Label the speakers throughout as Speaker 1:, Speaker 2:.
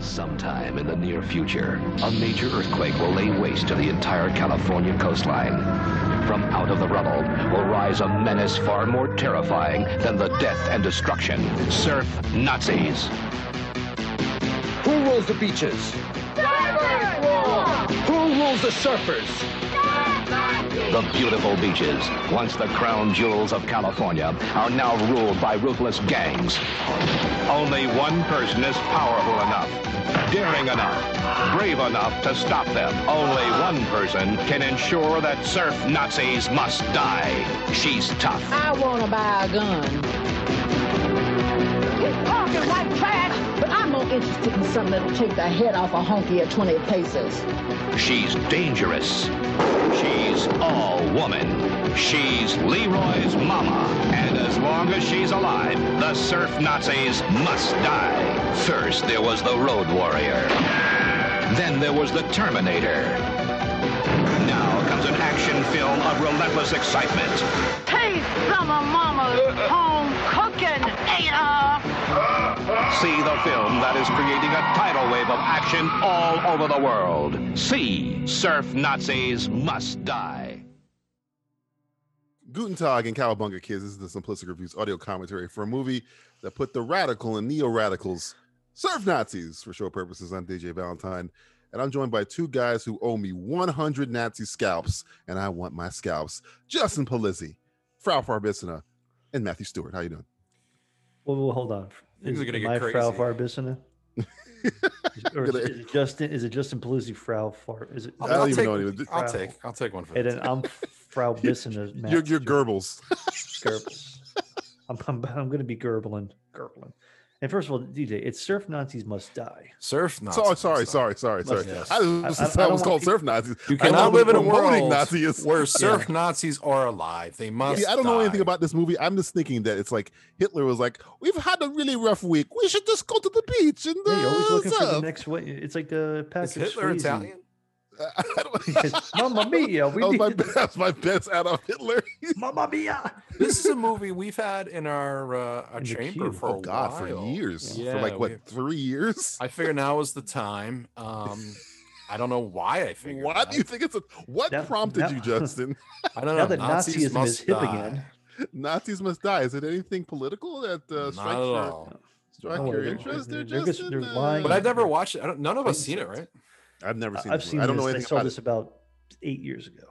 Speaker 1: Sometime in the near future, a major earthquake will lay waste to the entire California coastline. From out of the rubble will rise a menace far more terrifying than the death and destruction surf Nazis.
Speaker 2: Who rules the beaches?
Speaker 3: Surfers rule!
Speaker 2: Who rules the surfers?
Speaker 1: The beautiful beaches, once the crown jewels of California, are now ruled by ruthless gangs. Only one person is powerful enough, daring enough, brave enough to stop them. Only one person can ensure that surf Nazis must die. She's tough.
Speaker 4: I want to buy a gun.
Speaker 3: He's talking like trash!
Speaker 4: But I'm more interested in something that'll take the head off a honky at 20 pesos.
Speaker 1: She's dangerous. She's all woman. She's Leroy's mama. And as long as she's alive, the surf Nazis must die. First, there was the Road Warrior. Then there was the Terminator. Now comes an action film of relentless excitement.
Speaker 3: Taste some of Mama's home cooking, Ada!
Speaker 1: See the film that is creating a tidal wave of action all over the world. See Surf Nazis Must Die.
Speaker 5: Guten Tag and Cowabunga Kids. This is the Simplistic Reviews audio commentary for a movie that put the radical and neo radicals, surf Nazis, for show purposes. I'm DJ Valentine, and I'm joined by two guys who owe me 100 Nazi scalps, and I want my scalps. Justin Polizzi, Frau Farbissina, and Matthew Stewart. How you doing?
Speaker 6: Well, well, hold on.
Speaker 7: Things
Speaker 6: Is
Speaker 7: are gonna
Speaker 6: am
Speaker 7: get
Speaker 6: I Frau
Speaker 7: crazy.
Speaker 6: Farbissina? Is- or is,
Speaker 5: Gonna-
Speaker 6: is it Justin? Is it Justin Paluzzi? Frau Far? Is it?
Speaker 5: I don't even
Speaker 7: take,
Speaker 5: know what he was-
Speaker 7: I'll
Speaker 6: Wow.
Speaker 7: take. I'll take one for
Speaker 6: and then
Speaker 7: the
Speaker 6: I'm Frau Bissina. Matt
Speaker 5: You're, you're
Speaker 6: Stewart
Speaker 5: Goebbels.
Speaker 6: Goebbels. I'm, I'm, I'm going to be Gerblin. Gerblin. And first of all, DJ, it's surf Nazis must die.
Speaker 7: surf Nazis.
Speaker 5: Sorry, sorry, sorry, sorry, sorry.
Speaker 7: Yes.
Speaker 5: I was,
Speaker 6: I- I
Speaker 5: I,
Speaker 6: don't
Speaker 5: was called
Speaker 6: want-
Speaker 5: surf Nazis.
Speaker 7: You
Speaker 5: I
Speaker 7: cannot
Speaker 5: was
Speaker 7: live in a
Speaker 5: promoting
Speaker 7: world
Speaker 5: Nazis.
Speaker 7: where surf Nazis are alive. They must.
Speaker 5: See, I don't know anything
Speaker 7: die.
Speaker 5: about this movie. I'm just thinking that it's like Hitler was like, "We've had a really rough week. We should just go to the beach and
Speaker 6: Yeah, you're always
Speaker 5: uh,
Speaker 6: looking for the
Speaker 5: surf."
Speaker 6: next way. It's like uh,
Speaker 7: Is
Speaker 6: Patrick
Speaker 7: Hitler
Speaker 6: Swayze.
Speaker 7: Italian?
Speaker 5: I don't-
Speaker 6: It's, Mamma mia, we
Speaker 5: that was
Speaker 6: need
Speaker 5: Oh, my, that's my best out of Hitler.
Speaker 6: Mamma mia.
Speaker 7: This is a movie we've had in our uh, our
Speaker 6: In the
Speaker 7: chamber
Speaker 6: queue.
Speaker 7: for
Speaker 5: Oh
Speaker 7: a
Speaker 5: God,
Speaker 7: while.
Speaker 5: for years,
Speaker 7: Yeah,
Speaker 5: for like what
Speaker 7: we-
Speaker 5: three years?
Speaker 7: I figure now is the time. Um, I don't know why I figured.
Speaker 5: Why
Speaker 7: that.
Speaker 5: do you think it's a? What
Speaker 6: That-
Speaker 5: prompted
Speaker 6: that-
Speaker 5: you, Justin?
Speaker 7: I don't
Speaker 6: Now
Speaker 7: know.
Speaker 6: that
Speaker 7: Nazis
Speaker 6: Nazism
Speaker 7: must
Speaker 6: is hip
Speaker 7: die.
Speaker 6: again.
Speaker 5: Nazis must die. Is it anything political that uh,
Speaker 7: Not at
Speaker 5: strikes your,
Speaker 7: all.
Speaker 5: strike
Speaker 6: No,
Speaker 5: your
Speaker 6: Oh, they're-
Speaker 5: interest there,
Speaker 6: they're- they're just-
Speaker 5: Justin? Uh,
Speaker 6: they're lying.
Speaker 7: But I've never watched it. I don't, none of us seen it, right?
Speaker 5: I've never
Speaker 6: I-
Speaker 5: seen.
Speaker 6: I've
Speaker 5: this
Speaker 6: seen
Speaker 5: movie. I don't
Speaker 6: this.
Speaker 5: know
Speaker 6: I
Speaker 5: anything
Speaker 6: saw
Speaker 5: about
Speaker 6: this
Speaker 5: it.
Speaker 6: about eight years ago.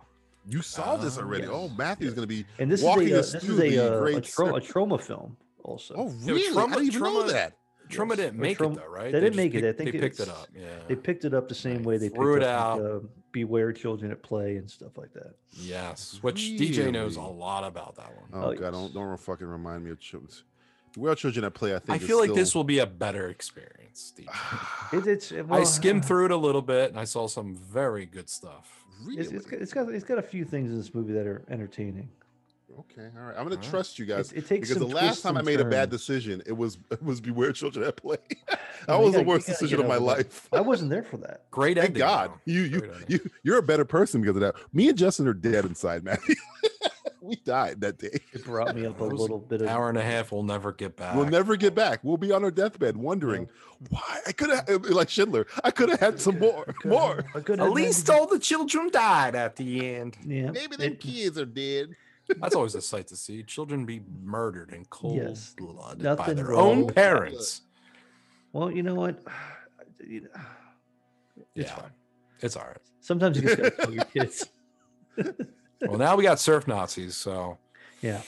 Speaker 5: You saw this
Speaker 7: Ah,
Speaker 5: already.
Speaker 7: yes.
Speaker 5: Oh, Matthew's going to be
Speaker 6: And this
Speaker 5: walking
Speaker 6: is a, uh,
Speaker 5: us
Speaker 6: this
Speaker 5: through
Speaker 6: is a,
Speaker 5: the
Speaker 6: uh, a,
Speaker 5: great.
Speaker 6: tro- a
Speaker 5: script.
Speaker 6: trauma film also.
Speaker 5: oh,
Speaker 7: Yeah,
Speaker 5: really?
Speaker 7: Trump-
Speaker 5: I didn't even know
Speaker 7: Trump-
Speaker 5: that.
Speaker 7: Truma
Speaker 6: Yes.
Speaker 7: didn't
Speaker 6: Or
Speaker 7: make
Speaker 6: Trump-
Speaker 7: it though, right?
Speaker 6: they didn't
Speaker 7: just
Speaker 6: make it. I
Speaker 7: picked-
Speaker 6: think
Speaker 7: they picked it
Speaker 6: it's-
Speaker 7: up. Yeah.
Speaker 6: They picked it up the same
Speaker 7: They
Speaker 6: way they
Speaker 7: threw
Speaker 6: picked
Speaker 7: it
Speaker 6: up like, uh, Beware Children at Play and stuff like that.
Speaker 7: Yes, which DJ knows a
Speaker 5: Really?
Speaker 7: lot about that one.
Speaker 5: Oh,
Speaker 6: Oh,
Speaker 5: God, don't
Speaker 6: yes.
Speaker 5: don't fucking remind me of children. Well, children at play. I think
Speaker 7: I
Speaker 5: is
Speaker 7: feel like this
Speaker 5: still-
Speaker 7: will be a better experience. DJ.
Speaker 5: Ah,
Speaker 6: It, it's uh,
Speaker 7: I
Speaker 6: well,
Speaker 7: skimmed
Speaker 6: uh,
Speaker 7: through it a little bit and I saw some very good stuff.
Speaker 5: really
Speaker 6: It's, it's got, it's got it's got a few things in this movie that are entertaining.
Speaker 5: okay. All right, I'm gonna
Speaker 7: All right.
Speaker 5: trust you guys
Speaker 6: It, it takes
Speaker 5: because the
Speaker 6: some
Speaker 5: last
Speaker 6: twists
Speaker 5: time I
Speaker 6: and
Speaker 5: made a bad
Speaker 6: turns.
Speaker 5: decision, it was it was beware children at play. that
Speaker 6: No, you
Speaker 5: was the
Speaker 6: gotta- you
Speaker 5: worst
Speaker 6: gotta
Speaker 5: decision
Speaker 6: get
Speaker 5: of my
Speaker 6: over that.
Speaker 5: life.
Speaker 6: I wasn't there for that.
Speaker 7: Great
Speaker 5: Thank
Speaker 7: ending.
Speaker 5: God,
Speaker 7: though.
Speaker 5: you you
Speaker 7: Great ending.
Speaker 5: you you're a better person because of that. Me and Justin are dead inside, Matthew. we died that day.
Speaker 6: It brought me up a
Speaker 7: That was
Speaker 6: little bit of
Speaker 7: hour and a half we'll never get back.
Speaker 5: We'll never get back. We'll be on our deathbed wondering why I could have like Schindler. I could have had some more, more.
Speaker 6: A good
Speaker 7: At least all the children died at the end.
Speaker 6: yeah.
Speaker 5: Maybe them
Speaker 6: it-
Speaker 5: kids are dead.
Speaker 7: That's always a sight to see. Children be murdered in cold
Speaker 6: Yes,
Speaker 7: blood by
Speaker 6: nothing
Speaker 7: their
Speaker 6: wrong
Speaker 7: own
Speaker 6: with
Speaker 7: parents.
Speaker 6: Well, you know what? You know, It's
Speaker 7: yeah,
Speaker 6: fine.
Speaker 7: it's all right.
Speaker 6: Sometimes you just gotta tell your kids.
Speaker 7: Well, now we got surf Nazis, so
Speaker 6: Yeah.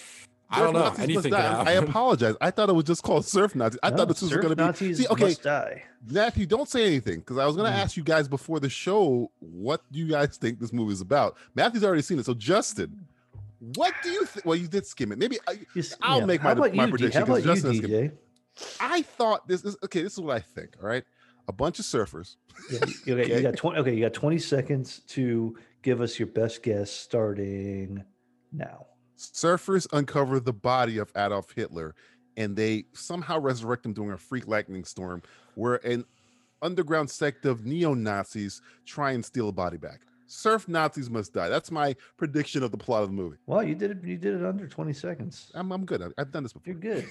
Speaker 7: I don't
Speaker 5: Surf
Speaker 7: know.
Speaker 5: Nazis
Speaker 7: Anything
Speaker 5: must
Speaker 7: can
Speaker 5: die. I
Speaker 7: happen.
Speaker 5: apologize. I thought it was just called surf Nazis. I
Speaker 6: No,
Speaker 5: thought this was
Speaker 6: surf
Speaker 5: going to be.
Speaker 6: Nazis
Speaker 5: See, okay,
Speaker 6: must die.
Speaker 5: Matthew, don't say anything because I was going to
Speaker 6: Mm.
Speaker 5: ask you guys before the show what you guys think this movie is about. Matthew's already seen it, so Justin, what do you think? Well, you did skim it. Maybe I,
Speaker 6: Just-
Speaker 5: I'll make my-
Speaker 6: How about
Speaker 5: my
Speaker 6: you, D-
Speaker 5: prediction,
Speaker 6: How
Speaker 5: 'cause
Speaker 6: about you,
Speaker 5: Justin's gonna-
Speaker 6: DJ?
Speaker 5: I thought this is okay. This is what I think. All right, a bunch of surfers.
Speaker 6: Yeah, you- okay,
Speaker 5: Okay.
Speaker 6: you got twenty. Okay, you got twenty seconds to give us your best guess, starting now.
Speaker 5: Surfers uncover the body of Adolf Hitler, and they somehow resurrect him during a freak lightning storm, where an underground sect of neo Nazis try and steal a body back. Surf Nazis must die. That's my prediction of the plot of the movie. Oh.
Speaker 6: Wow, you did it. You did it under twenty seconds.
Speaker 5: I'm, I'm good. I- I've done this before.
Speaker 6: You're good.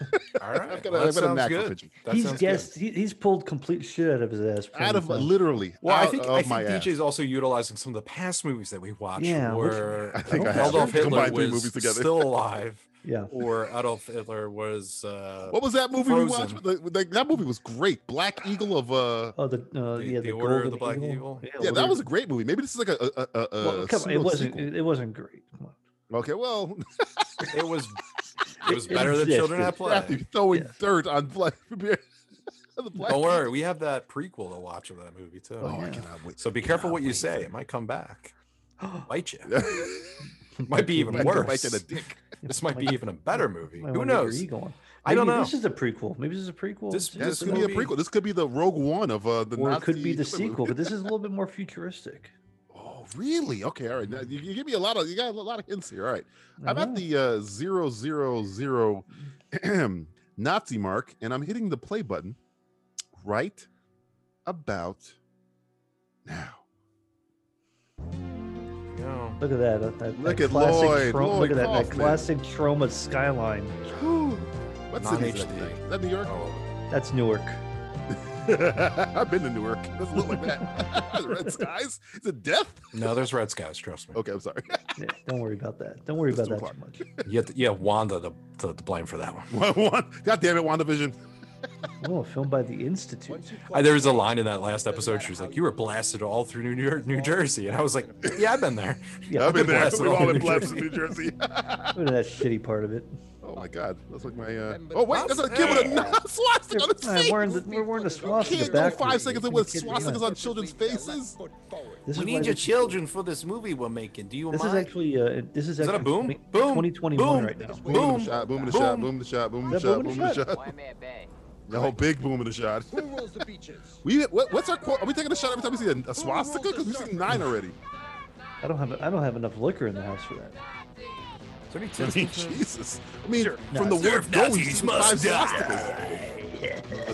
Speaker 7: All right.
Speaker 5: I've got a,
Speaker 7: well, that
Speaker 5: I've got a
Speaker 7: sounds
Speaker 5: knack for
Speaker 7: good.
Speaker 5: pitching.
Speaker 7: That
Speaker 6: he's
Speaker 7: sounds good.
Speaker 6: guessed. He, he's pulled complete shit out of his ass. for
Speaker 5: Out of
Speaker 6: himself.
Speaker 5: literally.
Speaker 7: Well,
Speaker 5: out
Speaker 7: I think
Speaker 5: of
Speaker 7: I think
Speaker 5: my
Speaker 7: DJ's
Speaker 5: ass.
Speaker 7: also utilizing some of the past movies that we watched
Speaker 6: Yeah, which-
Speaker 7: where
Speaker 5: I think
Speaker 6: I have
Speaker 7: Adolf
Speaker 5: to
Speaker 7: Hitler
Speaker 5: combine three
Speaker 7: was
Speaker 5: movies together.
Speaker 7: still alive,
Speaker 6: Yeah.
Speaker 7: or Adolf Hitler was uh,
Speaker 5: What was that movie we watched?
Speaker 7: Frozen.
Speaker 5: with the- with the- that movie was great. Black Eagle of uh.
Speaker 6: Oh, the uh,
Speaker 7: The-
Speaker 6: yeah,
Speaker 7: the
Speaker 6: the,
Speaker 7: Order of the
Speaker 6: Golden
Speaker 7: Black Eagle?
Speaker 5: yeah,
Speaker 6: well,
Speaker 5: that was
Speaker 6: they-
Speaker 5: a great movie. Maybe this is like a a a. a
Speaker 6: well,
Speaker 5: a
Speaker 6: come on, it
Speaker 5: pseudo
Speaker 6: wasn't.
Speaker 5: sequel.
Speaker 6: It, it wasn't great. Come on.
Speaker 5: Okay, well,
Speaker 7: it was it was
Speaker 6: It
Speaker 7: better than Children at
Speaker 6: existed.
Speaker 7: Play.
Speaker 5: Matthew throwing
Speaker 6: Yeah.
Speaker 5: dirt on Black. the Black
Speaker 7: Don't
Speaker 5: Eagle.
Speaker 7: worry, we have that prequel to watch of that movie too.
Speaker 5: Oh, I
Speaker 6: yeah.
Speaker 5: cannot wait.
Speaker 7: So be careful what you say; it might come back, bite you. Might
Speaker 6: Might
Speaker 7: be
Speaker 6: be
Speaker 7: even
Speaker 6: back to
Speaker 7: worse.
Speaker 5: Mike and a dick.
Speaker 7: This might be
Speaker 6: Might-
Speaker 7: even a better movie.
Speaker 6: Might
Speaker 7: Who
Speaker 6: wanna get your
Speaker 7: knows?
Speaker 6: ego on.
Speaker 7: I don't
Speaker 6: Maybe
Speaker 7: know.
Speaker 6: This is a prequel. Maybe this is a prequel.
Speaker 7: This-
Speaker 6: to
Speaker 5: This
Speaker 7: this
Speaker 6: the
Speaker 5: could be a
Speaker 7: movie-
Speaker 5: prequel. This could be the Rogue One of uh, the
Speaker 6: or it could be
Speaker 5: Nazi
Speaker 6: the
Speaker 5: Hitler movie.
Speaker 6: sequel, but this is a little bit more futuristic.
Speaker 5: Oh, really? Okay, all right. Now, you, you give me a lot of you got a lot of hints here. All right,
Speaker 6: I
Speaker 5: I'm at
Speaker 6: know.
Speaker 5: the uh, zero zero zero Nazi mark, and I'm hitting the play button right about now.
Speaker 7: No.
Speaker 6: Look at that. uh, That, that,
Speaker 5: Look
Speaker 6: that
Speaker 5: at
Speaker 6: classic
Speaker 5: Lloyd,
Speaker 6: Tro-
Speaker 5: Lloyd
Speaker 6: look at that, that
Speaker 5: Kaufman.
Speaker 6: classic trauma skyline.
Speaker 5: What city is that?
Speaker 7: Non-HD.
Speaker 5: thing? Is that New York?
Speaker 7: Oh,
Speaker 6: That's Newark.
Speaker 5: I've been to Newark. It doesn't look like that. Red skies. Is it death?
Speaker 7: no, there's Red Skies. Trust me.
Speaker 5: Okay, I'm sorry.
Speaker 6: Yeah, don't worry about that. Don't worry
Speaker 5: It's
Speaker 6: about
Speaker 5: too
Speaker 6: that
Speaker 5: far.
Speaker 6: too much.
Speaker 7: Yeah, yeah, Wanda to, to, to blame for that one.
Speaker 5: One- one- God damn it, WandaVision.
Speaker 6: Oh, filmed by the Institute.
Speaker 7: I, there was a line in that last episode. She was like, "You were blasted all through New York, New Jersey," and I was like, "Yeah, I've been there."
Speaker 6: Yeah,
Speaker 5: I've been there.
Speaker 7: blasted
Speaker 5: We've
Speaker 7: all
Speaker 5: all
Speaker 7: in
Speaker 5: been
Speaker 7: New
Speaker 5: blasted in
Speaker 7: Jersey.
Speaker 5: New Jersey.
Speaker 6: look at that shitty part of it.
Speaker 5: Oh my god, that's like my. Uh... Oh wait, that's a kid with a not swastika on his
Speaker 6: All right,
Speaker 5: face.
Speaker 6: we're in the, we're wearing the swastika
Speaker 5: Can't go
Speaker 6: backwards.
Speaker 5: five seconds
Speaker 6: Can you
Speaker 5: with
Speaker 6: kid me?
Speaker 5: swastikas
Speaker 6: Yeah.
Speaker 5: on children's faces.
Speaker 6: This
Speaker 7: We
Speaker 6: is why
Speaker 7: need your
Speaker 6: this-
Speaker 7: children for this movie we're making. Do you
Speaker 6: This is
Speaker 7: mind?
Speaker 6: actually uh, this is,
Speaker 7: Is that a
Speaker 6: actually
Speaker 7: boom?
Speaker 6: 20-
Speaker 7: Boom!
Speaker 6: 2021
Speaker 7: Boom!
Speaker 6: right now.
Speaker 5: Boom, in
Speaker 7: Boom!
Speaker 5: the shot, boom in the
Speaker 7: Boom.
Speaker 5: shot, boom in the shot, boom in the
Speaker 6: Is that
Speaker 5: shot, boom in the shot. No, big boom in the shot.
Speaker 2: Who rules the beaches?
Speaker 5: We what, what's our quote? Are we taking a shot every time we see a, a swastika? Because we've seen nine already.
Speaker 6: I don't have I don't have enough liquor in the house for that.
Speaker 7: Is there any
Speaker 5: I mean,
Speaker 7: tits in this?
Speaker 5: Jesus. I mean, from the
Speaker 7: Nazis.
Speaker 5: word go, we
Speaker 7: Nazis
Speaker 5: see five
Speaker 7: must
Speaker 5: swastikas.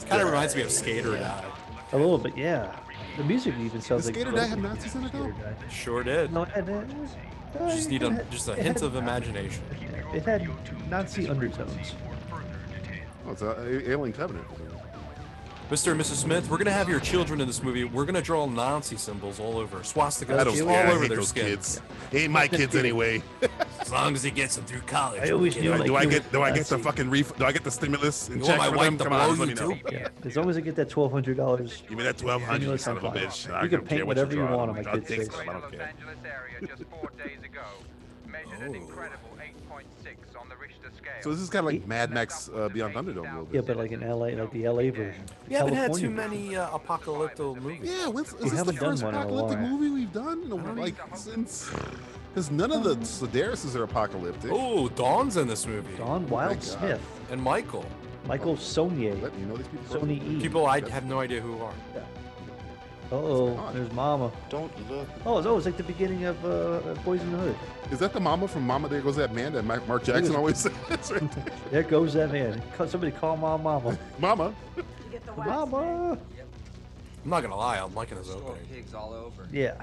Speaker 7: It kind of reminds me of Skater Die.
Speaker 6: A little bit, yeah. The music even
Speaker 5: Does
Speaker 6: sounds like
Speaker 5: Skater Die have Nazis in it though?
Speaker 6: Skater Die.
Speaker 7: Sure did.
Speaker 6: No, it had, uh,
Speaker 7: You just
Speaker 6: it
Speaker 7: need a,
Speaker 6: had-
Speaker 7: just a
Speaker 6: it
Speaker 7: hint
Speaker 6: had-
Speaker 7: of imagination.
Speaker 6: It had Nazi undertones.
Speaker 5: Oh, it's uh, A- Alien Covenant.
Speaker 7: Mr. and Mrs. Smith, we're gonna have your children in this movie. We're gonna draw Nazi symbols all over, swastikas all over their skin.
Speaker 5: Ain't my kids anyway.
Speaker 7: As long as he gets them through college.
Speaker 6: I always
Speaker 7: kid.
Speaker 6: knew, like-
Speaker 5: Do I
Speaker 6: you-
Speaker 5: get do I get the
Speaker 6: Nazi.
Speaker 5: fucking ref do I get the stimulus and
Speaker 7: You
Speaker 5: check
Speaker 7: want my
Speaker 5: for
Speaker 7: wife
Speaker 5: them?
Speaker 7: to
Speaker 5: Come on,
Speaker 7: blow
Speaker 5: just let me
Speaker 7: you
Speaker 5: know.
Speaker 7: too?
Speaker 6: Yeah, as long as I get that twelve hundred dollars.
Speaker 5: Give me that twelve hundred, son of a bitch. I
Speaker 6: You
Speaker 5: don't
Speaker 6: can paint
Speaker 5: care what
Speaker 6: whatever you
Speaker 5: draw.
Speaker 6: want on my
Speaker 5: I'll
Speaker 6: kid's
Speaker 5: take
Speaker 6: face.
Speaker 5: some, I don't
Speaker 8: Los
Speaker 5: care.
Speaker 8: Angeles area just four days ago measured an
Speaker 7: Oh.
Speaker 8: incredible 8.6 on the Richter scale.
Speaker 5: So this is kind of like Mad Max uh, Beyond Thunderdome a little
Speaker 6: Yeah,
Speaker 5: bit.
Speaker 6: but like in LA, like the LA version.
Speaker 7: We haven't had
Speaker 6: California
Speaker 7: too many uh, apocalypto movies.
Speaker 5: Yeah, when's,
Speaker 6: We
Speaker 5: is this the
Speaker 6: haven't done
Speaker 5: first
Speaker 6: one in a
Speaker 5: apocalyptic
Speaker 6: while.
Speaker 5: movie we've done? No, like since because none of the Sedaris are apocalyptic.
Speaker 7: Oh, Dawn's in this movie.
Speaker 6: version. Don
Speaker 5: God.
Speaker 6: Wild Smith,
Speaker 7: And Michael.
Speaker 6: Michael Sonier,
Speaker 5: Let me know these people.
Speaker 6: Sony E.
Speaker 7: People I have no idea who are.
Speaker 6: oh, there's Mama.
Speaker 9: Don't look.
Speaker 6: Oh, it's- oh, it's like the beginning of uh, Boys in the Hood.
Speaker 5: Is that the mama from Mama? There goes that man that Mark Mark Jackson always says. Right there.
Speaker 6: There goes that man. Ca- Somebody call my mama.
Speaker 5: Mama.
Speaker 6: Mama.
Speaker 7: I'm not gonna lie, I'm liking his opening.
Speaker 6: Oh, Yeah.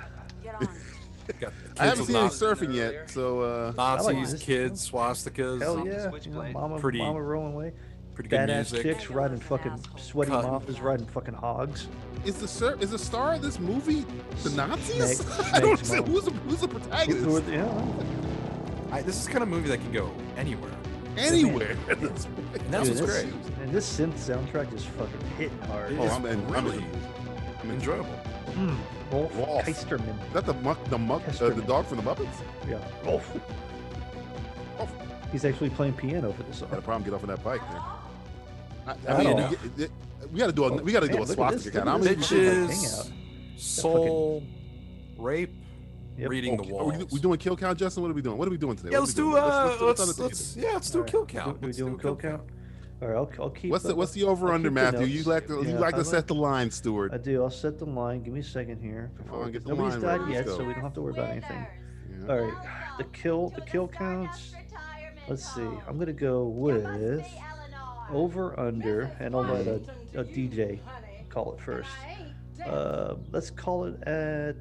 Speaker 7: Got
Speaker 5: I haven't
Speaker 7: kids
Speaker 5: seen any
Speaker 7: with
Speaker 5: surfing yet, so uh,
Speaker 7: Nazis,
Speaker 6: I like this.
Speaker 7: kids, swastikas,
Speaker 6: Hell yeah. You know, mama,
Speaker 7: Pretty
Speaker 6: mama rolling away.
Speaker 7: pretty good
Speaker 6: Badass
Speaker 7: music.
Speaker 6: chicks riding fucking sweaty
Speaker 7: Cut.
Speaker 6: mamas riding fucking hogs.
Speaker 5: is the sur- is the star of this movie the Nazis?
Speaker 6: Snake-
Speaker 5: I don't
Speaker 6: Snake's
Speaker 5: understand
Speaker 6: mama.
Speaker 5: who's the, who's the protagonist
Speaker 6: Who are the- yeah.
Speaker 7: I, this is the kind of movie that can go anywhere.
Speaker 5: anywhere.
Speaker 7: And that's
Speaker 6: Dude,
Speaker 7: what's
Speaker 6: this-
Speaker 7: great.
Speaker 6: And this synth soundtrack is fucking hitting hard.
Speaker 7: It
Speaker 5: oh,
Speaker 7: is
Speaker 5: I'm in. I'm
Speaker 7: really
Speaker 5: in. I'm in.
Speaker 7: enjoyable.
Speaker 6: Mm, Rolf
Speaker 5: Rolf.
Speaker 6: Keisterman.
Speaker 5: Is that the muck, the muck, uh, the dog from the Muppets?
Speaker 6: Yeah. Rolf.
Speaker 5: Rolf.
Speaker 6: He's actually playing piano for this
Speaker 5: Got a
Speaker 6: song.
Speaker 5: problem? Get off of that bike, man. I, I
Speaker 6: I
Speaker 5: mean,
Speaker 6: don't
Speaker 5: it- it- it- we gotta do a we gotta do
Speaker 6: Man,
Speaker 5: a
Speaker 6: look at this-
Speaker 5: swastika count.
Speaker 6: look
Speaker 5: How
Speaker 6: at
Speaker 5: many
Speaker 6: this
Speaker 5: people-
Speaker 6: shit. fucking
Speaker 7: Bitches, soul,
Speaker 6: soul,
Speaker 7: rape,
Speaker 6: Yep.
Speaker 7: reading
Speaker 5: Oh,
Speaker 7: the
Speaker 5: are
Speaker 7: walls.
Speaker 5: we, we doing kill count, Justin? What are we doing? What are we doing today?
Speaker 7: yeah,
Speaker 5: What are
Speaker 7: let's
Speaker 5: we doing?
Speaker 7: do uh,
Speaker 5: Let's- let's-
Speaker 7: let's, let's,
Speaker 5: let's-
Speaker 7: yeah, let's do
Speaker 6: All right.
Speaker 7: kill count.
Speaker 6: We
Speaker 7: Let's
Speaker 6: doing
Speaker 7: do
Speaker 6: kill count. All right, I'll, I'll keep.
Speaker 5: What's the
Speaker 6: uh,
Speaker 5: what's the over
Speaker 6: I'll
Speaker 5: under,
Speaker 6: keep
Speaker 5: Matthew?
Speaker 6: notes.
Speaker 5: You like to, you
Speaker 6: Yeah,
Speaker 5: like
Speaker 6: I
Speaker 5: to set the line,
Speaker 6: I
Speaker 5: Steward.
Speaker 6: do. I'll set the line. Give me a second here.
Speaker 5: on,
Speaker 6: Before,
Speaker 5: get the
Speaker 6: nobody's
Speaker 5: line
Speaker 6: died
Speaker 5: ready.
Speaker 6: yet,
Speaker 5: Let's
Speaker 6: so
Speaker 5: go.
Speaker 6: we don't have to worry about anything.
Speaker 5: Yeah.
Speaker 6: All right, the kill, the kill counts. Let's see. I'm gonna go with over under, and I'll let a, a DJ call it first. Oh. Uh, let's call it at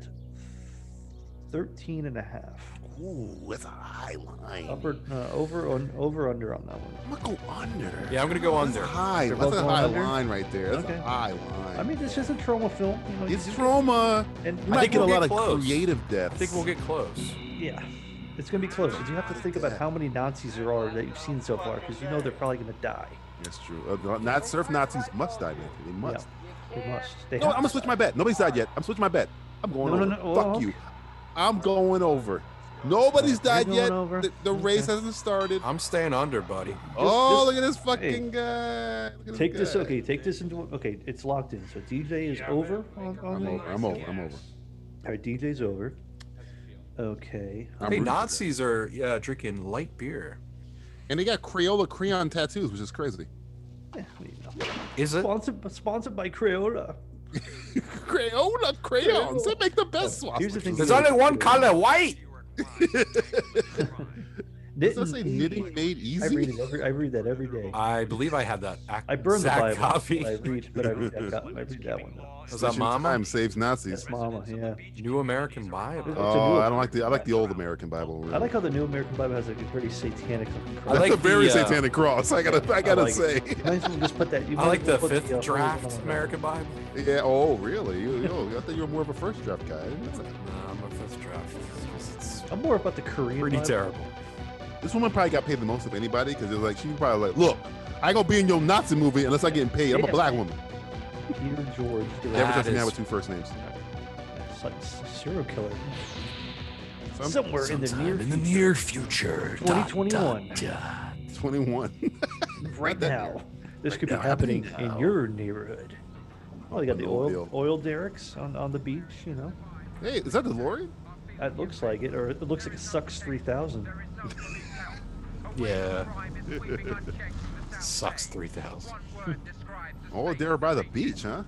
Speaker 6: 13 and a half.
Speaker 5: Ooh, that's a high line.
Speaker 6: Upper, uh, over, on, over, under on that one.
Speaker 5: I'm gonna go under.
Speaker 7: Yeah, I'm gonna go
Speaker 5: That's
Speaker 7: under.
Speaker 5: a high.
Speaker 6: They're
Speaker 5: That's
Speaker 6: both
Speaker 5: a
Speaker 6: going
Speaker 5: high
Speaker 6: under?
Speaker 5: line right there. That's
Speaker 6: Okay.
Speaker 5: a high line.
Speaker 6: I mean, this is a trauma film. You know,
Speaker 5: it's
Speaker 6: you-
Speaker 5: trauma.
Speaker 6: And
Speaker 5: You might
Speaker 7: think
Speaker 5: get a
Speaker 7: we'll
Speaker 5: lot
Speaker 7: get
Speaker 5: of
Speaker 7: close.
Speaker 5: creative deaths.
Speaker 7: I think we'll get close.
Speaker 6: yeah, it's gonna be close. 'cause you have to think about how many Nazis there are that you've seen so far, because you know they're probably gonna die.
Speaker 5: That's true. Uh, not surf Nazis must die, man. They must.
Speaker 6: Yeah, they must. They
Speaker 5: No,
Speaker 6: have
Speaker 5: I'm
Speaker 6: to
Speaker 5: gonna switch my bet. Nobody's died yet. I'm switching my bet. I'm going
Speaker 6: No, no,
Speaker 5: over.
Speaker 6: no. Oh,
Speaker 5: Fuck
Speaker 6: Well,
Speaker 5: you. I'm going over. Nobody's
Speaker 6: You're
Speaker 5: died
Speaker 6: going
Speaker 5: yet.
Speaker 6: over?
Speaker 5: The, the race
Speaker 6: Okay.
Speaker 5: hasn't started.
Speaker 7: I'm staying under, buddy.
Speaker 5: oh,
Speaker 6: just-
Speaker 5: look at this fucking guy. Look at
Speaker 6: Take this,
Speaker 5: guy.
Speaker 6: okay. Take this into okay. It's locked in. So DJ is over. On, on
Speaker 5: I'm
Speaker 6: the-
Speaker 5: over. I'm over. I'm over.
Speaker 6: All right, DJ's over. Okay.
Speaker 5: I'm
Speaker 7: hey,
Speaker 5: rooting for
Speaker 7: Nazis are yeah, drinking light beer.
Speaker 5: them. And they got Crayola crayon tattoos, which is crazy.
Speaker 6: Yeah, you know.
Speaker 7: Is it?
Speaker 6: Sponsored, sponsored by Crayola.
Speaker 5: Crayola crayons. They make the best swastikas.
Speaker 6: Here's the thing.
Speaker 7: There's only one color, white.
Speaker 5: Does that say knitting made
Speaker 6: I read it
Speaker 5: easy?
Speaker 6: every. I read that every day.
Speaker 7: I believe I had that. ac-
Speaker 6: I burn the
Speaker 7: exact
Speaker 6: Bible.
Speaker 7: copy.
Speaker 6: but I read, but I read that. co- I read that one. though.
Speaker 7: Was that
Speaker 5: Mission
Speaker 7: Mama?
Speaker 5: Time saves Nazis.
Speaker 6: That's Mama. Yeah.
Speaker 7: New American Bible.
Speaker 6: It's a
Speaker 5: Oh,
Speaker 6: new-
Speaker 5: I don't like the. I like the old American Bible.
Speaker 6: I like how the New American Bible has like a very satanic. looking
Speaker 7: I
Speaker 5: That's
Speaker 6: cross.
Speaker 7: like
Speaker 5: a very
Speaker 7: the, uh,
Speaker 5: satanic cross. I gotta. I gotta
Speaker 6: like it.
Speaker 5: say.
Speaker 6: You might as well just put that. You
Speaker 7: I
Speaker 6: might
Speaker 7: like
Speaker 6: as well
Speaker 7: the
Speaker 6: put
Speaker 7: fifth
Speaker 6: uh,
Speaker 7: draft
Speaker 6: original-
Speaker 7: American Bible.
Speaker 5: Yeah. Oh, really? You, yo, I thought you were more of a first draft guy. I didn't know that.
Speaker 7: No, I'm a fifth draft. It's
Speaker 6: I'm more about the Korean.
Speaker 7: pretty
Speaker 6: Bible.
Speaker 7: terrible.
Speaker 5: This woman probably got paid the most of anybody because it was like she was probably like, look, I ain't gonna be in your Nazi movie unless I get paid. I'm a black woman.
Speaker 6: Peter George. did
Speaker 5: Never
Speaker 7: That
Speaker 5: trust a man
Speaker 7: is-
Speaker 5: with two first names.
Speaker 6: It's like a serial killer.
Speaker 5: Some-
Speaker 6: Somewhere in the near
Speaker 7: in the near future. dot,
Speaker 6: 2021.
Speaker 7: dot, dot.
Speaker 5: 21.
Speaker 6: right
Speaker 5: that
Speaker 6: now. This could be
Speaker 5: now,
Speaker 6: happening
Speaker 5: happening
Speaker 6: in
Speaker 5: now.
Speaker 6: your neighborhood. Oh, you got the
Speaker 5: No
Speaker 6: oil
Speaker 5: deal.
Speaker 6: oil derricks on, on the beach, you know.
Speaker 5: hey, is that DeLorean?
Speaker 6: That looks like it, or it looks like it sucks 3,000.
Speaker 7: Yeah. Sucks 3,000.
Speaker 5: Oh, there by the beach, huh?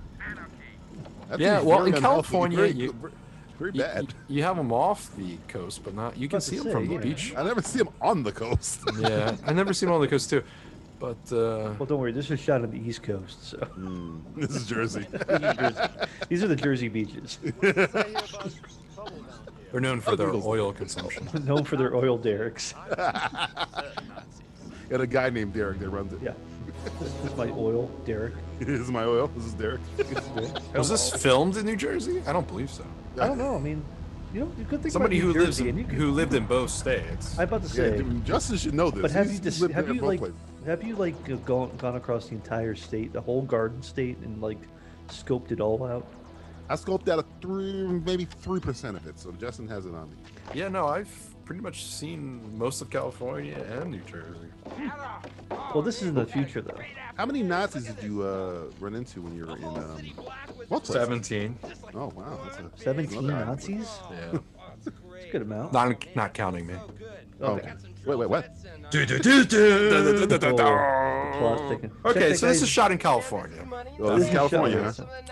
Speaker 5: That
Speaker 7: Yeah,
Speaker 5: thing's
Speaker 7: well,
Speaker 5: very
Speaker 7: in
Speaker 5: unhealthy,
Speaker 7: California,
Speaker 5: very,
Speaker 7: you-
Speaker 5: ver- very
Speaker 7: You-
Speaker 5: bad.
Speaker 7: You, you have them off the coast, but not. You can
Speaker 6: About to
Speaker 7: see them
Speaker 6: say,
Speaker 7: from the
Speaker 6: yeah.
Speaker 7: beach.
Speaker 5: I never see him on the coast.
Speaker 7: Yeah, I never see them on the coast too. But uh,
Speaker 6: Well, don't worry, this was shot on the East Coast, so
Speaker 5: this is Jersey.
Speaker 6: these are the Jersey beaches,
Speaker 7: they're known for their
Speaker 5: Noodles.
Speaker 7: oil consumption.
Speaker 6: known for their oil derricks.
Speaker 5: and a guy named Derek that runs it.
Speaker 6: Yeah, this is my oil derrick.
Speaker 5: this is my oil. This is Derek.
Speaker 7: Was this filmed in New Jersey? I don't believe so.
Speaker 6: I don't know. I mean, you know, the good thing
Speaker 7: Somebody
Speaker 6: about New
Speaker 7: who lives
Speaker 6: Jersey,
Speaker 7: in,
Speaker 6: and you could,
Speaker 7: who lived in both states.
Speaker 6: I'm about to
Speaker 5: Yeah,
Speaker 6: say,
Speaker 5: dude, Justin should know this.
Speaker 6: But have
Speaker 5: He's
Speaker 6: you just
Speaker 5: lived
Speaker 6: have
Speaker 5: in
Speaker 6: you
Speaker 5: both
Speaker 6: like
Speaker 5: places.
Speaker 6: have you like uh, gone gone across the entire state, the whole Garden State, and like scoped it all out?
Speaker 5: I sculpted out a three, maybe three percent of it. So Justin has it on me.
Speaker 7: Yeah, no, I've pretty much seen most of California and New Jersey.
Speaker 6: Well, this is in the future though.
Speaker 5: How many Nazis did you uh, run into when you were in um, what place?
Speaker 7: Seventeen.
Speaker 5: Oh wow, that's a,
Speaker 6: Seventeen
Speaker 5: another-
Speaker 6: Nazis,
Speaker 7: Yeah.
Speaker 6: That's a good amount.
Speaker 7: Not not counting me.
Speaker 5: Oh, wait, wait, what?
Speaker 7: Okay, so this is shot in California.
Speaker 5: Oh, this is
Speaker 6: This is
Speaker 5: California, huh?
Speaker 6: Charlotte.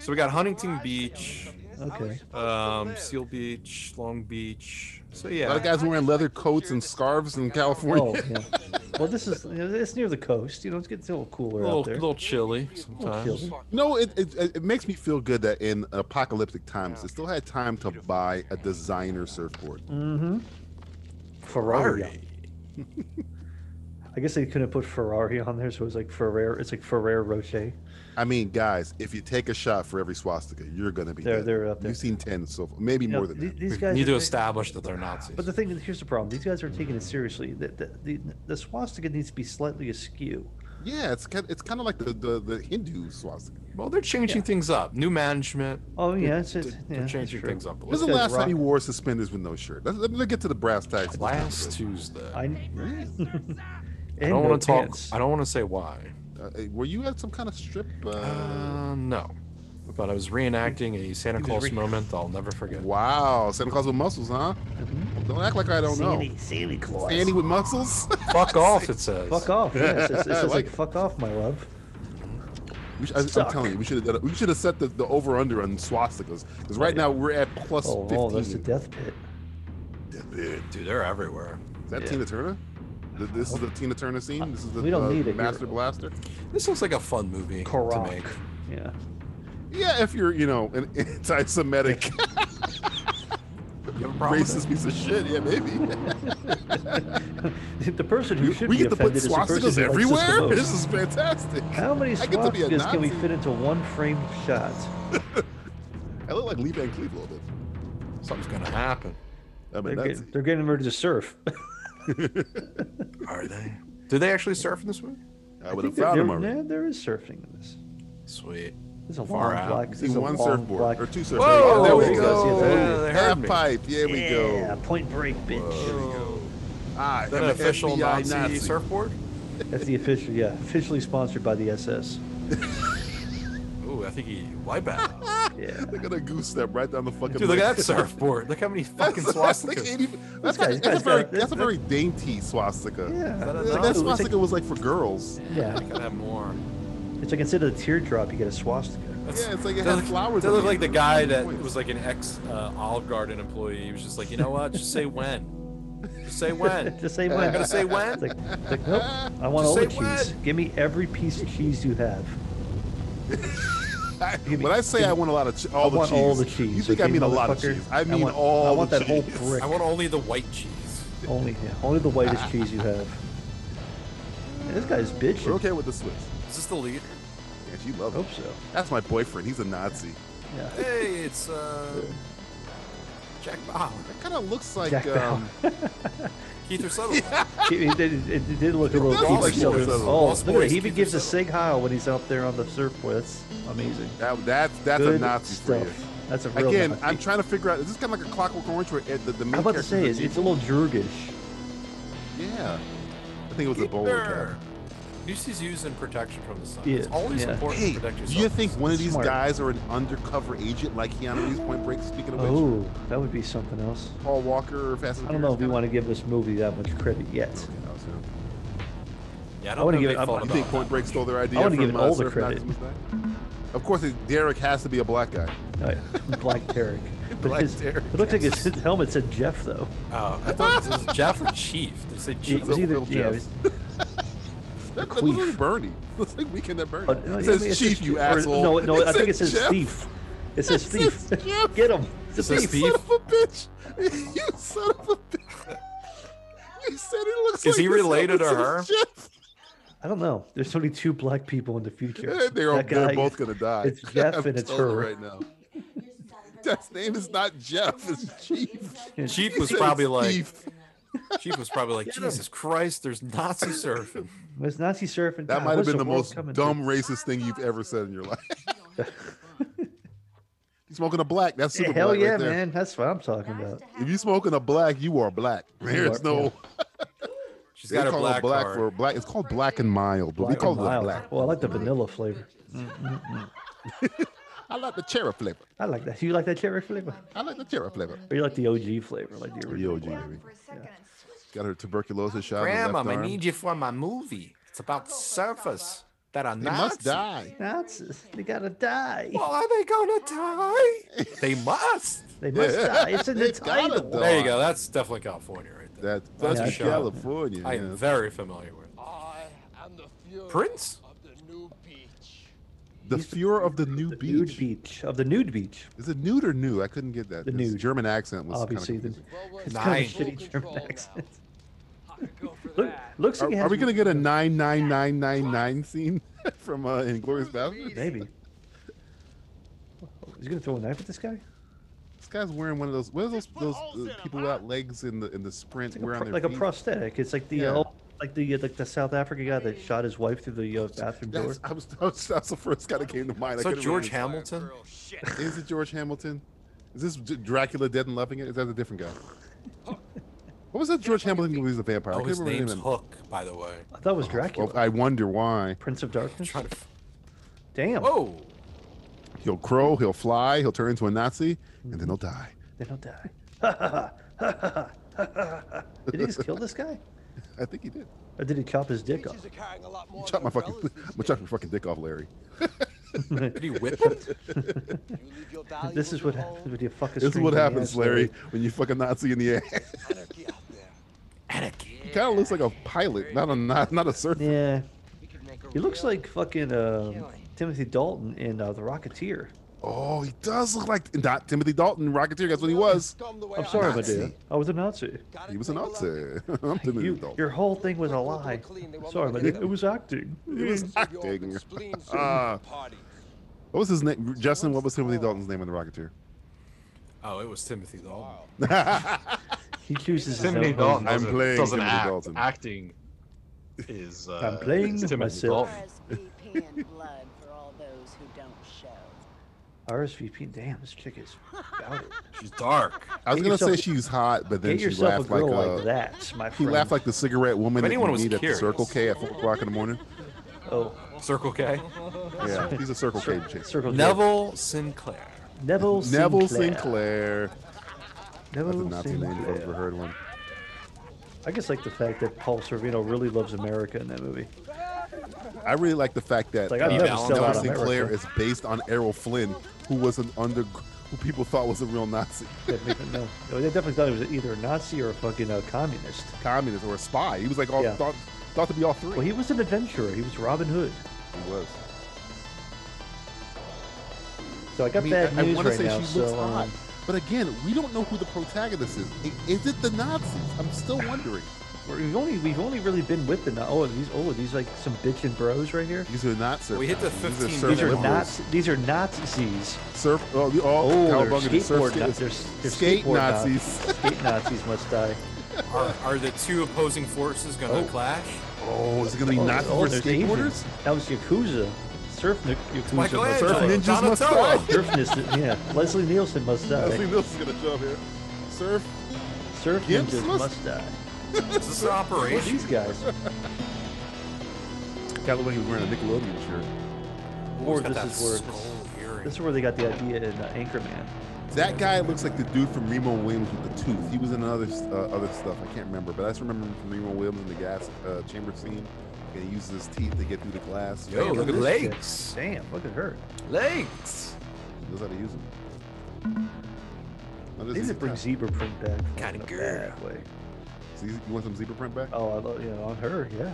Speaker 7: So we got Huntington Beach,
Speaker 6: Okay.
Speaker 7: um, Seal Beach, Long Beach. So
Speaker 5: A lot of
Speaker 7: yeah,
Speaker 5: guys wearing leather coats and scarves in
Speaker 6: Oh
Speaker 5: California.
Speaker 6: yeah. Well, this is you know, it's near the coast. You know, it's getting a little
Speaker 7: a
Speaker 6: cooler
Speaker 7: little,
Speaker 6: out there.
Speaker 7: little chilly
Speaker 6: Little
Speaker 7: sometimes.
Speaker 6: chilly.
Speaker 5: No, it, it it makes me feel good that in apocalyptic times, it still had time to buy a designer surfboard.
Speaker 6: Mm. Ferrari. I guess they couldn't put Ferrari on there, so it was like Ferrer. It's like Ferrer Rocher.
Speaker 5: I mean, guys, if you take a shot for every swastika, you're gonna be.
Speaker 6: They're-
Speaker 5: dead.
Speaker 6: they're up there.
Speaker 5: You've seen ten so far, maybe
Speaker 6: You know,
Speaker 5: more than
Speaker 6: the-
Speaker 5: that.
Speaker 6: these
Speaker 7: We
Speaker 6: guys
Speaker 7: need to
Speaker 6: they-
Speaker 7: establish that they're Nazis.
Speaker 6: But the thing is, here's the problem. These guys are taking it seriously. The, the, the, the swastika needs to be slightly askew.
Speaker 5: Yeah, it's kind it's kind of like the, the the Hindu swastika.
Speaker 7: well, they're changing things up. New management.
Speaker 6: Oh, yeah. It's, it's,
Speaker 7: They're,
Speaker 6: yeah,
Speaker 7: they're
Speaker 6: that's
Speaker 7: changing
Speaker 6: true.
Speaker 7: things up a
Speaker 5: When's
Speaker 7: little.
Speaker 5: the
Speaker 6: This guy's
Speaker 5: last time you
Speaker 6: rock-
Speaker 5: wore suspenders with no shirt? Let's, let's get to the brass tacks.
Speaker 7: Last Tuesday.
Speaker 6: I,
Speaker 7: I
Speaker 6: and
Speaker 7: don't
Speaker 6: no
Speaker 7: want to talk.
Speaker 6: pants.
Speaker 7: I don't want to say why.
Speaker 5: Uh, were you at some kind of strip? Uh,
Speaker 7: Uh, no. But I was reenacting a Santa
Speaker 6: was
Speaker 7: Claus
Speaker 6: re-
Speaker 7: moment I'll never forget.
Speaker 5: wow, Santa Claus with muscles, huh? Don't act like I don't know.
Speaker 6: Mm-hmm. Sandy Claus.
Speaker 5: Sandy with muscles.
Speaker 7: Fuck off, it says.
Speaker 6: Fuck off. Yes, it's, it's
Speaker 5: I
Speaker 6: just
Speaker 5: like
Speaker 6: like,
Speaker 5: it.
Speaker 6: fuck off, my love.
Speaker 5: we should, I,
Speaker 6: Suck.
Speaker 5: am telling you, we should have we should have set the, the over under on swastikas because right now we're at plus
Speaker 6: Oh,
Speaker 5: fifteen.
Speaker 6: oh, that's the death pit.
Speaker 7: Dude, they're everywhere.
Speaker 5: Is that Tina Turner? Th- This is the Tina Turner scene. This is the
Speaker 6: We don't
Speaker 5: uh,
Speaker 6: need it
Speaker 5: Master
Speaker 6: here.
Speaker 5: Blaster.
Speaker 7: This looks like a fun movie to
Speaker 6: Korok.
Speaker 7: make.
Speaker 6: Yeah.
Speaker 5: Yeah, if you're you know an anti-Semitic
Speaker 7: You have a problem with
Speaker 5: racist piece of shit. Yeah, maybe.
Speaker 6: the person who
Speaker 5: We-
Speaker 6: should
Speaker 5: we
Speaker 6: be
Speaker 5: get to put
Speaker 6: offended is the
Speaker 5: swastikas
Speaker 6: person who likes us the
Speaker 5: everywhere.
Speaker 6: most.
Speaker 5: This is fantastic.
Speaker 6: How many
Speaker 5: I get to be a
Speaker 6: swastikas can we
Speaker 5: Nazi.
Speaker 6: fit into one frame shot?
Speaker 5: I look like Lee Van Cleave a little bit.
Speaker 7: that? Something's gonna happen.
Speaker 5: I'm a
Speaker 6: They're,
Speaker 5: Nazi.
Speaker 6: get, they're getting ready to surf.
Speaker 7: Are they? Do they actually surf in this movie?
Speaker 5: I would have
Speaker 6: think there-
Speaker 5: found him
Speaker 6: there-
Speaker 5: already.
Speaker 6: yeah, there is surfing in this.
Speaker 7: Sweet.
Speaker 6: There's a
Speaker 7: Far
Speaker 6: long
Speaker 7: out.
Speaker 6: black.
Speaker 5: See
Speaker 6: There's a
Speaker 5: one
Speaker 6: long
Speaker 5: surfboard
Speaker 6: black.
Speaker 5: or two surfboards.
Speaker 7: Whoa,
Speaker 5: there we
Speaker 6: there
Speaker 5: go.
Speaker 6: goes, yeah,
Speaker 7: they heard
Speaker 5: Half
Speaker 7: me.
Speaker 5: pipe. Yeah, we
Speaker 6: Yeah,
Speaker 5: go.
Speaker 6: point break, bitch.
Speaker 5: I
Speaker 7: Is that
Speaker 5: am
Speaker 7: an official
Speaker 5: FBI
Speaker 7: Nazi, surfboard?
Speaker 6: That's the official. Yeah, officially sponsored by the SS.
Speaker 7: Ooh, I think he Lieback.
Speaker 6: Yeah.
Speaker 5: Look at a goose step right down the fucking.
Speaker 7: Dude, look at
Speaker 5: leg.
Speaker 7: that surfboard. Look how many fucking
Speaker 5: That's, that's like
Speaker 7: swastikas.
Speaker 5: 80, that's,
Speaker 6: guy-
Speaker 5: like-
Speaker 6: this
Speaker 5: that's
Speaker 6: guy's
Speaker 5: very,
Speaker 6: got-
Speaker 5: that's a very dainty swastika.
Speaker 6: Yeah.
Speaker 7: that a
Speaker 5: Uh,
Speaker 7: Nazi?
Speaker 5: That
Speaker 6: It looks like-
Speaker 5: swastika was like for girls.
Speaker 6: Yeah.
Speaker 7: Gotta have more.
Speaker 6: It's like instead of the teardrop, you get a swastika.
Speaker 5: Yeah, it's like it
Speaker 7: They
Speaker 5: had
Speaker 7: look-
Speaker 5: flowers.
Speaker 7: They
Speaker 5: on
Speaker 7: look
Speaker 5: it.
Speaker 7: like the guy that was like an ex uh, Olive Garden employee. He was just like, you know what? Just say when. Just say when.
Speaker 6: Just say
Speaker 7: I'm
Speaker 6: when.
Speaker 7: gonna say when.
Speaker 6: It's like, it's like, nope. I want
Speaker 7: Just
Speaker 6: all the
Speaker 7: say
Speaker 6: cheese.
Speaker 7: what?
Speaker 6: Give me every piece of cheese you have. give me-
Speaker 5: When I say I want a lot of che- all
Speaker 6: I
Speaker 5: the
Speaker 6: want
Speaker 5: cheese,
Speaker 6: all the cheese.
Speaker 5: you think I
Speaker 6: okay,
Speaker 5: mean a lot of
Speaker 6: motherfucker?
Speaker 5: cheese? I mean
Speaker 6: want,
Speaker 5: all.
Speaker 6: I want
Speaker 5: the
Speaker 6: that whole
Speaker 5: cheese.
Speaker 6: brick.
Speaker 7: I want only the white cheese.
Speaker 6: only, yeah, only the whitest cheese you have. Man, this guy's bitching.
Speaker 5: We're okay with the Swiss.
Speaker 7: Is this the leader?
Speaker 5: Yeah, she loves.
Speaker 6: Hope
Speaker 5: it.
Speaker 6: so.
Speaker 5: That's my boyfriend. He's a Nazi.
Speaker 6: Yeah.
Speaker 7: Hey, it's uh, Jack Bauer.
Speaker 5: That kind of looks like.
Speaker 6: Jack Bauer.
Speaker 5: um,
Speaker 7: Keith or Sutherland.
Speaker 6: it, it, did- it, it did look a little
Speaker 5: does
Speaker 6: Keith
Speaker 5: look like
Speaker 6: Sutherland.
Speaker 5: Sutherland.
Speaker 6: Oh,
Speaker 7: Lost
Speaker 6: look at it.
Speaker 7: Boys,
Speaker 6: He even
Speaker 7: Kiefer
Speaker 6: gives a sig
Speaker 7: Sutherland.
Speaker 6: heil when he's out there on the surfboard. That's amazing.
Speaker 5: That, that that's a
Speaker 6: Good
Speaker 5: Nazi
Speaker 6: stuff.
Speaker 5: for you.
Speaker 6: That's a real
Speaker 5: Again,
Speaker 6: Nazi.
Speaker 5: I'm trying to figure out. Is this kind of like a Clockwork Orange where it, the, the main
Speaker 6: I'm about to
Speaker 5: characters
Speaker 6: say
Speaker 5: are
Speaker 6: it's, it's a
Speaker 5: evil?
Speaker 6: little Jurgish.
Speaker 5: yeah. I think it was a bowling
Speaker 7: Keeper.
Speaker 5: cap.
Speaker 7: Lucy's using protection from the sun.
Speaker 6: Yeah,
Speaker 7: It's always
Speaker 6: yeah.
Speaker 7: important
Speaker 5: Hey,
Speaker 7: to protect
Speaker 5: do
Speaker 7: yourself.
Speaker 5: you think one of these
Speaker 6: Smart.
Speaker 5: guys are an undercover agent like Keanu Reeves? Point Break. Speaking of which,
Speaker 6: Oh, that would be something else.
Speaker 5: Paul Walker or Fast and
Speaker 6: I don't know if we
Speaker 5: Furious
Speaker 6: want to give this movie that much credit yet.
Speaker 5: kinda- Okay, I was gonna-
Speaker 7: Yeah, I
Speaker 6: I
Speaker 7: don't
Speaker 6: wanna
Speaker 7: know
Speaker 6: give it-
Speaker 7: if they
Speaker 6: I-
Speaker 7: thought
Speaker 5: You
Speaker 7: about
Speaker 5: think
Speaker 7: that.
Speaker 5: Point Break stole their idea
Speaker 6: wanna
Speaker 5: from
Speaker 6: give it
Speaker 5: uh,
Speaker 6: all the
Speaker 5: Surf
Speaker 6: credit.
Speaker 5: Nazis back? Of course, it- Derek has to be a black guy.
Speaker 6: Oh, yeah. Black Tarek. But
Speaker 5: Black
Speaker 6: his-
Speaker 5: Tarek.
Speaker 6: It looks like his his helmet said Jeff, though.
Speaker 7: Oh, I thought this was Jeff or Chief. They say
Speaker 6: It
Speaker 7: Chief.
Speaker 6: was either,
Speaker 5: little
Speaker 6: yeah, it
Speaker 5: Jeff.
Speaker 6: was-
Speaker 5: That, that
Speaker 6: Queef.
Speaker 5: looks like Bernie. Looks like Weekend at Bernie.
Speaker 6: oh, no,
Speaker 5: it
Speaker 6: yeah,
Speaker 5: says
Speaker 6: maybe it's
Speaker 5: Chief,
Speaker 6: just-
Speaker 5: you
Speaker 6: or-
Speaker 5: asshole.
Speaker 6: No, no, I think it
Speaker 5: said
Speaker 6: says
Speaker 5: Jeff.
Speaker 6: thief. It says
Speaker 5: It
Speaker 6: thief.
Speaker 5: says Jeff.
Speaker 6: Get him. It's a
Speaker 7: says
Speaker 6: thief.
Speaker 5: You
Speaker 7: thief.
Speaker 5: son of a bitch. You son of a bitch. You said it looks
Speaker 7: Is
Speaker 5: like
Speaker 7: he
Speaker 5: this
Speaker 7: related to
Speaker 5: Elvis is
Speaker 6: I don't know. There's only two black people in the future.
Speaker 5: Jeff. They're, all,
Speaker 6: That
Speaker 5: they're
Speaker 6: guy-
Speaker 5: both gonna die.
Speaker 6: It's Jeff
Speaker 5: I'm
Speaker 6: and it's
Speaker 5: telling you
Speaker 6: her.
Speaker 5: right now. His name is not Jeff. It's Chief.
Speaker 7: Chief
Speaker 5: He
Speaker 7: was
Speaker 5: said
Speaker 7: probably
Speaker 5: it's
Speaker 7: like,
Speaker 5: Thief.
Speaker 7: Chief was probably like, Jesus Christ, there's Nazi surfing.
Speaker 6: It's Nazi surfing.
Speaker 5: That
Speaker 6: God,
Speaker 5: might have
Speaker 6: what's
Speaker 5: been the
Speaker 6: world
Speaker 5: most
Speaker 6: coming to?
Speaker 5: dumb racist thing you've ever said in your life. you smoking a black. That's
Speaker 6: Yeah,
Speaker 5: super
Speaker 6: hell
Speaker 5: black
Speaker 6: yeah,
Speaker 5: right there.
Speaker 6: man. That's what I'm talking about.
Speaker 5: If you smoking a black, you are black. There's
Speaker 6: are-
Speaker 5: no.
Speaker 7: She's
Speaker 5: They
Speaker 7: got
Speaker 5: call
Speaker 7: her
Speaker 5: black,
Speaker 7: black,
Speaker 5: black
Speaker 7: card.
Speaker 5: for black. It's called black and mild, but we
Speaker 6: Black
Speaker 5: call
Speaker 6: and
Speaker 5: it
Speaker 6: mild.
Speaker 5: black.
Speaker 6: Well, I like the vanilla flavor.
Speaker 5: I like the cherry flavor.
Speaker 6: I like that. You like that cherry flavor?
Speaker 5: I like the cherry flavor.
Speaker 6: Or you like the OG flavor, like the
Speaker 5: The
Speaker 6: original?
Speaker 5: OG, baby. Got her tuberculosis shot.
Speaker 7: Grandma,
Speaker 5: in the left
Speaker 7: I
Speaker 5: arm.
Speaker 7: need you for my movie. It's about surfers that are
Speaker 5: They
Speaker 7: Nazis.
Speaker 5: must die.
Speaker 6: Nazis. They gotta die.
Speaker 7: Well, are they gonna die? they must.
Speaker 6: They must
Speaker 5: Yeah.
Speaker 6: die. It's in the
Speaker 5: They've gotta
Speaker 6: title.
Speaker 5: die.
Speaker 7: There you go. That's definitely California right there.
Speaker 5: That,
Speaker 7: That's
Speaker 5: that's
Speaker 7: a shot.
Speaker 5: California.
Speaker 7: I
Speaker 5: yeah.
Speaker 7: am very familiar with. Prince?
Speaker 5: The Fuhrer of the New
Speaker 6: The
Speaker 5: Beach.
Speaker 6: nude beach of the nude beach.
Speaker 5: Is it nude or new? I couldn't get that.
Speaker 6: The
Speaker 5: His
Speaker 6: nude.
Speaker 5: German accent was
Speaker 6: Obviously,
Speaker 5: Kind
Speaker 6: the,
Speaker 5: of
Speaker 6: it's kind of a
Speaker 7: Nine.
Speaker 6: shitty German accent. Look, looks like it
Speaker 5: are,
Speaker 6: has
Speaker 5: are we gonna get a nine nine nine nine nine scene from uh, Inglorious Bastards?
Speaker 6: maybe. He's gonna throw a knife at this guy.
Speaker 5: This guy's wearing one of those. What are those those uh, people without legs in the in the sprint
Speaker 6: It's like,
Speaker 5: wearing
Speaker 6: a,
Speaker 5: their
Speaker 6: pro- like a
Speaker 5: feet?
Speaker 6: prosthetic. It's like the
Speaker 5: Yeah.
Speaker 6: uh, like the like the South African guy that shot his wife through the uh, bathroom door.
Speaker 5: That's, I was, that was that's the first guy that came to mind. I
Speaker 7: Is that
Speaker 5: couldn't
Speaker 7: George
Speaker 5: remember
Speaker 7: Hamilton?
Speaker 5: his name. Is it George Hamilton? Is this D- Dracula dead and loving it? Is that a different guy? what was that George Hamilton movie? He's a vampire. I
Speaker 7: Oh,
Speaker 5: can't
Speaker 7: his
Speaker 5: remember
Speaker 7: name's
Speaker 5: his name.
Speaker 7: Hook, by the way.
Speaker 6: I thought it was Dracula,
Speaker 5: Well, I wonder why.
Speaker 6: Prince of Darkness.
Speaker 7: Trying to. f-
Speaker 6: Damn.
Speaker 5: Oh.
Speaker 7: Whoa!
Speaker 5: He'll crow. He'll fly. He'll turn into a Nazi, and then he'll die.
Speaker 6: They don't die. Ha ha ha ha ha ha. Did he just kill this guy?
Speaker 5: I think he did.
Speaker 6: Or did he chop his dick off?
Speaker 5: Chop my fucking. I'm gonna chop your fucking dick off, Larry.
Speaker 7: Did he whip him?
Speaker 6: This is what happens when you fuck a
Speaker 5: This is
Speaker 6: stranger
Speaker 5: what
Speaker 6: in the
Speaker 5: happens,
Speaker 6: ass,
Speaker 5: Larry, when you fuck a Nazi in the ass. He kind of looks like a pilot, not a not, not a surfer.
Speaker 6: um, Yeah. He looks like fucking uh, Timothy Dalton in uh, The Rocketeer.
Speaker 5: Oh, he does look like not Timothy Dalton, Rocketeer. That's what he was.
Speaker 6: I'm sorry, my
Speaker 5: Nazi.
Speaker 6: dear. I was a Nazi.
Speaker 5: He was a Nazi. I'm Timothy
Speaker 6: You,
Speaker 5: Dalton.
Speaker 6: your whole thing was a lie. Sorry, my dear. It was acting.
Speaker 5: He was acting. Ah. what was his name? Justin, what was Timothy Dalton's name in The Rocketeer?
Speaker 7: Oh, it was Timothy Dalton.
Speaker 6: He chooses his
Speaker 9: Timothy
Speaker 6: own.
Speaker 9: Dalton
Speaker 6: Dalton.
Speaker 5: I'm
Speaker 9: doesn't,
Speaker 5: playing
Speaker 9: doesn't
Speaker 5: Timothy
Speaker 9: act.
Speaker 5: Dalton.
Speaker 9: Acting is. Uh,
Speaker 6: I'm playing
Speaker 9: Timothy
Speaker 6: myself.
Speaker 9: Dalton.
Speaker 10: RSVP and blood for all those who don't show.
Speaker 6: RSVP. Damn, this chick is about it.
Speaker 7: She's dark.
Speaker 5: I was
Speaker 6: Get
Speaker 5: gonna
Speaker 6: yourself-
Speaker 5: say she's hot, but then
Speaker 6: Get
Speaker 5: she
Speaker 6: yourself a
Speaker 5: laughed like,
Speaker 6: girl like,
Speaker 5: uh,
Speaker 6: that, my
Speaker 5: he
Speaker 6: friend.
Speaker 5: laughed like the cigarette woman that
Speaker 7: anyone
Speaker 5: you
Speaker 7: was
Speaker 5: meet at the
Speaker 7: curious.
Speaker 5: Circle K at four o'clock in the morning.
Speaker 6: oh,
Speaker 7: Circle K.
Speaker 5: Yeah, he's a Circle K chick.
Speaker 6: circle. jerk.
Speaker 7: Neville Sinclair.
Speaker 6: Neville Sinclair.
Speaker 5: Neville Sinclair. That's a
Speaker 6: Neville
Speaker 5: Nazi name if I've ever
Speaker 6: Sinclair.
Speaker 5: heard one.
Speaker 6: I just like the fact that Paul Sorvino really loves America in that movie.
Speaker 5: I really like the fact that
Speaker 6: Like, I've
Speaker 5: uh,
Speaker 7: never
Speaker 5: Neville
Speaker 7: sell out
Speaker 5: Sinclair
Speaker 6: America.
Speaker 5: is based on Errol Flynn, who was an under, who people thought was a real Nazi,
Speaker 6: That makes it- no, no, they definitely thought he was either a Nazi or a fucking uh, communist.
Speaker 5: communist, or a spy. He was like all
Speaker 6: Yeah.
Speaker 5: thought thought to be all three.
Speaker 6: Well, he was an adventurer. He was Robin Hood.
Speaker 5: He was.
Speaker 6: So I
Speaker 5: I
Speaker 6: got
Speaker 5: mean,
Speaker 6: bad
Speaker 5: I,
Speaker 6: news
Speaker 5: want to
Speaker 6: right
Speaker 5: say
Speaker 6: now.
Speaker 5: she
Speaker 6: so
Speaker 5: looks hot,
Speaker 6: um,
Speaker 5: but again, we don't know who the protagonist is. I- Is it the Nazis? I'm still wondering.
Speaker 6: we're- we've only we've only really been with the Na- oh these oh these like some bitchin' bros right here.
Speaker 5: These are not surf.
Speaker 7: We hit the
Speaker 5: Nazis.
Speaker 7: 15
Speaker 5: These
Speaker 6: These
Speaker 5: are
Speaker 6: are
Speaker 5: surf
Speaker 6: Nazi, these are Nazis.
Speaker 5: Surf. Oh, the-
Speaker 6: Oh,
Speaker 5: oh,
Speaker 6: they're
Speaker 5: cowabunga, they're surf
Speaker 6: skateboard Na-
Speaker 5: skaters.
Speaker 6: they're s- they're
Speaker 5: skate
Speaker 6: skateboard
Speaker 5: Nazis.
Speaker 6: Skate Nazis must die.
Speaker 7: Are, are the two opposing forces going to clash?
Speaker 5: Oh, is it gonna be Nazis
Speaker 6: oh,
Speaker 5: or
Speaker 6: there's Asians.
Speaker 5: skateboarders?
Speaker 6: That was Yakuza. Surf nu- Yakuza. must
Speaker 7: Michelangelo,
Speaker 5: surf
Speaker 6: die.
Speaker 5: ninjas must
Speaker 7: Donatello.
Speaker 5: die.
Speaker 6: Surfness, yeah. Leslie Nielsen must
Speaker 5: Leslie
Speaker 6: die.
Speaker 5: Nielsen's gonna show up here. Surf.
Speaker 6: Surf
Speaker 5: Gibbs
Speaker 6: ninjas
Speaker 5: must-
Speaker 6: must die.
Speaker 7: Is this
Speaker 6: Who
Speaker 7: an
Speaker 6: are
Speaker 7: operation?
Speaker 6: these guys?
Speaker 5: Callaway was wearing a Nickelodeon shirt.
Speaker 6: Or
Speaker 7: He's
Speaker 6: this
Speaker 7: got that
Speaker 6: is where
Speaker 7: skull earring.
Speaker 6: This is where they got the idea in uh, Anchorman.
Speaker 5: That guy looks like the dude from Remo Williams with the tooth. He was in another uh, other stuff. I can't remember, but I just remember him from Remo Williams in the gas uh, chamber scene. And he uses his teeth to get through the glass.
Speaker 7: Yo,
Speaker 5: Damn,
Speaker 7: look at
Speaker 6: this
Speaker 7: legs.
Speaker 6: Damn, look at her.
Speaker 7: Legs.
Speaker 5: He knows how to use them. Now, this
Speaker 6: They need
Speaker 5: is-
Speaker 6: to bring zebra print back. like,
Speaker 7: Kinda
Speaker 6: in a
Speaker 7: girl.
Speaker 6: bad way.
Speaker 5: so you you want some zebra print back?
Speaker 6: Oh, I love you know on her. Yeah.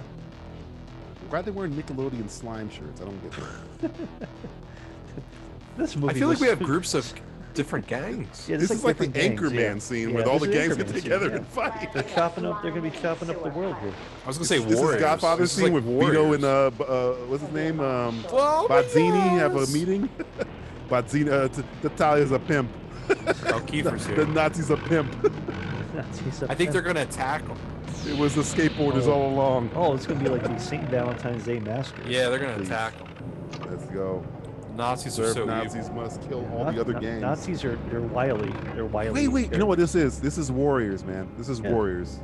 Speaker 5: Why they wearing Nickelodeon slime shirts? I don't get that.
Speaker 6: This movie.
Speaker 7: I feel like
Speaker 6: was-
Speaker 7: we have groups of different gangs.
Speaker 6: Yeah,
Speaker 5: This,
Speaker 6: there's,
Speaker 5: is like the
Speaker 6: different gangs,
Speaker 5: Anchorman
Speaker 6: yeah.
Speaker 5: scene
Speaker 6: Yeah,
Speaker 5: where all the
Speaker 6: this
Speaker 5: gangs
Speaker 6: is
Speaker 5: get
Speaker 6: Anchorman scene,
Speaker 5: together
Speaker 6: yeah.
Speaker 5: and fight.
Speaker 6: They're chopping up. They're gonna be chopping up the world here.
Speaker 7: I was gonna say
Speaker 5: this
Speaker 7: warriors.
Speaker 5: is Godfather
Speaker 7: This is
Speaker 5: scene
Speaker 7: like
Speaker 5: with Vito
Speaker 7: warriors.
Speaker 5: and uh, B- uh, what's his name? Um,
Speaker 7: Well, oh
Speaker 5: Bozzini have a
Speaker 7: because-
Speaker 5: meeting. Bozzini, uh, T- Natalia's a pimp.
Speaker 7: Oh, Kiefer's
Speaker 5: The
Speaker 7: here.
Speaker 5: Nazis a pimp.
Speaker 6: Nazis up
Speaker 7: I think they're
Speaker 6: there.
Speaker 7: gonna attack him.
Speaker 5: It was the skateboarders
Speaker 6: Oh.
Speaker 5: all along.
Speaker 6: Oh, it's gonna be like the Saint Valentine's Day massacre.
Speaker 7: Yeah, they're gonna
Speaker 5: Please.
Speaker 7: attack him.
Speaker 5: Let's go.
Speaker 7: Nazis are
Speaker 5: Serb
Speaker 7: so
Speaker 5: Nazis
Speaker 7: evil.
Speaker 5: must kill all
Speaker 6: Na-
Speaker 5: the other
Speaker 6: Na-
Speaker 5: gangs.
Speaker 6: Nazis are they're wily. They're wily.
Speaker 5: Wait, wait. You
Speaker 6: They're-
Speaker 5: know what this is? This is Warriors, man. This is
Speaker 6: Yeah.
Speaker 5: Warriors.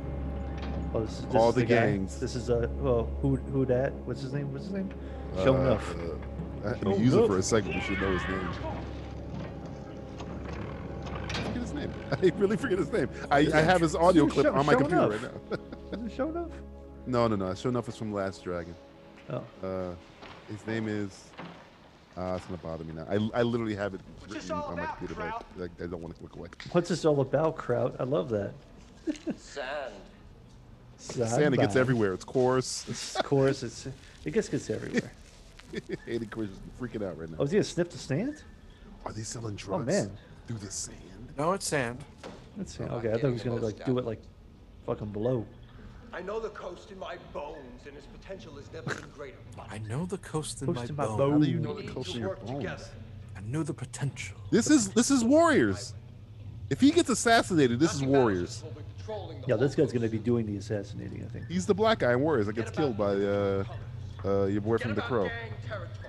Speaker 6: oh, this, this
Speaker 5: all
Speaker 6: is
Speaker 5: the
Speaker 6: guy.
Speaker 5: gangs.
Speaker 6: This is a well, who who that? What's his name? What's his name? Show
Speaker 5: Uh,
Speaker 6: enough.
Speaker 5: Uh, I had to
Speaker 6: Show
Speaker 5: use it
Speaker 6: enough.
Speaker 5: for a second. We should know his name. I forget his name. I really forget his name. I, I have his audio
Speaker 6: Show-
Speaker 5: clip on my
Speaker 6: show
Speaker 5: computer
Speaker 6: enough.
Speaker 5: right now.
Speaker 6: Is it show enough?
Speaker 5: No, no, no. Show enough is from Last Dragon.
Speaker 6: Oh,
Speaker 5: Uh, his name is. Uh, it's gonna bother me now. I, I literally have it written on my computer, but I, I don't want to click away.
Speaker 6: what's this all about, Kraut? I love that.
Speaker 2: Sand.
Speaker 5: Santa gets
Speaker 6: Sandbag.
Speaker 5: everywhere. It's coarse.
Speaker 6: Of course, it's it gets gets everywhere.
Speaker 5: Hayden Christian's freaking out right now.
Speaker 6: Oh, is he gonna sniff the stand?
Speaker 5: Are they selling drugs?
Speaker 6: man.
Speaker 5: Through the sand?
Speaker 7: No, it's sand.
Speaker 6: Let's see. Okay, I thought Oh, he was gonna like do it like fucking blow.
Speaker 2: I know the coast in my bones, and its potential has never been greater.
Speaker 7: I know the coast in
Speaker 6: Coast
Speaker 7: my,
Speaker 6: in my
Speaker 7: bones.
Speaker 5: How
Speaker 6: bone.
Speaker 5: do you know
Speaker 2: We
Speaker 5: the
Speaker 2: need
Speaker 5: culture
Speaker 2: to
Speaker 5: in your
Speaker 2: work together.
Speaker 5: bones?
Speaker 7: I know the potential.
Speaker 5: This is this is Warriors. If he gets assassinated, this is Warriors.
Speaker 2: We'll be patrolling the
Speaker 6: Yeah, this
Speaker 2: whole-
Speaker 6: guy's gonna be doing the assassinating. I think.
Speaker 5: He's the black guy in Warriors that gets killed by uh, uh, your boy from The
Speaker 2: about
Speaker 5: Crow.
Speaker 2: gang territory.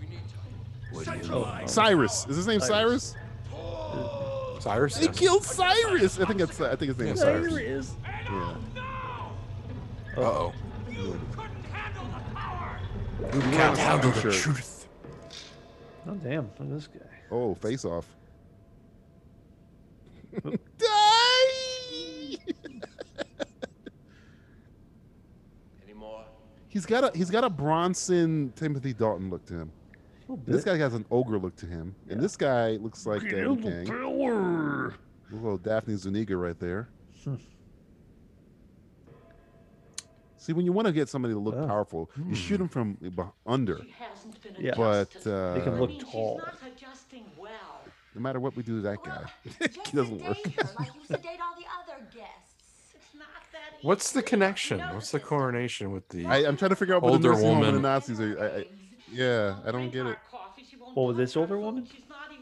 Speaker 2: We need to centralize
Speaker 5: Cyrus. Is his name Cyrus?
Speaker 7: Cyrus.
Speaker 5: They killed Cyrus. I think it's I think his name is Cyrus.
Speaker 6: is.
Speaker 5: Yeah.
Speaker 7: Uh oh. You
Speaker 5: He
Speaker 7: can't
Speaker 5: wears a
Speaker 7: handle
Speaker 5: shirt.
Speaker 7: the truth.
Speaker 6: Oh damn! Look at this guy.
Speaker 5: Oh, face off.
Speaker 2: anymore.
Speaker 5: he's got a he's got a Bronson Timothy Dalton look to him.
Speaker 6: A little
Speaker 5: This
Speaker 6: bit.
Speaker 5: guy has an ogre look to him, and this guy looks like Daddy Kang. Little Daphne Zuniga right there. See, when you want to get somebody to look
Speaker 6: Wow.
Speaker 5: Oh. powerful, you shoot him from beh- under.
Speaker 11: hasn't been
Speaker 6: Yeah.
Speaker 5: But,
Speaker 11: adjusted.
Speaker 5: uh, Make him Hmm. look
Speaker 11: I mean, she's
Speaker 5: tall.
Speaker 11: not adjusting well.
Speaker 5: No matter what we do to that guy, he doesn't work.
Speaker 11: Date her like you sedate all the other guests. It's not that
Speaker 7: What's the connection? What's the coronation with the
Speaker 5: I, I'm trying to figure out what
Speaker 7: older
Speaker 5: the nursing home and the
Speaker 7: woman?
Speaker 5: Nazis are. I, I, yeah, I don't get it.
Speaker 6: Well, this older woman?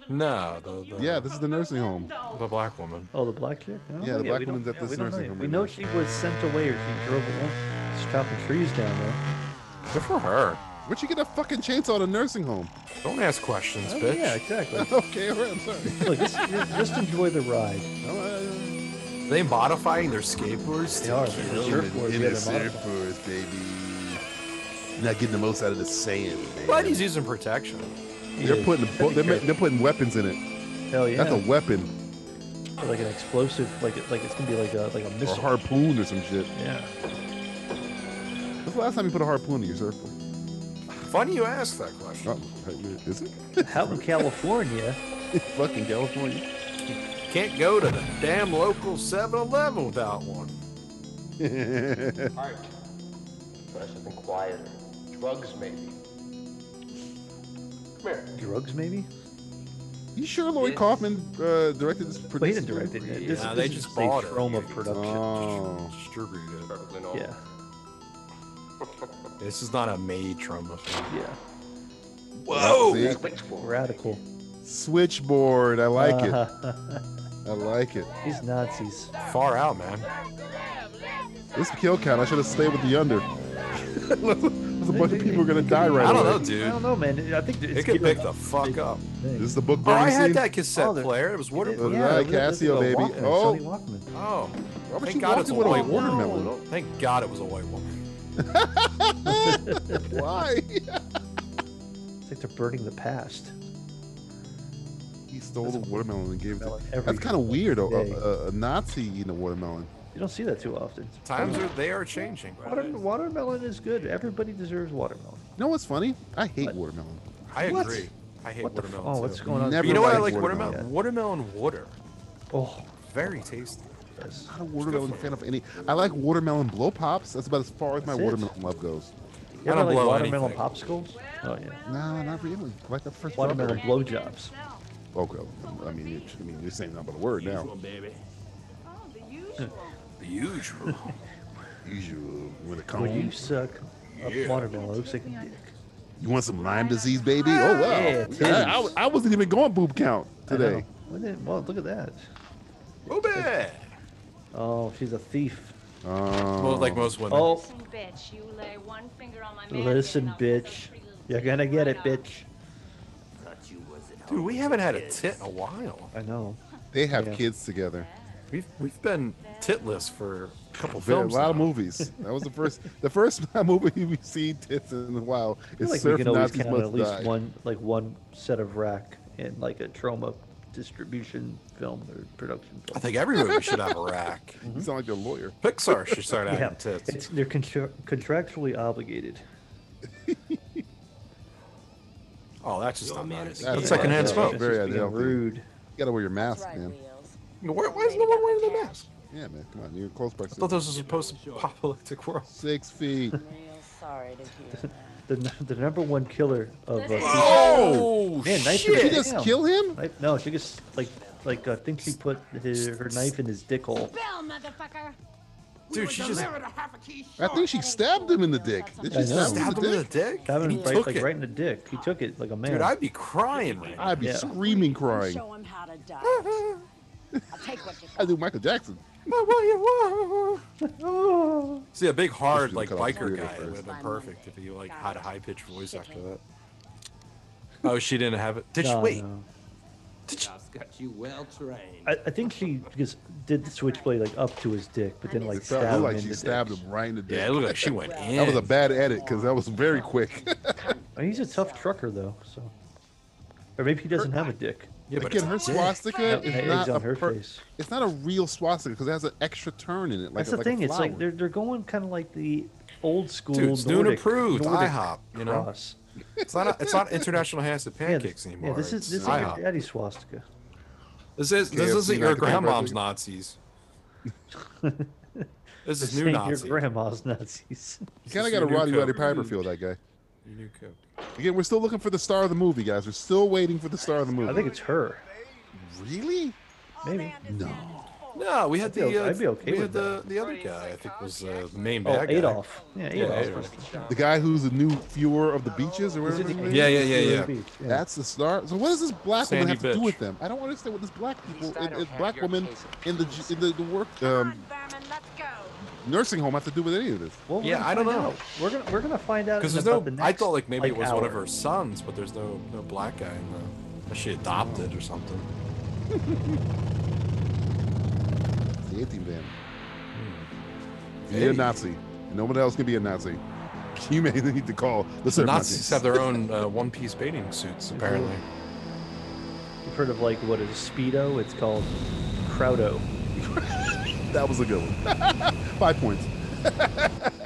Speaker 7: No, the, the,
Speaker 5: Yeah, this is the nursing home.
Speaker 7: the black woman.
Speaker 6: Oh, the black chick? I don't
Speaker 5: Yeah,
Speaker 6: know
Speaker 5: the
Speaker 6: yet.
Speaker 5: black
Speaker 6: We don't-
Speaker 5: woman's at
Speaker 6: yeah,
Speaker 5: this
Speaker 6: we don't know
Speaker 5: nursing
Speaker 6: yet.
Speaker 5: home
Speaker 6: We
Speaker 5: right
Speaker 6: know
Speaker 5: now.
Speaker 6: she was sent away or she drove along. She's chopping trees down there.
Speaker 7: Good for her.
Speaker 5: Where'd you get a fucking chainsaw at a nursing home?
Speaker 7: Don't ask questions,
Speaker 6: Oh,
Speaker 7: bitch.
Speaker 6: yeah, exactly.
Speaker 5: okay, all right, I'm sorry.
Speaker 6: Look, just, just enjoy the ride.
Speaker 5: No, I-
Speaker 7: They modifying their skateboards.
Speaker 6: They
Speaker 7: to
Speaker 6: are.
Speaker 7: kill
Speaker 6: Sure.
Speaker 7: me.
Speaker 6: Surfboards,
Speaker 5: in the
Speaker 6: yeah, they're
Speaker 5: surfboards, baby. You're not getting the most out of the sand, man.
Speaker 7: But he's using protection.
Speaker 5: They're putting bo- they're, ma- they're putting weapons in it.
Speaker 6: Hell yeah.
Speaker 5: That's a weapon
Speaker 6: like an explosive, like it, like it's gonna be like a like a
Speaker 5: or a
Speaker 6: missile.
Speaker 5: harpoon or some shit.
Speaker 6: Yeah.
Speaker 5: When's the last time you put a harpoon in your surfboard?
Speaker 7: Funny you ask that question.
Speaker 5: Oh, is it?
Speaker 6: Out in California,
Speaker 5: fucking California.
Speaker 7: Can't go to the damn local 7-Eleven without one.
Speaker 2: Try something quieter. Drugs, maybe. Come here.
Speaker 6: drugs maybe.
Speaker 5: you sure Lloyd Kaufman uh, directed this?
Speaker 6: Well, he
Speaker 5: produced
Speaker 6: didn't direct it. This,
Speaker 7: Nah,
Speaker 6: this
Speaker 7: they
Speaker 6: is
Speaker 7: just
Speaker 6: a
Speaker 7: bought Oh. it.
Speaker 6: Chroma production.
Speaker 5: Oh,
Speaker 7: Distributed.
Speaker 2: Perfectly normal.
Speaker 6: Yeah,
Speaker 7: This is not a made trauma.
Speaker 6: yeah.
Speaker 5: See?
Speaker 2: Switchboard.
Speaker 6: Radical.
Speaker 5: switchboard. I like it.
Speaker 6: Uh,
Speaker 5: I like it.
Speaker 6: These Nazis.
Speaker 7: Far out, man.
Speaker 5: This kill count. I should have stayed with the under. There's a bunch of people who are gonna die right
Speaker 7: I don't
Speaker 5: away.
Speaker 7: know, dude.
Speaker 6: I don't know, man. I think it's
Speaker 7: It could
Speaker 6: given
Speaker 7: pick
Speaker 6: up
Speaker 7: the fuck up.
Speaker 6: thing.
Speaker 5: This is the book
Speaker 7: Oh,
Speaker 5: burning
Speaker 7: I had
Speaker 5: scene.
Speaker 7: that cassette
Speaker 6: Oh, there-
Speaker 7: player. It was
Speaker 6: It-
Speaker 7: water.
Speaker 5: Oh,
Speaker 6: yeah,
Speaker 5: that
Speaker 6: this is
Speaker 5: Casio,
Speaker 6: a
Speaker 5: baby.
Speaker 6: Walkman,
Speaker 5: Oh.
Speaker 6: Sony Walkman.
Speaker 7: Oh,
Speaker 5: Robert,
Speaker 7: thank
Speaker 5: you
Speaker 7: God
Speaker 5: walked
Speaker 7: it's a
Speaker 5: in with a
Speaker 7: white
Speaker 5: watermelon.
Speaker 7: woman. Thank God it was a white woman.
Speaker 5: Why?
Speaker 6: It's like they're burning the past.
Speaker 5: he stole the watermelon and gave it.
Speaker 6: Watermelon
Speaker 5: to
Speaker 6: every
Speaker 5: That's kind of weird. A,
Speaker 6: day.
Speaker 5: a, a Nazi eating a watermelon.
Speaker 6: You don't see that too often.
Speaker 7: Times are they are changing.
Speaker 6: Water, watermelon is good. Everybody deserves watermelon.
Speaker 5: You know what's funny? I hate watermelon.
Speaker 7: I agree.
Speaker 6: What?
Speaker 7: I hate
Speaker 6: What the f-
Speaker 7: watermelon.
Speaker 6: oh,
Speaker 7: too.
Speaker 6: what's going on?
Speaker 5: Never
Speaker 7: you know what I
Speaker 5: liked
Speaker 7: like watermelon?
Speaker 6: watermelon.
Speaker 7: Watermelon water.
Speaker 6: Oh,
Speaker 7: Very tasty.
Speaker 6: yes.
Speaker 5: I'm not a watermelon fan of any. I like watermelon blow pops. That's about as far as my
Speaker 6: That's it.
Speaker 5: watermelon love goes.
Speaker 6: You
Speaker 7: I
Speaker 6: ever
Speaker 7: don't
Speaker 6: like
Speaker 7: blow
Speaker 6: watermelon
Speaker 7: anything.
Speaker 6: popsicles? Oh yeah.
Speaker 5: No, not really. I like the first
Speaker 6: Watermelon
Speaker 5: strawberry.
Speaker 6: blowjobs.
Speaker 5: Okay. I mean, you- I mean, you're saying nothing but a word now.
Speaker 7: baby.
Speaker 3: Oh, the usual.
Speaker 7: The usual.
Speaker 5: Usual with a
Speaker 6: When you
Speaker 5: cone.
Speaker 6: suck up watermelon, it looks like a dick.
Speaker 5: You want some Lyme disease, baby? Oh wow.
Speaker 6: Ah,
Speaker 5: I,
Speaker 6: Yeah, titties.
Speaker 5: I was- I wasn't even going boob count
Speaker 6: I
Speaker 5: today.
Speaker 6: know. Well, then- well, look at that.
Speaker 7: Booby.
Speaker 6: Oh, she's a thief.
Speaker 5: Oh.
Speaker 7: Well, like most women.
Speaker 6: Oh,
Speaker 11: Listen, bitch, you lay one finger on my man.
Speaker 6: listen, bitch. You're gonna get it, bitch.
Speaker 7: Dude, we haven't had a tit in a while.
Speaker 6: I know.
Speaker 5: They have
Speaker 6: Yeah.
Speaker 5: kids together.
Speaker 7: We've we've been titless for a couple
Speaker 5: Very-
Speaker 7: films.
Speaker 5: a lot of
Speaker 7: now.
Speaker 5: movies. That was the first. the first movie we've seen tits in a while
Speaker 6: I feel
Speaker 5: is
Speaker 6: like we
Speaker 5: Surf
Speaker 6: can always
Speaker 5: Nazis
Speaker 6: count on
Speaker 5: Must
Speaker 6: at least
Speaker 5: Die.
Speaker 6: one, like one set of rack in like a trauma distribution film or production
Speaker 7: I
Speaker 6: film.
Speaker 7: think every movie should have a rack.
Speaker 6: Mm-hmm.
Speaker 5: You sound like a lawyer.
Speaker 7: Pixar should start adding
Speaker 6: Yeah,
Speaker 7: tits.
Speaker 6: it's, they're contra- contractually obligated.
Speaker 7: Oh, that's just not nice.
Speaker 5: That's
Speaker 7: That's secondhand
Speaker 5: not
Speaker 7: smoke.
Speaker 5: nice.
Speaker 6: It's
Speaker 5: Very
Speaker 6: just being
Speaker 5: unhealthy.
Speaker 6: rude.
Speaker 5: You gotta wear your mask,
Speaker 10: That's right,
Speaker 5: man.
Speaker 10: Wheels.
Speaker 7: Why, why is no one wearing the mask?
Speaker 5: Yeah, man. Come on, you're in close
Speaker 7: I thought
Speaker 5: proximity.
Speaker 7: this was supposed to apocalyptic world.
Speaker 5: Six feet.
Speaker 10: Real sorry to hear that.
Speaker 6: The, n- the number one killer of uh,
Speaker 7: Oh,
Speaker 6: man, knife in
Speaker 5: Did she
Speaker 6: the
Speaker 5: just
Speaker 6: damn.
Speaker 5: kill him?
Speaker 6: Knife- no, she just like like I think she put his, her knife in his dick hole.
Speaker 11: Bill, motherfucker.
Speaker 7: dude, she just
Speaker 5: I think she stabbed him in the dick. Did she
Speaker 6: I know.
Speaker 5: stab him in
Speaker 7: stabbed him
Speaker 5: the
Speaker 7: in the
Speaker 5: dick?
Speaker 7: dick.
Speaker 6: Stabbed him
Speaker 7: And he
Speaker 6: right,
Speaker 7: took
Speaker 6: like
Speaker 7: it.
Speaker 6: right in the dick. He took it like a man.
Speaker 7: Dude, I'd be crying right now.
Speaker 5: I'd be
Speaker 6: Yeah.
Speaker 5: screaming, crying.
Speaker 10: Show him how to die. I'll take what you
Speaker 5: I
Speaker 10: got.
Speaker 5: do Michael Jackson.
Speaker 7: See, a big, hard,
Speaker 5: Just
Speaker 7: like,
Speaker 5: cut off the
Speaker 7: biker
Speaker 5: ear
Speaker 7: guy would have been
Speaker 10: first.
Speaker 7: perfect if he, like, had a high pitched voice after that. Oh, she didn't have it. Did she?
Speaker 6: No,
Speaker 7: Wait.
Speaker 6: no.
Speaker 2: I've got you well trained.
Speaker 6: I, I think she just did the switchblade like up to his dick, but then like
Speaker 5: It sounded
Speaker 6: stabbed
Speaker 5: like
Speaker 6: him in
Speaker 5: she
Speaker 6: the
Speaker 5: stabbed
Speaker 6: dick.
Speaker 5: him right in the dick.
Speaker 7: Yeah, it looked like she went in.
Speaker 5: that was a bad edit because that was very quick.
Speaker 6: I mean, he's a tough trucker though, so. Or maybe he doesn't have a dick.
Speaker 7: Yeah, but
Speaker 5: Again, her
Speaker 7: it's a dick.
Speaker 5: swastika
Speaker 6: That
Speaker 5: is
Speaker 6: egg's
Speaker 5: not a
Speaker 6: on her
Speaker 5: per-
Speaker 6: face.
Speaker 5: it's not a real swastika because it has an extra turn in it. Like
Speaker 6: That's
Speaker 5: a-
Speaker 6: the
Speaker 5: like a
Speaker 6: thing. It's like
Speaker 5: flower.
Speaker 6: they're they're going kind of like the old school
Speaker 7: Dude, it's new and
Speaker 6: Nordic,
Speaker 7: approved.
Speaker 6: Nordic
Speaker 7: IHOP, you know?
Speaker 6: cross.
Speaker 7: It's not. A, it's not international hashtag
Speaker 6: Yeah,
Speaker 7: pancakes
Speaker 6: th-
Speaker 7: anymore.
Speaker 6: yeah, this is
Speaker 7: It's
Speaker 6: this is your
Speaker 7: IHOP.
Speaker 6: daddy swastika.
Speaker 7: This is this
Speaker 5: KFC
Speaker 7: isn't your
Speaker 5: Knock It Down
Speaker 7: grandma's
Speaker 5: Breakfast.
Speaker 7: Nazis. this is
Speaker 6: This
Speaker 7: new
Speaker 6: ain't
Speaker 7: Nazi.
Speaker 6: Your grandma's Nazis.
Speaker 5: You kind of
Speaker 7: It's
Speaker 5: got
Speaker 7: your
Speaker 5: a
Speaker 7: new
Speaker 5: Roddy Roddy
Speaker 7: coat.
Speaker 5: Piper feel that guy.
Speaker 7: Your new Coke.
Speaker 5: Again, we're still looking for the star of the movie, guys. We're still waiting for the star of the movie.
Speaker 6: I think it's her.
Speaker 5: Really?
Speaker 6: Maybe.
Speaker 5: No.
Speaker 7: No, we had
Speaker 6: I'd be
Speaker 7: the
Speaker 6: o-
Speaker 7: uh,
Speaker 6: I'd be okay
Speaker 7: we
Speaker 6: with
Speaker 7: had the, the other guy. I think was uh, the main
Speaker 6: Oh,
Speaker 7: bad guy.
Speaker 6: Adolf. Yeah, Adolf.
Speaker 5: The guy who's the new fewer of the beaches or
Speaker 6: Is
Speaker 5: whatever.
Speaker 6: it the-
Speaker 5: his name
Speaker 7: Yeah,
Speaker 5: is?
Speaker 7: yeah, yeah,
Speaker 6: Yeah,
Speaker 7: yeah.
Speaker 6: the beach, yeah.
Speaker 5: That's the star. So what does this black
Speaker 7: Sandy
Speaker 5: woman have to do
Speaker 7: bitch.
Speaker 5: with them? I don't understand what this black people,
Speaker 12: least I
Speaker 5: in,
Speaker 12: don't
Speaker 5: in
Speaker 12: have
Speaker 5: black
Speaker 12: your
Speaker 5: women
Speaker 12: case of
Speaker 5: in the
Speaker 12: penis.
Speaker 5: in the, the work um, nursing home have to do with any of this.
Speaker 6: Well, we're
Speaker 7: Yeah,
Speaker 6: gonna
Speaker 7: I don't
Speaker 6: find
Speaker 7: know.
Speaker 6: out. We're gonna we're gonna find out
Speaker 7: Because
Speaker 6: in
Speaker 7: there's
Speaker 6: about
Speaker 7: no.
Speaker 6: the next.
Speaker 7: I thought like maybe it
Speaker 6: like,
Speaker 7: was one of
Speaker 6: hour.
Speaker 7: her sons, but there's no no black guy in the. Unless she adopted or something.
Speaker 5: It's the eighteen man.
Speaker 6: Hmm.
Speaker 5: You're a
Speaker 7: Hey.
Speaker 5: Nazi. No one else can be a Nazi. You may need to call the
Speaker 7: The
Speaker 5: surf
Speaker 7: Nazis have their own uh, one-piece bathing suits, apparently.
Speaker 6: You've heard of like what is speedo? It's called Crowdo.
Speaker 5: That was a good one. Five points.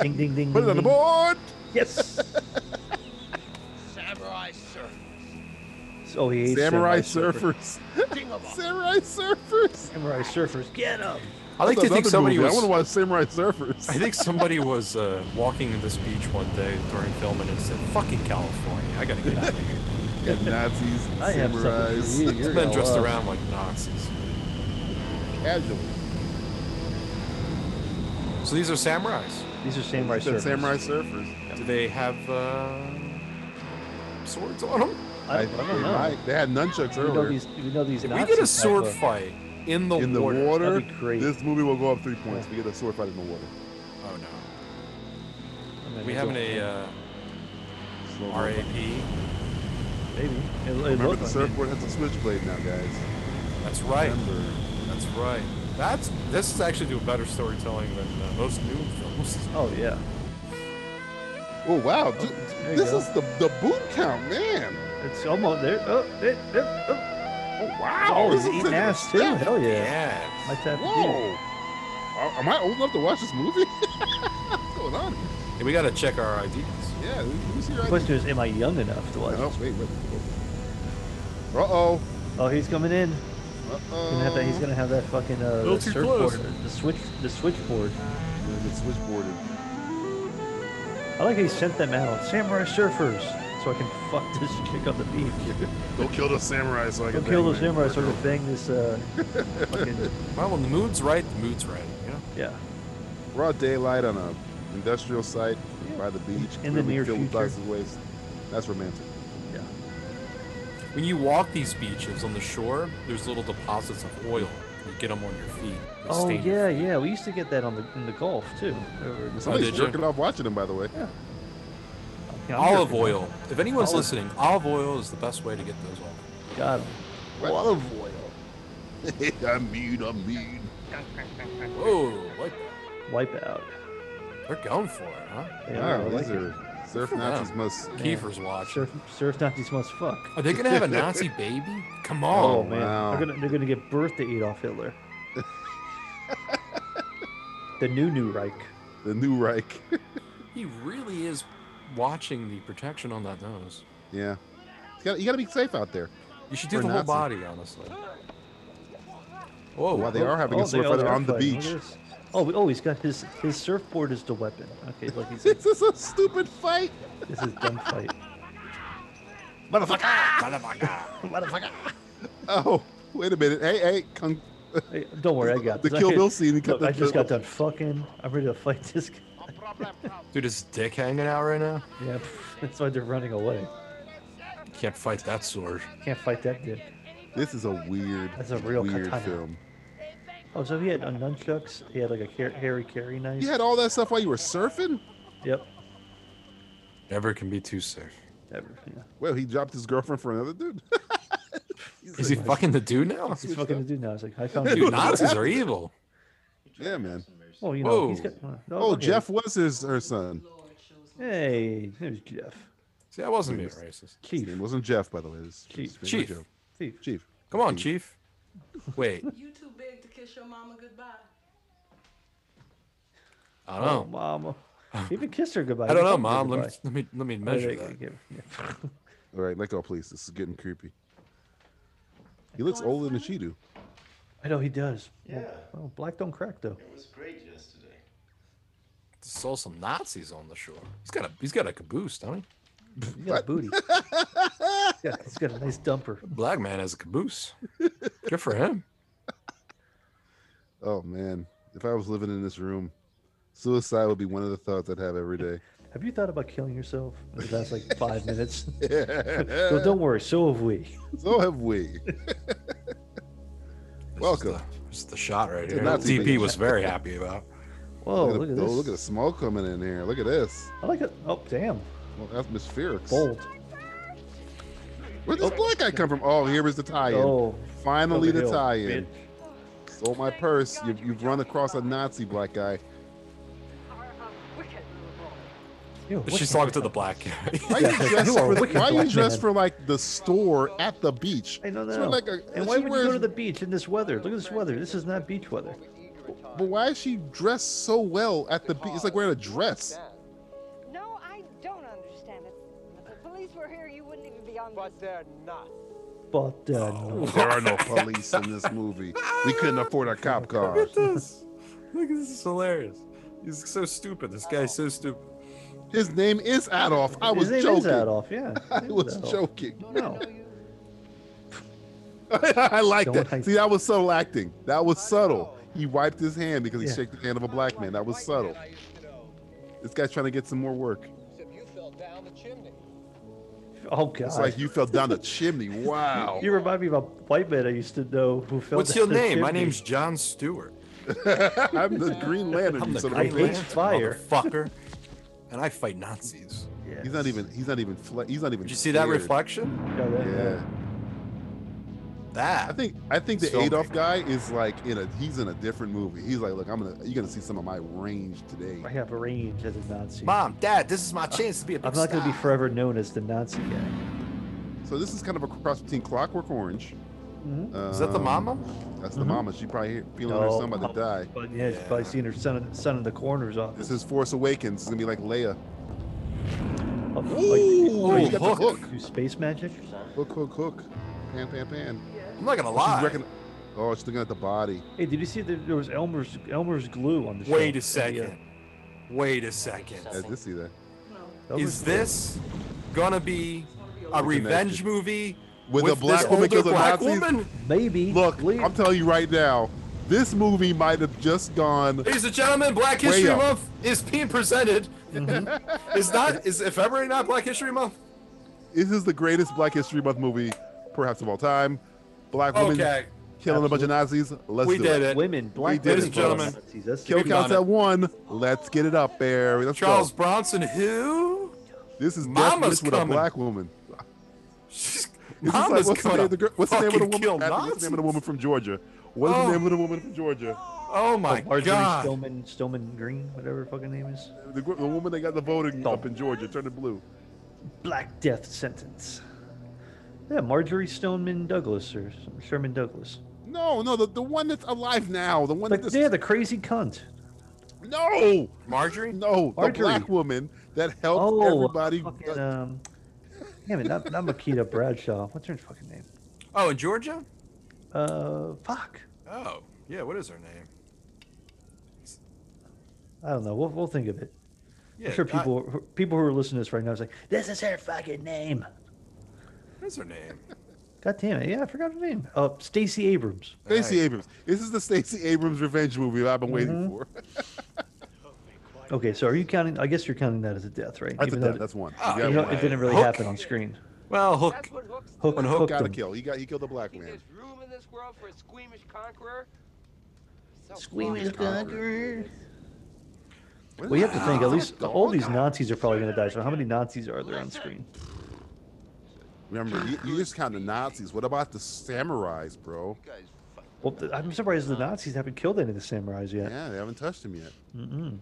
Speaker 6: Ding ding ding.
Speaker 5: Put it
Speaker 6: ding,
Speaker 5: on the
Speaker 6: ding.
Speaker 5: board.
Speaker 6: Yes.
Speaker 2: Samurai surfers.
Speaker 6: Oh, he hates
Speaker 5: Samurai
Speaker 6: surfer.
Speaker 5: surfers. Samurai surfers.
Speaker 6: Samurai surfers. Get him.
Speaker 7: I like
Speaker 5: That's
Speaker 7: to think
Speaker 5: another
Speaker 7: somebody
Speaker 5: movie. I
Speaker 7: was.
Speaker 5: want to watch Samurai surfers.
Speaker 7: I think somebody was uh, walking this beach one day during filming and said, "Fucking California, I gotta get out of here."
Speaker 5: Yeah, Nazis,
Speaker 6: I have something for
Speaker 5: samurais,
Speaker 6: you.
Speaker 7: It's
Speaker 6: You're
Speaker 7: been
Speaker 6: gonna
Speaker 7: dressed
Speaker 6: love.
Speaker 7: around like Nazis.
Speaker 5: casually.
Speaker 7: So these are samurais.
Speaker 6: These are samurai
Speaker 5: Said
Speaker 6: surfers.
Speaker 5: samurai surfers.
Speaker 7: Do they have uh, swords on them?
Speaker 6: I, I don't know.
Speaker 5: They, might- they had nunchucks
Speaker 6: we know
Speaker 5: earlier.
Speaker 6: these. We know these.
Speaker 7: If we
Speaker 6: Nazis
Speaker 7: get a
Speaker 6: have
Speaker 7: sword fight in the
Speaker 5: in the
Speaker 7: water.
Speaker 5: water,
Speaker 6: That'd be great.
Speaker 5: this movie will go up three points. We get a sword fight in the water.
Speaker 7: Oh no.
Speaker 6: I'm gonna
Speaker 7: We
Speaker 6: go
Speaker 7: having
Speaker 6: for
Speaker 7: a
Speaker 6: it.
Speaker 7: uh,
Speaker 5: Slow mo.
Speaker 7: RAP.
Speaker 6: maybe. It, it
Speaker 5: Remember
Speaker 6: looked
Speaker 5: the
Speaker 6: like
Speaker 5: surfboard has a switchblade now, guys.
Speaker 7: That's right.
Speaker 5: Remember.
Speaker 7: That's right. That's this is actually doing better storytelling than uh, most new films.
Speaker 6: it. Oh yeah.
Speaker 5: Oh wow, dude,
Speaker 6: there you
Speaker 5: this
Speaker 6: go.
Speaker 5: is the the boot count, man.
Speaker 6: It's almost there. Oh, it, it, oh.
Speaker 5: Oh
Speaker 6: Oh,
Speaker 5: wow,
Speaker 6: it's
Speaker 5: this is
Speaker 6: eating
Speaker 5: taking a
Speaker 6: ass too.
Speaker 5: step.
Speaker 6: Hell yeah.
Speaker 7: Yeah.
Speaker 6: Might have to
Speaker 5: Whoa. Are- Am I old enough to watch this movie? What's going on? here?
Speaker 7: Hey, we gotta check our IDs.
Speaker 5: Yeah, who's here?
Speaker 6: do. The
Speaker 5: right
Speaker 6: question is, am I young enough to watch?
Speaker 5: now?
Speaker 6: this?
Speaker 5: Oh, wait, wait. Uh oh.
Speaker 6: Oh, he's coming in.
Speaker 5: Uh
Speaker 6: He's gonna have that, he's
Speaker 5: oh.
Speaker 6: gonna have that fucking uh,
Speaker 7: little
Speaker 6: the
Speaker 7: too
Speaker 6: surfboard,
Speaker 7: close.
Speaker 6: the switch, the switchboard.
Speaker 5: Get switchboarded.
Speaker 6: I like how he sent them out, samurai surfers, so I can fuck this chick on the beach.
Speaker 5: Don't kill those samurai so I can
Speaker 6: Go kill
Speaker 5: bang
Speaker 6: those
Speaker 5: my
Speaker 6: samurai so I
Speaker 5: girl.
Speaker 6: can bang this. Uh, fucking,
Speaker 7: Well, when the mood's right, the mood's right. You know.
Speaker 6: yeah.
Speaker 5: broad daylight on a industrial site by the beach
Speaker 6: In the
Speaker 5: clearly
Speaker 6: near
Speaker 5: filled with
Speaker 6: future. Oh,
Speaker 5: lots of waste. That's romantic.
Speaker 6: Yeah.
Speaker 7: When you walk these beaches on the shore, there's little deposits of oil. You get them on your feet. They
Speaker 6: Oh
Speaker 7: stain your
Speaker 6: yeah, yeah. We used to get that on the in the Gulf too. Over-
Speaker 5: Somebody's
Speaker 7: did you?
Speaker 5: jerking off watching him, by the way.
Speaker 6: Yeah, I'm
Speaker 7: Olive
Speaker 6: jerking
Speaker 7: oil. If anyone's
Speaker 6: Olive-
Speaker 7: listening, olive oil is the best way to get those off.
Speaker 6: off. Got him.
Speaker 5: What?
Speaker 6: Olive oil.
Speaker 5: I mean, I mean.
Speaker 7: Whoa, like
Speaker 6: Wipe out.
Speaker 7: they're going for it, huh?
Speaker 6: Yeah,
Speaker 5: wow,
Speaker 6: I like
Speaker 5: these
Speaker 6: it.
Speaker 5: are surf
Speaker 7: Wow.
Speaker 5: Nazis must.
Speaker 7: Kiefer's watching.
Speaker 6: Surf, surf Nazis must fuck.
Speaker 7: Are they gonna have a Nazi baby? Come
Speaker 5: Oh,
Speaker 6: Oh,
Speaker 7: on.
Speaker 6: man,
Speaker 5: wow.
Speaker 6: they're gonna they're gonna give birth to Adolf Hitler. the new new Reich.
Speaker 5: The new Reich.
Speaker 7: He really is watching the protection on that nose.
Speaker 5: yeah. You gotta, you gotta be safe out there.
Speaker 7: You should do
Speaker 5: Or
Speaker 7: the whole
Speaker 5: Nazi.
Speaker 7: body, honestly. Whoa,
Speaker 5: Wow, they are having a
Speaker 6: Oh, they
Speaker 5: sword
Speaker 6: are-
Speaker 5: fight
Speaker 6: they are
Speaker 5: on the
Speaker 6: fighting. Look
Speaker 5: beach.
Speaker 6: at this. Oh, we- oh, he's got his his surfboard is the weapon. Okay, look, he's like,
Speaker 5: This is a stupid fight.
Speaker 6: this is dumb fight.
Speaker 5: Oh, wait a minute. Hey, hey, Kung.
Speaker 6: Hey, don't worry, I got
Speaker 5: The
Speaker 6: this. I
Speaker 5: Kill
Speaker 6: can-
Speaker 5: Bill scene, he cut
Speaker 6: Look,
Speaker 5: the-
Speaker 6: I just
Speaker 5: the-
Speaker 6: got done fucking. I'm ready to fight this guy.
Speaker 7: Dude, is dick hanging out right now?
Speaker 6: Yeah, pff, that's why they're running away.
Speaker 7: You can't fight that sword.
Speaker 6: Can't fight that dick.
Speaker 5: This is a weird,
Speaker 6: That's a real
Speaker 5: weird
Speaker 6: katana.
Speaker 5: film.
Speaker 6: Oh, so he had uh, nunchucks. He had like a car- Harry Carey knife.
Speaker 5: You had all that stuff while you were surfing?
Speaker 6: Yep.
Speaker 7: Never can be too safe.
Speaker 6: Ever. Yeah.
Speaker 5: Well, he dropped his girlfriend for another dude.
Speaker 7: Is he fucking the dude now?
Speaker 6: He's fucking to do now. It's like I found you.
Speaker 7: Dude, Nazis are evil.
Speaker 5: yeah, man.
Speaker 6: Oh, you know he's
Speaker 7: Whoa.
Speaker 6: got. Oh,
Speaker 5: Oh,
Speaker 6: okay.
Speaker 5: Jeff was his her son.
Speaker 6: Hey, there's Jeff.
Speaker 7: See, I wasn't being racist.
Speaker 5: His
Speaker 6: Chief.
Speaker 5: name wasn't Jeff, by the way. His,
Speaker 6: Chief.
Speaker 5: his
Speaker 7: Chief.
Speaker 5: Joe.
Speaker 6: Chief.
Speaker 5: Chief.
Speaker 7: Come on, Chief. Wait,
Speaker 11: You too big to kiss your mama goodbye.
Speaker 7: I don't
Speaker 5: Oh.
Speaker 7: know.
Speaker 6: mama. He even kissed her goodbye.
Speaker 7: I don't
Speaker 6: He
Speaker 7: know,
Speaker 6: hugged her
Speaker 7: Mom. Let me,
Speaker 6: goodbye.
Speaker 7: let me let me
Speaker 6: Oh, there
Speaker 7: measure
Speaker 6: you go,
Speaker 7: that.
Speaker 6: give- yeah.
Speaker 5: All right, let go, please. This is getting creepy. He looks older than she do.
Speaker 6: I know he does. Yeah. Well, black don't crack though.
Speaker 7: Saw some Nazis on the shore. He's got a he's got a caboose, don't he?
Speaker 6: You got a booty. yeah, it's got a nice dumper.
Speaker 7: Black man has a caboose. Good for him.
Speaker 5: Oh man, if I was living in this room, suicide would be one of the thoughts I'd have every day.
Speaker 6: Have you thought about killing yourself in the last like five minutes? well, don't worry. So have we.
Speaker 5: So have we. Welcome.
Speaker 7: This is the shot right
Speaker 5: It's a
Speaker 7: here.
Speaker 5: Nazi
Speaker 7: DP
Speaker 5: beach.
Speaker 7: was very happy about.
Speaker 6: Whoa,
Speaker 5: look at,
Speaker 6: look
Speaker 5: the-
Speaker 6: at this.
Speaker 5: Oh, look at the smoke coming in here. Look at this.
Speaker 6: I like it. Oh, damn.
Speaker 5: Well, that's Miss Ferrix.
Speaker 6: Bold.
Speaker 5: Where'd this black guy come from? Oh, here is the tie-in.
Speaker 6: Oh,
Speaker 5: Finally,
Speaker 6: over
Speaker 5: the
Speaker 6: hill,
Speaker 5: tie-in.
Speaker 6: bitch.
Speaker 5: Sold my purse. You, you've run across a Nazi black guy.
Speaker 6: Ew, what
Speaker 7: She's
Speaker 6: the-
Speaker 7: talking to the black guy.
Speaker 5: Why are you dressed
Speaker 6: Yeah, you are
Speaker 5: for,
Speaker 6: wicked
Speaker 5: why you
Speaker 6: black
Speaker 5: dressed
Speaker 6: man.
Speaker 5: for like the store at the beach?
Speaker 6: I know
Speaker 5: It's
Speaker 6: that.
Speaker 5: not like a-
Speaker 6: and
Speaker 5: she
Speaker 6: why would you go
Speaker 5: wears-
Speaker 6: to the beach in this weather? Look at this weather. This is not beach weather.
Speaker 5: But why is she dressed so well at the beach? It's like wearing a dress.
Speaker 12: No, I don't understand it. If the police were here, you wouldn't even be on
Speaker 2: But they're not.
Speaker 6: But
Speaker 5: Oh,
Speaker 6: uh, no.
Speaker 5: There are no police in this movie. We couldn't afford our cop
Speaker 7: Look
Speaker 5: cars.
Speaker 7: at this. Look, this is hilarious. He's so stupid. This guy's so stupid.
Speaker 5: His name is Adolf. I was
Speaker 6: His name
Speaker 5: joking.
Speaker 6: is Adolf. Yeah, his
Speaker 5: I
Speaker 6: name is
Speaker 5: was
Speaker 6: Adolf.
Speaker 5: joking.
Speaker 6: No,
Speaker 5: I like
Speaker 6: Don't
Speaker 5: that.
Speaker 6: hype
Speaker 5: See, that was subtle acting. That was subtle. He wiped his hand because he
Speaker 6: Yeah.
Speaker 5: shook the hand of a black man. That was subtle.
Speaker 2: I used to know.
Speaker 5: This guy's trying to get some more work.
Speaker 2: Except you fell down the chimney.
Speaker 6: oh god.
Speaker 5: It's like you fell down the chimney. Wow.
Speaker 6: You remind me of a white man I used to know who fell.
Speaker 7: What's
Speaker 6: down
Speaker 7: your
Speaker 6: the
Speaker 7: name? My
Speaker 6: chimney.
Speaker 7: name's John Stewart.
Speaker 5: I'm the Green Lantern.
Speaker 7: I'm
Speaker 5: you
Speaker 7: the
Speaker 5: son of a
Speaker 7: Green
Speaker 5: bitch.
Speaker 6: fire.
Speaker 7: Lantern, motherfucker, and I fight Nazis.
Speaker 6: Yes.
Speaker 5: He's not even. He's not even. Fle- he's not even.
Speaker 7: Did you see that
Speaker 5: scared.
Speaker 7: reflection?
Speaker 6: Yeah, that-
Speaker 5: Yeah.
Speaker 7: That
Speaker 5: I think. I think the
Speaker 7: Something.
Speaker 5: Adolf guy is like in a. He's in a different movie. He's like, look, I'm gonna. You're gonna see some of my range today.
Speaker 6: I have a range as a Nazi.
Speaker 7: Mom, Dad, this is my chance to be a big
Speaker 6: I'm not going to be
Speaker 7: star.
Speaker 6: forever known as the Nazi guy.
Speaker 5: So this is kind of a cross between Clockwork Orange.
Speaker 6: Mhm.
Speaker 7: Mm-hmm. Is that the mm-hmm.
Speaker 5: um,
Speaker 7: mama?
Speaker 5: That's the
Speaker 6: Mhm.
Speaker 5: mama. She probably here- feeling her son about to die.
Speaker 6: But yeah, she's probably seen her son, in- son in the coroner's office.
Speaker 5: This is Force Awakens. It's gonna be like Leia.
Speaker 6: Oh, like,
Speaker 5: Ooh,
Speaker 6: oh,
Speaker 5: you
Speaker 6: you
Speaker 5: got the hook.
Speaker 6: do space magic or something?
Speaker 5: Hook, hook, hook. Pan, pan, pan.
Speaker 7: I'm not gonna
Speaker 5: Oh, she's
Speaker 7: lie.
Speaker 5: recogni- oh, she's looking at the body.
Speaker 6: Hey, did you see that there was Elmer's Elmer's glue on the show?
Speaker 7: Wait a
Speaker 6: Yeah.
Speaker 7: second. Wait a second.
Speaker 5: I did see that.
Speaker 6: Elmer's
Speaker 7: Is this gonna be a revenge movie
Speaker 5: With a
Speaker 7: this
Speaker 5: black woman
Speaker 7: older
Speaker 5: kills a
Speaker 7: black
Speaker 5: Nazi?
Speaker 7: woman?
Speaker 6: Maybe.
Speaker 5: Look,
Speaker 6: Leave.
Speaker 5: I'm telling you right now, this movie might have just gone.
Speaker 7: Ladies and gentlemen, Black
Speaker 5: Way
Speaker 7: History
Speaker 5: up. Mm-hmm.
Speaker 7: Month is being presented. is not is February not Black History Month?
Speaker 5: This is the greatest Black History Month movie, perhaps of all time. Black woman
Speaker 7: Okay.
Speaker 5: killing a bunch of Nazis. Let's
Speaker 7: We
Speaker 5: do it.
Speaker 7: did it.
Speaker 6: women, black
Speaker 5: did
Speaker 6: women,
Speaker 5: it,
Speaker 6: fought
Speaker 7: gentlemen.
Speaker 6: Nazis. That's
Speaker 5: Kill
Speaker 7: We've done
Speaker 5: counts
Speaker 7: it.
Speaker 5: at one. Let's get it up, Barry. Let's
Speaker 7: Charles
Speaker 5: go.
Speaker 7: Bronson, who?
Speaker 5: This is death
Speaker 7: Mama's
Speaker 5: wish with a
Speaker 7: coming.
Speaker 5: black woman.
Speaker 7: She's,
Speaker 5: This is like-
Speaker 7: Mama's
Speaker 5: what's the name
Speaker 7: gonna
Speaker 5: of the girl? What's the name of the
Speaker 7: fucking kill
Speaker 5: woman? Abby, What's the name of the
Speaker 7: Nazis.
Speaker 5: woman from Georgia? What is
Speaker 7: Oh.
Speaker 5: the name of the woman from Georgia?
Speaker 7: Oh my
Speaker 6: Marjorie
Speaker 7: god.
Speaker 6: Stoneman, Stoneman Green, whatever her fucking name is.
Speaker 5: The, gr- the woman that got the voting
Speaker 6: Stop.
Speaker 5: up in Georgia turned it blue.
Speaker 6: Black death sentence. Yeah, Marjorie Stoneman Douglas or some- Sherman Douglas.
Speaker 5: No, no, the, the one that's alive now. The one
Speaker 6: Like,
Speaker 5: that just
Speaker 6: yeah, the crazy cunt.
Speaker 5: no,
Speaker 7: Marjorie?
Speaker 5: no, the
Speaker 6: Marjorie.
Speaker 5: black woman that helped
Speaker 6: Oh,
Speaker 5: everybody.
Speaker 6: Fucking, um, damn it, not, not Makita Bradshaw. What's her fucking name?
Speaker 7: Oh, in Georgia?
Speaker 6: Uh, fuck.
Speaker 7: Oh, yeah, what is her name?
Speaker 6: I don't know. We'll, we'll think of it.
Speaker 7: Yeah,
Speaker 6: I'm sure
Speaker 7: God,
Speaker 6: people who- people who are listening to this right now is like, this is her fucking name.
Speaker 7: what is her name?
Speaker 6: God damn it. Yeah, I forgot her name. Uh, Stacey Abrams.
Speaker 5: Stacey
Speaker 7: Right.
Speaker 5: Abrams. This is the Stacey Abrams revenge movie that I've been waiting
Speaker 6: Mm-hmm.
Speaker 5: for.
Speaker 6: Okay, so are you counting? I guess you're counting that as a death, right?
Speaker 5: That's a
Speaker 6: Even
Speaker 5: death.
Speaker 6: though-
Speaker 5: That's one.
Speaker 7: Ah,
Speaker 5: you
Speaker 6: you
Speaker 5: got
Speaker 6: know,
Speaker 5: one.
Speaker 6: it didn't really
Speaker 7: Hook.
Speaker 6: happen on screen.
Speaker 7: Well, Hook.
Speaker 2: That's what hooks
Speaker 6: Hook,
Speaker 2: do.
Speaker 7: When
Speaker 6: hooked
Speaker 7: Hook
Speaker 5: Gotta
Speaker 6: him.
Speaker 5: kill. He got. He killed the black
Speaker 2: Think
Speaker 5: man.
Speaker 2: there's room in this world for a squeamish conqueror? So
Speaker 5: Squeamish conqueror.
Speaker 6: Well, you have to
Speaker 5: Ah,
Speaker 6: think, at least all these Nazis are probably going to die. So how many Nazis are there on screen?
Speaker 5: Remember, you, you just count the Nazis. What about the samurais, bro?
Speaker 6: Well, th- I'm surprised the Nazis haven't killed any of the samurais yet.
Speaker 5: Yeah, they haven't touched him yet.
Speaker 6: Mm-mm.
Speaker 2: Who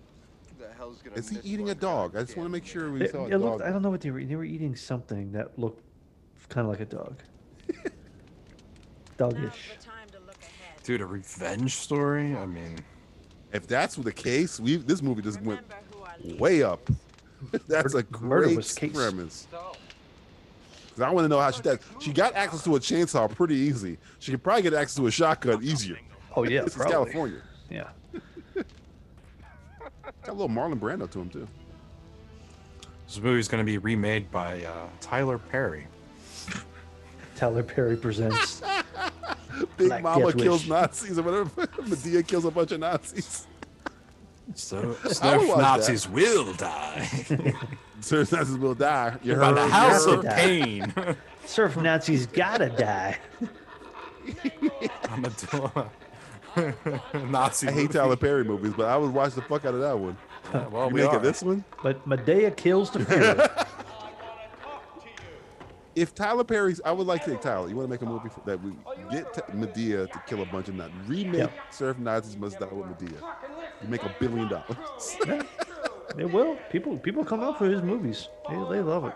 Speaker 2: the hell's gonna
Speaker 5: Is he
Speaker 2: miss
Speaker 5: eating a
Speaker 2: one
Speaker 5: dog? I
Speaker 2: goddamn
Speaker 5: just want to make sure we
Speaker 6: It,
Speaker 5: saw a
Speaker 6: it looked,
Speaker 5: dog.
Speaker 6: I don't know what they were. They were eating something that looked kind of like a dog. Dogish.
Speaker 7: Dude, a revenge story? I mean,
Speaker 5: If that's the case, we this movie just went way up. That's a great
Speaker 6: murderous case.
Speaker 5: premise.
Speaker 2: So,
Speaker 5: 'Cause I want to know how she does. She got access to a chainsaw pretty easy. She could probably get access to a shotgun easier.
Speaker 6: Oh yeah,
Speaker 5: this
Speaker 6: probably.
Speaker 5: is California.
Speaker 6: Yeah.
Speaker 5: Got a little Marlon Brando to him too.
Speaker 7: This movie's going to be remade by uh, Tyler Perry.
Speaker 6: Tyler Perry presents.
Speaker 5: Big
Speaker 6: Black
Speaker 5: Mama
Speaker 6: Death Wish.
Speaker 5: kills Nazis or whatever. Medea kills a bunch of Nazis.
Speaker 7: So,
Speaker 5: I would
Speaker 7: Snarf
Speaker 5: watch that.
Speaker 7: Nazis will die.
Speaker 5: Surf Nazis will die. You
Speaker 7: By the
Speaker 5: heard?
Speaker 7: house
Speaker 5: You
Speaker 7: of
Speaker 5: heard?
Speaker 7: pain.
Speaker 6: Surf Nazis gotta die.
Speaker 7: I'm a dog. Nazi.
Speaker 5: I hate Tyler Perry movies, but I would watch the fuck out of that one.
Speaker 7: well,
Speaker 5: you
Speaker 7: we
Speaker 5: making
Speaker 7: are.
Speaker 5: this one?
Speaker 6: But Medea kills the Fuhrer.
Speaker 5: If Tyler Perry's, I would like to Tyler. You want to make a movie for, that we get t- Medea to kill a bunch of Nazis, remake Surf Nazis Must Die with Medea. You make a billion dollars.
Speaker 6: it will. People people come out for his movies. They, they love it.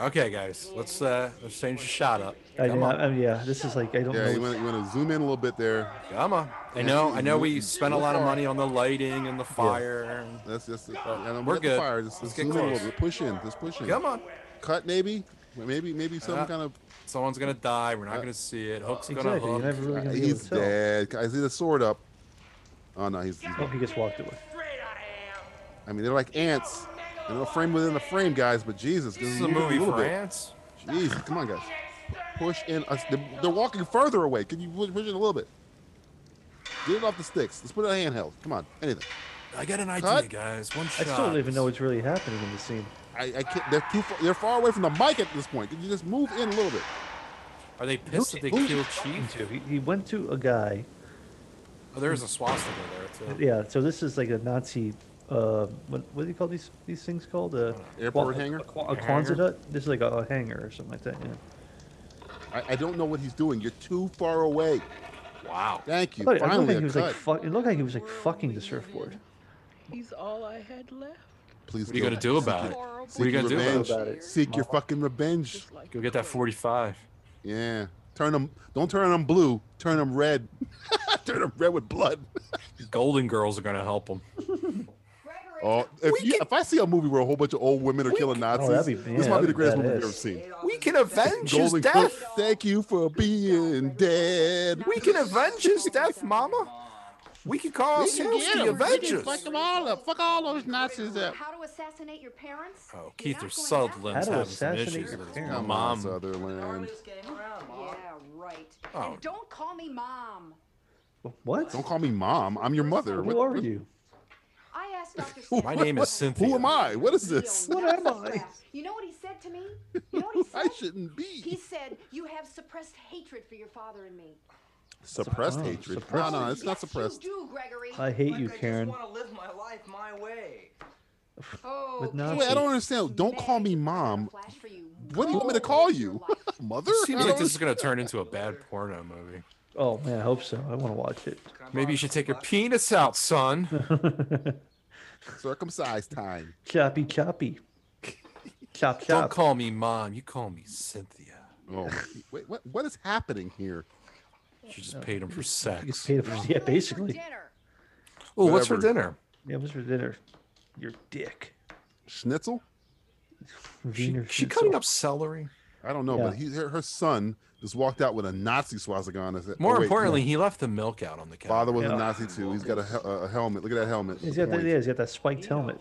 Speaker 7: Okay, guys, let's uh, let's change the shot up.
Speaker 6: I,
Speaker 7: Come
Speaker 6: I,
Speaker 7: on.
Speaker 6: I, yeah, this is like I don't
Speaker 5: yeah,
Speaker 6: know.
Speaker 5: you want to
Speaker 6: what's-
Speaker 5: you want to zoom in a little bit there.
Speaker 7: Come on. I know. I know. We spent a lot of money on the lighting and the fire. and-
Speaker 5: That's just. And I'm
Speaker 7: We're
Speaker 5: at the
Speaker 7: good.
Speaker 5: Fire. Just,
Speaker 7: Let's
Speaker 5: just
Speaker 7: get
Speaker 5: zoom in a little
Speaker 7: close.
Speaker 5: bit. Push in. Just push in.
Speaker 7: Come on.
Speaker 5: Cut maybe. Maybe maybe some
Speaker 7: Uh,
Speaker 5: kind of
Speaker 7: Someone's gonna die. We're
Speaker 5: Uh,
Speaker 7: not gonna see it. Hook's gonna
Speaker 6: Exactly. You're
Speaker 7: hook.
Speaker 6: never really gonna be able
Speaker 5: He's
Speaker 6: to tell.
Speaker 5: dead. I see the sword up. Oh no, he's. he's
Speaker 6: Oh, he gets walked away.
Speaker 5: I mean, they're like ants. They're a frame within a frame, guys. But Jesus,
Speaker 7: This is
Speaker 5: give
Speaker 7: a
Speaker 5: me
Speaker 7: movie
Speaker 5: little
Speaker 7: for
Speaker 5: bit.
Speaker 7: ants.
Speaker 5: Jesus, come on, guys. Push in. Us. They're, they're walking further away. Can you push push in a little bit? Get it off the sticks. Let's put it on handheld. Come on, anything.
Speaker 7: I got an idea,
Speaker 5: Cut.
Speaker 7: guys. One
Speaker 6: I
Speaker 7: shot.
Speaker 6: still don't even know what's really happening in the scene.
Speaker 5: I, I can't. They're too. Far, they're far away from the mic at this point. Can you just move in a little bit?
Speaker 7: Are they pissed that they
Speaker 6: Who's he
Speaker 7: killed
Speaker 6: talking
Speaker 7: Chief?
Speaker 6: to? He, he went to a guy.
Speaker 7: Oh, there's a swastika there too.
Speaker 6: Yeah, so this is like a Nazi. Uh, what, what do you call these these things called? Uh,
Speaker 5: Airport
Speaker 6: Kwa-
Speaker 5: hangar?
Speaker 6: A, Kwa- a
Speaker 7: Hangar.
Speaker 6: Kwanzaa hut. This is like a, a hangar or something like that. Yeah.
Speaker 5: I, I don't know what he's doing. You're too far away.
Speaker 7: Wow.
Speaker 5: Thank you.
Speaker 6: I thought- I looked
Speaker 5: Finally,
Speaker 6: like
Speaker 5: a
Speaker 6: he was
Speaker 5: cut.
Speaker 6: like fuck, It looked like he was like fucking the surfboard.
Speaker 13: He's all I had left.
Speaker 5: Please.
Speaker 7: What are you
Speaker 5: go.
Speaker 7: gonna do about it?
Speaker 5: Seek
Speaker 7: What
Speaker 5: your-
Speaker 7: are you gonna do about
Speaker 5: revenge.
Speaker 7: it?
Speaker 6: about it?
Speaker 5: Seek your fucking revenge.
Speaker 7: Go get that 45.
Speaker 5: Yeah. Turn them. Don't turn them blue. Turn them red. turn them red with blood.
Speaker 7: Golden Girls are gonna help him.
Speaker 5: Oh, if, you, if I see a movie where a whole bunch of old women are killing Nazis,
Speaker 6: Oh, that'd be-
Speaker 5: this
Speaker 6: yeah,
Speaker 5: might be the
Speaker 6: that'd be
Speaker 5: greatest movie I've
Speaker 6: badass.
Speaker 5: ever seen.
Speaker 7: We can avenge
Speaker 5: Golden Girls, thank you for being dead.
Speaker 7: We can avenge his death, Mama. We can call
Speaker 5: We can get 'em. We can fuck them all up. Fuck all those Nazis up.
Speaker 11: How to assassinate your parents?
Speaker 7: Oh, Keith or Sutherland's
Speaker 6: How to
Speaker 7: having some
Speaker 6: assassinate
Speaker 7: issues
Speaker 6: your
Speaker 7: with his
Speaker 6: parents.
Speaker 5: Come on,
Speaker 7: mom.
Speaker 5: Sutherland.
Speaker 11: Yeah, right.
Speaker 7: Oh.
Speaker 11: And don't call me mom.
Speaker 6: What?
Speaker 5: Don't call me mom. I'm your mother.
Speaker 6: Who are you?
Speaker 11: I asked Dr.
Speaker 5: who-
Speaker 7: My
Speaker 5: what-
Speaker 7: name is
Speaker 5: what-
Speaker 7: Cynthia.
Speaker 5: Who am I? What is this?
Speaker 6: What am I?
Speaker 11: You know what he said to me? You know what he said?
Speaker 5: I shouldn't
Speaker 11: He
Speaker 5: be.
Speaker 11: said, You have suppressed hatred for your father and me.
Speaker 5: Suppressed
Speaker 6: Oh,
Speaker 5: hatred.
Speaker 6: suppressed.
Speaker 5: No, no, it's not
Speaker 11: yes,
Speaker 5: suppressed.
Speaker 11: You do, Gregory.
Speaker 6: I hate
Speaker 2: Like,
Speaker 6: you,
Speaker 2: I
Speaker 6: Karen.
Speaker 2: just want to live my life my way.
Speaker 11: oh,
Speaker 6: With
Speaker 5: Wait, I
Speaker 6: Nazis.
Speaker 5: don't understand. Don't call me mom.
Speaker 11: Flash for you.
Speaker 5: What do you want me to call you? Mother? I
Speaker 7: Seems like
Speaker 5: don't-
Speaker 7: this is gonna turn into a bad porno movie.
Speaker 6: Oh man, I hope so. I want to watch it.
Speaker 7: Maybe you should take your penis out, son.
Speaker 5: Circumcised time.
Speaker 6: Choppy, choppy. chop, chop.
Speaker 7: Don't call me mom. You call me Cynthia.
Speaker 5: Oh, wait, what, what is happening here?
Speaker 7: She just paid him for
Speaker 6: You get
Speaker 7: sex.
Speaker 6: paid for- yeah, basically.
Speaker 11: Dinner.
Speaker 7: Oh, what's for
Speaker 5: Whatever.
Speaker 7: dinner?
Speaker 6: Yeah, what's for dinner? Your dick.
Speaker 5: Schnitzel?
Speaker 7: She,
Speaker 6: Wiener
Speaker 7: she
Speaker 6: schnitzel.
Speaker 7: cutting up celery.
Speaker 5: I don't know, but
Speaker 6: Yeah.
Speaker 5: he, her, her son just walked out with a Nazi swastika on his head.
Speaker 7: More
Speaker 5: Oh, wait,
Speaker 7: importantly, he left the milk out on the
Speaker 5: no.
Speaker 7: counter.
Speaker 5: father was
Speaker 6: Yeah.
Speaker 5: a Nazi too. He's got a, hel- a helmet. Look at that helmet.
Speaker 6: He's
Speaker 5: The
Speaker 6: got that.
Speaker 5: point.
Speaker 6: Yeah, he's got that spiked helmet.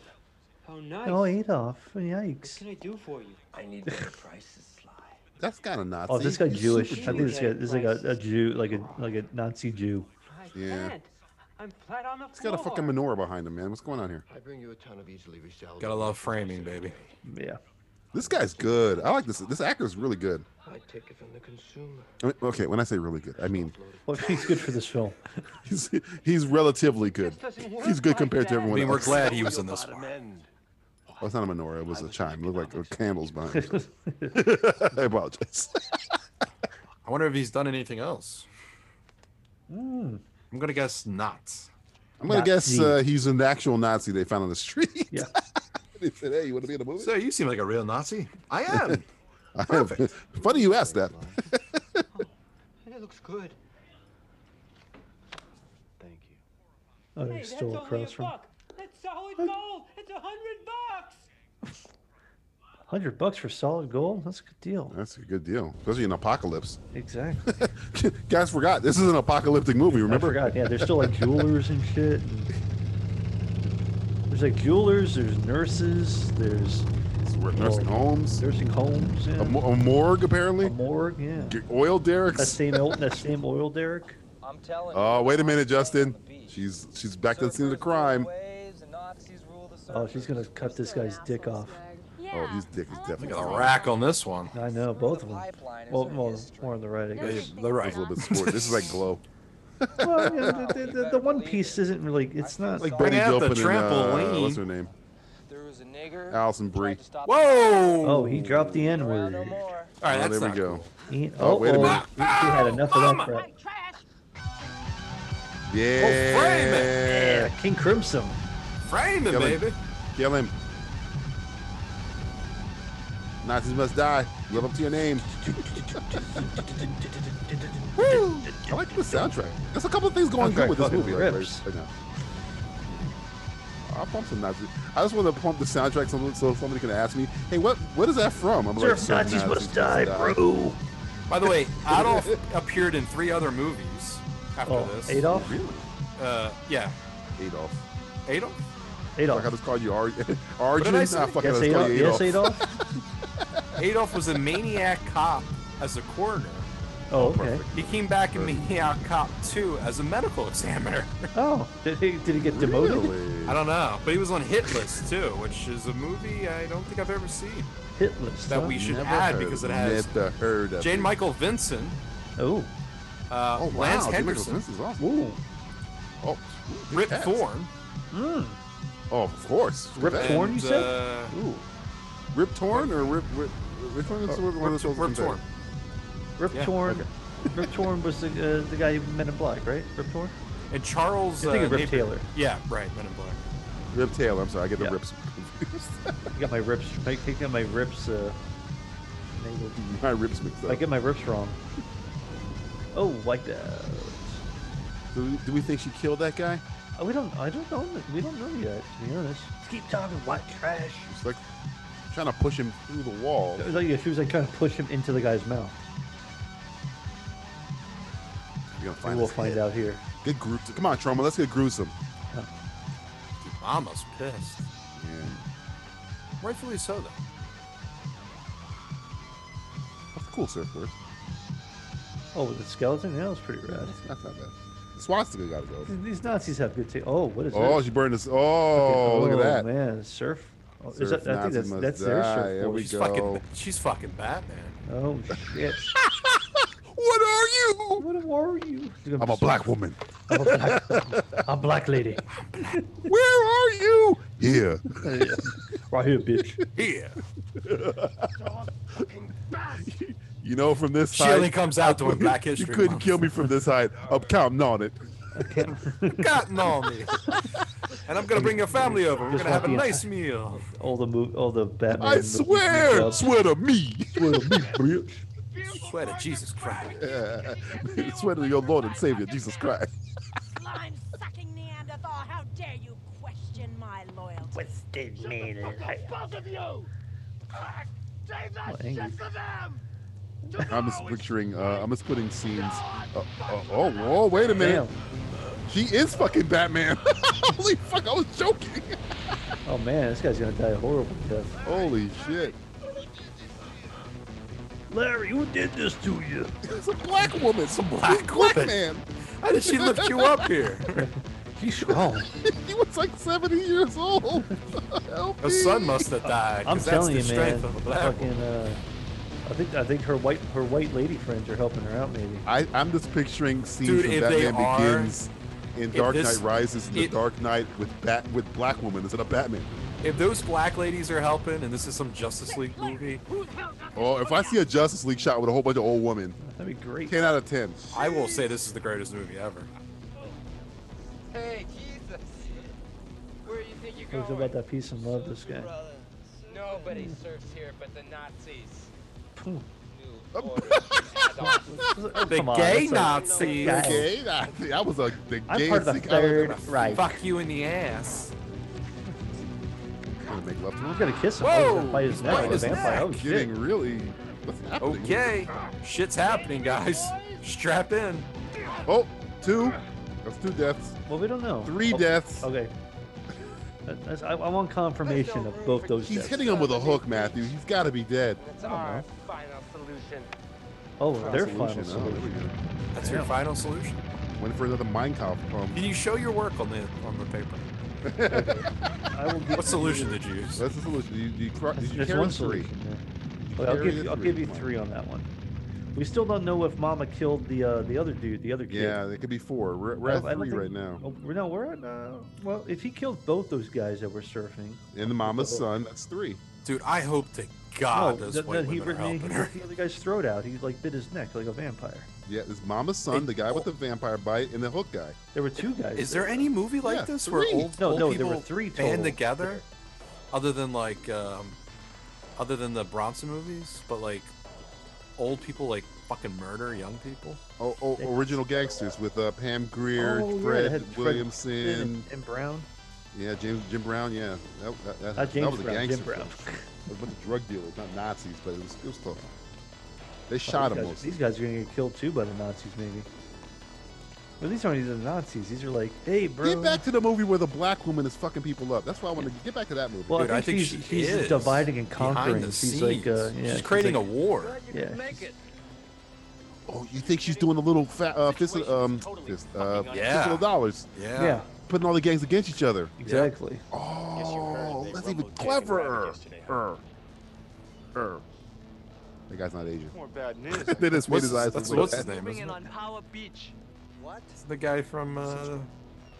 Speaker 13: How nice.
Speaker 6: Oh, Adolf. Yikes.
Speaker 13: What can I do for you?
Speaker 2: I need the prices slide.
Speaker 5: That's kind of Nazi.
Speaker 6: Oh, this guy
Speaker 5: He's
Speaker 6: Jewish.
Speaker 5: super
Speaker 6: I think this guy this is like a, a Jew, like a like a Nazi Jew.
Speaker 13: I
Speaker 5: Yeah.
Speaker 13: can't. I'm flat on the
Speaker 5: He's got a fucking menorah behind him, man. What's going on here?
Speaker 2: I bring you a ton of easily resalable.
Speaker 7: Gotta love framing, baby.
Speaker 6: Yeah.
Speaker 5: This guy's good. I like this. This actor's really good.
Speaker 2: I take it from the consumer.
Speaker 5: I mean, okay, when I say really good, I mean
Speaker 6: Well, he's good for this film.
Speaker 5: he's he's relatively good. He's good compared to
Speaker 7: I
Speaker 5: everyone
Speaker 7: mean, we're
Speaker 5: else.
Speaker 7: glad he was in this one.
Speaker 5: Oh, it's not a menorah. It was a chime. It looked like candles behind. it. I apologize.
Speaker 7: I wonder if he's done anything else.
Speaker 5: Hmm.
Speaker 7: I'm gonna guess not.
Speaker 5: I'm gonna guess
Speaker 6: Nazi.
Speaker 5: uh, he's an actual Nazi they found on the street.
Speaker 6: Yeah.
Speaker 5: they said, "Hey, you want to be in a movie?"
Speaker 7: So you seem like a real Nazi. I am.
Speaker 5: I have- Funny you asked that.
Speaker 13: It looks good.
Speaker 9: Thank you.
Speaker 6: Oh,
Speaker 13: Hey,
Speaker 6: he
Speaker 13: that's
Speaker 6: stole
Speaker 13: only a
Speaker 6: across from.
Speaker 13: buck. That's solid gold. It's a hundred bucks.
Speaker 6: Hundred bucks for solid gold. That's a good deal.
Speaker 5: That's a good deal, especially in apocalypse.
Speaker 6: Exactly.
Speaker 5: Guys forgot this is an apocalyptic movie.
Speaker 6: I
Speaker 5: Remember?
Speaker 6: forgot. Yeah, there's still like jewelers and shit. And there's like jewelers. There's nurses. There's
Speaker 5: We're nursing homes.
Speaker 6: Nursing homes. Yeah.
Speaker 5: A, mo- a morgue, apparently. A
Speaker 6: morgue, yeah.
Speaker 5: oil derricks.
Speaker 6: That same, oil, that same oil derrick.
Speaker 14: I'm telling you.
Speaker 5: Oh, wait a minute, Justin. She's she's back to the scene of the crime.
Speaker 6: Oh, she's gonna cut this guy's dick off.
Speaker 5: Oh, his dick is definitely
Speaker 7: Look at the rack on this one.
Speaker 6: I know both of them. Well, well more on the right, I
Speaker 5: Yeah, yeah,
Speaker 6: guess.
Speaker 5: the right. a little bit sport. This is like glow.
Speaker 6: well, I mean, the, the- the, the one piece isn't really. It's not
Speaker 5: Like Benny
Speaker 7: out the
Speaker 5: Gilpin and uh,
Speaker 7: trampoline.
Speaker 5: what's her name? Allison Brie.
Speaker 7: Whoa!
Speaker 6: Oh, he dropped the N word. All
Speaker 5: Oh, there we go.
Speaker 6: He,
Speaker 5: Oh,
Speaker 6: oh,
Speaker 5: wait a minute.
Speaker 6: He, he had enough of that crap.
Speaker 7: Oh,
Speaker 5: Yeah.
Speaker 6: King Crimson.
Speaker 7: Frame him,
Speaker 5: Kill him.
Speaker 7: baby.
Speaker 5: Kill him. Nazis must die. Live up to your name. Woo! I like the soundtrack. There's a couple of things going
Speaker 6: Soundtrack
Speaker 5: good with this
Speaker 6: fucking
Speaker 5: movie like, right,
Speaker 6: rips.
Speaker 5: right now. I'll pump some Nazis. I just want to pump the soundtrack so, so somebody can ask me, hey, what what is that from? I'm
Speaker 6: Surf Nazis must die, bro.
Speaker 7: By the way, Adolf appeared in three other movies after
Speaker 6: Oh,
Speaker 7: this.
Speaker 6: Adolf?
Speaker 7: Uh, yeah.
Speaker 5: Adolf.
Speaker 7: Adolf?
Speaker 5: Like I
Speaker 6: Adolf.
Speaker 5: just called you Ar-
Speaker 7: What
Speaker 5: Arjun.
Speaker 7: did I say?
Speaker 5: Nah, fuck it,
Speaker 6: Yes,
Speaker 5: I just called
Speaker 6: Adolf.
Speaker 5: you
Speaker 6: Yes,
Speaker 5: Adolf.
Speaker 6: Adolf.
Speaker 7: Adolf was a maniac cop as a coroner.
Speaker 6: Oh, okay.
Speaker 7: He came back in Maniac Cop 2 as a medical examiner.
Speaker 6: Oh, did he, did he get demoted?
Speaker 7: I don't know, but he was on Hit List too, which is a movie I don't think I've ever seen.
Speaker 6: Hit list.
Speaker 7: That
Speaker 6: huh?
Speaker 7: we should
Speaker 5: Never
Speaker 7: add
Speaker 5: heard
Speaker 7: because
Speaker 5: of
Speaker 7: it
Speaker 5: it.
Speaker 7: has
Speaker 5: Never heard of
Speaker 7: Jane
Speaker 5: it.
Speaker 7: Michael Vincent,
Speaker 6: Oh.
Speaker 7: uh,
Speaker 5: Oh, wow.
Speaker 7: Lance
Speaker 5: Jane Michael
Speaker 7: Henderson,
Speaker 5: Vincent's awesome.
Speaker 6: Ooh.
Speaker 5: Oh, good
Speaker 7: Rip
Speaker 5: cast.
Speaker 7: Torn,
Speaker 6: Mm.
Speaker 5: Oh, of course.
Speaker 6: Rip
Speaker 5: Good
Speaker 6: Torn, you
Speaker 7: and,
Speaker 6: said?
Speaker 7: uh,
Speaker 6: Ooh.
Speaker 5: Rip Torn or Rip? Rip which
Speaker 6: Uh,
Speaker 5: one is
Speaker 7: Oh,
Speaker 5: one of
Speaker 7: Rip-
Speaker 5: those ones
Speaker 7: Rip
Speaker 5: compared?
Speaker 7: Torn.
Speaker 6: Rip
Speaker 7: Yeah,
Speaker 6: Torn. Rip Torn was the, uh, the guy you met in black, right? Rip Torn?
Speaker 7: and Charles.
Speaker 6: You're thinking
Speaker 7: uh,
Speaker 6: Rip
Speaker 7: Napier-
Speaker 6: Taylor.
Speaker 7: Yeah, right. Men in Black.
Speaker 5: Rip Taylor. I'm sorry, I get the
Speaker 6: Yeah.
Speaker 5: rips confused.
Speaker 6: I got my rips. I got my rips. Uh, mangled.
Speaker 5: my rips mixed up.
Speaker 6: I get my rips wrong. Oh, like that.
Speaker 5: do, we, do we think she killed that guy?
Speaker 6: Oh, we don't. I don't know. that- We don't know yet. To be honest, keep talking white trash.
Speaker 5: She's like trying to push him through the wall.
Speaker 6: It was like she was like trying to push him into the guy's mouth.
Speaker 5: We're gonna
Speaker 6: And
Speaker 5: find
Speaker 6: we'll
Speaker 5: his
Speaker 6: find
Speaker 5: head.
Speaker 6: out here.
Speaker 5: Get gruesome. Come on, trauma. Let's get gruesome.
Speaker 7: Dude, Mama's pissed.
Speaker 5: Yeah.
Speaker 7: Rightfully so, though.
Speaker 5: That's a cool surfboard.
Speaker 6: Oh, with the skeleton. Yeah, that was pretty rad.
Speaker 5: That's not bad. The swastika gotta go.
Speaker 6: These Nazis have good taste. Oh, what is
Speaker 5: Oh,
Speaker 6: this?
Speaker 5: she burned this. Oh, look at that.
Speaker 6: man, surf. Oh, is
Speaker 5: Surf
Speaker 6: that, I
Speaker 5: Nazi
Speaker 6: think that's,
Speaker 5: must
Speaker 6: that's their
Speaker 5: die.
Speaker 6: surfboard.
Speaker 5: There we
Speaker 7: she's
Speaker 5: go.
Speaker 7: fucking. She's fucking Batman.
Speaker 6: Oh shit!
Speaker 5: What are you?
Speaker 6: what are you?
Speaker 5: I'm a black woman.
Speaker 6: I'm a black, I'm black lady.
Speaker 5: Where are you? Here.
Speaker 6: Right here, bitch.
Speaker 7: Yeah.
Speaker 5: You know, from this
Speaker 7: She
Speaker 5: height,
Speaker 7: only comes out during Black
Speaker 5: you
Speaker 7: History
Speaker 5: couldn't
Speaker 7: Month.
Speaker 5: kill me from this height. I'm counting on it.
Speaker 7: God no me. And I'm gonna bring your family over. We're
Speaker 6: Just
Speaker 7: gonna have a
Speaker 6: want the-
Speaker 7: nice meal.
Speaker 6: All the move, all the Batman.
Speaker 5: I
Speaker 6: movies and
Speaker 5: swear,
Speaker 6: stuff.
Speaker 5: swear to me.
Speaker 7: Swear to Jesus Christ.
Speaker 5: swear to your Lord and Savior, Jesus Christ.
Speaker 11: Slime sucking Neanderthal, how dare you question my loyalty?
Speaker 6: Well, angry.
Speaker 5: I'm just picturing, uh, I'm just putting scenes. Uh, uh, oh, whoa, wait a minute.
Speaker 6: Damn.
Speaker 5: She is fucking Batman. Holy fuck, I was joking.
Speaker 6: Oh man, this guy's gonna die a horrible death.
Speaker 5: Holy shit.
Speaker 6: Larry, who did this to you?
Speaker 5: It's a black woman. It's a
Speaker 7: black
Speaker 5: black
Speaker 7: woman.
Speaker 5: man.
Speaker 7: How did she lift you up here?
Speaker 6: He's strong.
Speaker 5: He was like 70 years old. Help
Speaker 7: Her
Speaker 5: me.
Speaker 7: son must have died.
Speaker 6: I'm
Speaker 7: 'cause that's
Speaker 6: telling
Speaker 7: the
Speaker 6: you, man.
Speaker 7: strength of a black
Speaker 6: Fucking, uh, I think I think her white her white lady friends are helping her out maybe.
Speaker 5: I, I'm just picturing scenes
Speaker 7: Dude,
Speaker 5: from
Speaker 7: if they
Speaker 5: Batman
Speaker 7: are-
Speaker 5: Begins in
Speaker 7: if
Speaker 5: Dark
Speaker 7: this-
Speaker 5: Knight Rises and
Speaker 7: it-
Speaker 5: the Dark Knight with bat with Black Woman instead of Batman.
Speaker 7: If those black ladies are helping, and this is some Justice League movie,
Speaker 5: Or if I see a Justice League shot with a whole bunch of old women,
Speaker 6: That'd be great.
Speaker 5: ten out of ten.
Speaker 7: I will say this is the greatest movie ever.
Speaker 15: Hey, Jesus. Where do you think you're
Speaker 6: It
Speaker 15: going?
Speaker 6: was about that peace and love. This guy.
Speaker 15: Nobody surfs here but the Nazis.
Speaker 6: Phew.
Speaker 15: New order. Adolf.
Speaker 6: Oh,
Speaker 7: The
Speaker 6: come on,
Speaker 7: gay
Speaker 6: that's a-
Speaker 7: Nazis.
Speaker 6: Guys.
Speaker 5: Gay, I, I was a the
Speaker 6: I'm
Speaker 5: gay
Speaker 6: part of the
Speaker 5: sick- I was
Speaker 6: third
Speaker 5: gonna-
Speaker 4: Right.
Speaker 7: Fuck you in the ass.
Speaker 5: gonna make love to
Speaker 6: I'm
Speaker 5: him.
Speaker 6: gonna kiss him.
Speaker 7: Whoa,
Speaker 6: Oh, he's gonna bite his
Speaker 7: he's
Speaker 6: neck like
Speaker 7: biting
Speaker 6: a
Speaker 7: his
Speaker 6: vampire.
Speaker 7: neck.
Speaker 6: Oh, shit.
Speaker 5: Getting really. What's happening?
Speaker 7: Okay, shit's happening, guys. Strap in.
Speaker 5: Oh, two. That's two deaths.
Speaker 6: Well, we don't know.
Speaker 5: Three
Speaker 6: Oh,
Speaker 5: deaths.
Speaker 6: Okay. That- that's- I, I want confirmation of both those.
Speaker 5: He's
Speaker 6: deaths.
Speaker 5: hitting him with a hook, Matthew. He's got to be dead.
Speaker 15: That's our final solution.
Speaker 6: Oh, their final
Speaker 5: Solution. Oh, there we
Speaker 6: solution.
Speaker 5: go.
Speaker 7: That's your
Speaker 5: Damn.
Speaker 7: final solution.
Speaker 5: Went for another mind cough pump.
Speaker 7: Can you show your work on the on the paper?
Speaker 6: I will give
Speaker 7: what solution did you use?
Speaker 5: That's the solution. You, you, cro- did you
Speaker 6: There's
Speaker 5: carry
Speaker 6: one
Speaker 5: three?
Speaker 6: solution.
Speaker 5: You
Speaker 6: There. Well, I'll
Speaker 5: carry
Speaker 6: give
Speaker 5: a
Speaker 6: you, I'll
Speaker 5: three.
Speaker 6: give you three on that one. We still don't know if Mama killed the uh, the other dude, the other kid.
Speaker 5: Yeah, it could be four. We're, we're
Speaker 6: I-
Speaker 5: at
Speaker 6: I don't
Speaker 5: three
Speaker 6: think-
Speaker 5: right now.
Speaker 6: Oh, we're- no, we're at. Uh, well, if he killed both those guys that were surfing,
Speaker 5: And the mama's
Speaker 6: oh.
Speaker 5: son, that's three.
Speaker 7: Dude, I hope to God
Speaker 5: Ah,
Speaker 6: no,
Speaker 7: those
Speaker 6: th-
Speaker 7: white
Speaker 6: no, he,
Speaker 7: women are
Speaker 6: ripped- he,
Speaker 7: helping
Speaker 6: ripped
Speaker 7: her.
Speaker 6: the other guy's throat out. He like bit his neck like a vampire.
Speaker 5: Yeah, there's mama's son, the guy with the vampire bite, and the hook guy.
Speaker 6: There were two guys.
Speaker 7: Is there any movie like
Speaker 5: Yeah,
Speaker 7: this where
Speaker 5: three.
Speaker 7: old,
Speaker 6: No,
Speaker 7: old
Speaker 6: no, there
Speaker 7: people
Speaker 6: were three
Speaker 7: band
Speaker 6: total.
Speaker 7: together? Other than like, um, other than the Bronson movies, but like, old people like fucking murder young people.
Speaker 5: Oh, oh, original gangsters with uh, Pam Greer,
Speaker 6: Oh, yeah, they
Speaker 5: Fred
Speaker 6: had Fred Finn
Speaker 5: Williamson.
Speaker 6: and, and Brown.
Speaker 5: Yeah, James Jim Brown. Yeah, that, that, that,
Speaker 6: Not
Speaker 5: that
Speaker 6: James
Speaker 5: was a
Speaker 6: Brown, Jim
Speaker 5: gangster.
Speaker 6: Brown.
Speaker 5: film. It was a bunch of drug dealers, not Nazis, but it was it was tough. They
Speaker 6: Oh,
Speaker 5: shot
Speaker 6: these
Speaker 5: him
Speaker 6: guys-
Speaker 5: mostly.
Speaker 6: These guys are gonna get killed too by the Nazis, maybe. But these aren't even the Nazis. These are like, hey, bro.
Speaker 5: Get back to the movie where the black woman is fucking people up. That's why I want to get back to that movie.
Speaker 6: Well,
Speaker 7: Dude,
Speaker 6: I
Speaker 7: I
Speaker 6: think,
Speaker 7: think
Speaker 6: she's,
Speaker 7: she
Speaker 6: she's
Speaker 7: is
Speaker 6: dividing and
Speaker 7: behind the
Speaker 6: conquering. She's like, uh,
Speaker 7: scenes.
Speaker 6: yeah,
Speaker 7: She's creating
Speaker 6: like,
Speaker 7: a war.
Speaker 6: Yeah,
Speaker 15: it.
Speaker 5: oh, you think she's doing the little fat uh, fist of, um fist, uh,
Speaker 7: Yeah.
Speaker 5: fistful of dollars?
Speaker 7: Yeah.
Speaker 6: Yeah.
Speaker 5: Putting all the gangs against each other.
Speaker 6: exactly.
Speaker 5: Oh, that's even cleverer. Er. Er. That guy's not Asian.
Speaker 14: More bad news.
Speaker 5: they just made
Speaker 7: What's
Speaker 5: his
Speaker 7: his-
Speaker 5: eyes.
Speaker 7: that's
Speaker 5: look
Speaker 7: what's
Speaker 5: bad.
Speaker 7: his name,
Speaker 14: Coming
Speaker 7: isn't
Speaker 14: in
Speaker 7: it?
Speaker 14: on Power Beach.
Speaker 15: What?
Speaker 7: The guy from uh,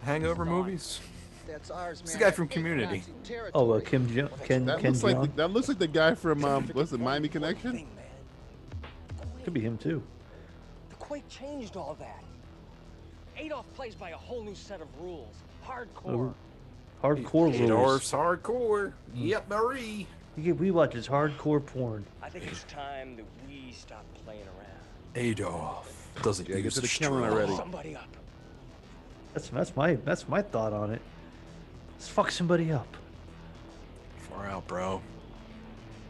Speaker 7: Hangover movies.
Speaker 15: That's ours, man.
Speaker 7: It's the guy from Community.
Speaker 6: Oh, uh, Kim jo- Ken
Speaker 5: That
Speaker 6: Ken
Speaker 5: looks like the,
Speaker 6: Jeong?
Speaker 5: that looks like the guy from um, what's it, Miami Connection?
Speaker 6: could be him too.
Speaker 15: The quake changed all that. Adolf plays by a whole new set of rules. Hardcore.
Speaker 6: Oh, hardcore rules.
Speaker 7: Adolf's hardcore. Yep, Marie.
Speaker 6: You get we watch is hardcore porn.
Speaker 15: I think it's time that we stop playing around.
Speaker 7: Adolf doesn't
Speaker 5: Yeah, get
Speaker 7: use
Speaker 5: to the
Speaker 7: straw.
Speaker 5: camera already.
Speaker 15: Somebody up.
Speaker 6: That's that's my that's my thought on it. Let's fuck somebody up.
Speaker 7: Far out, bro.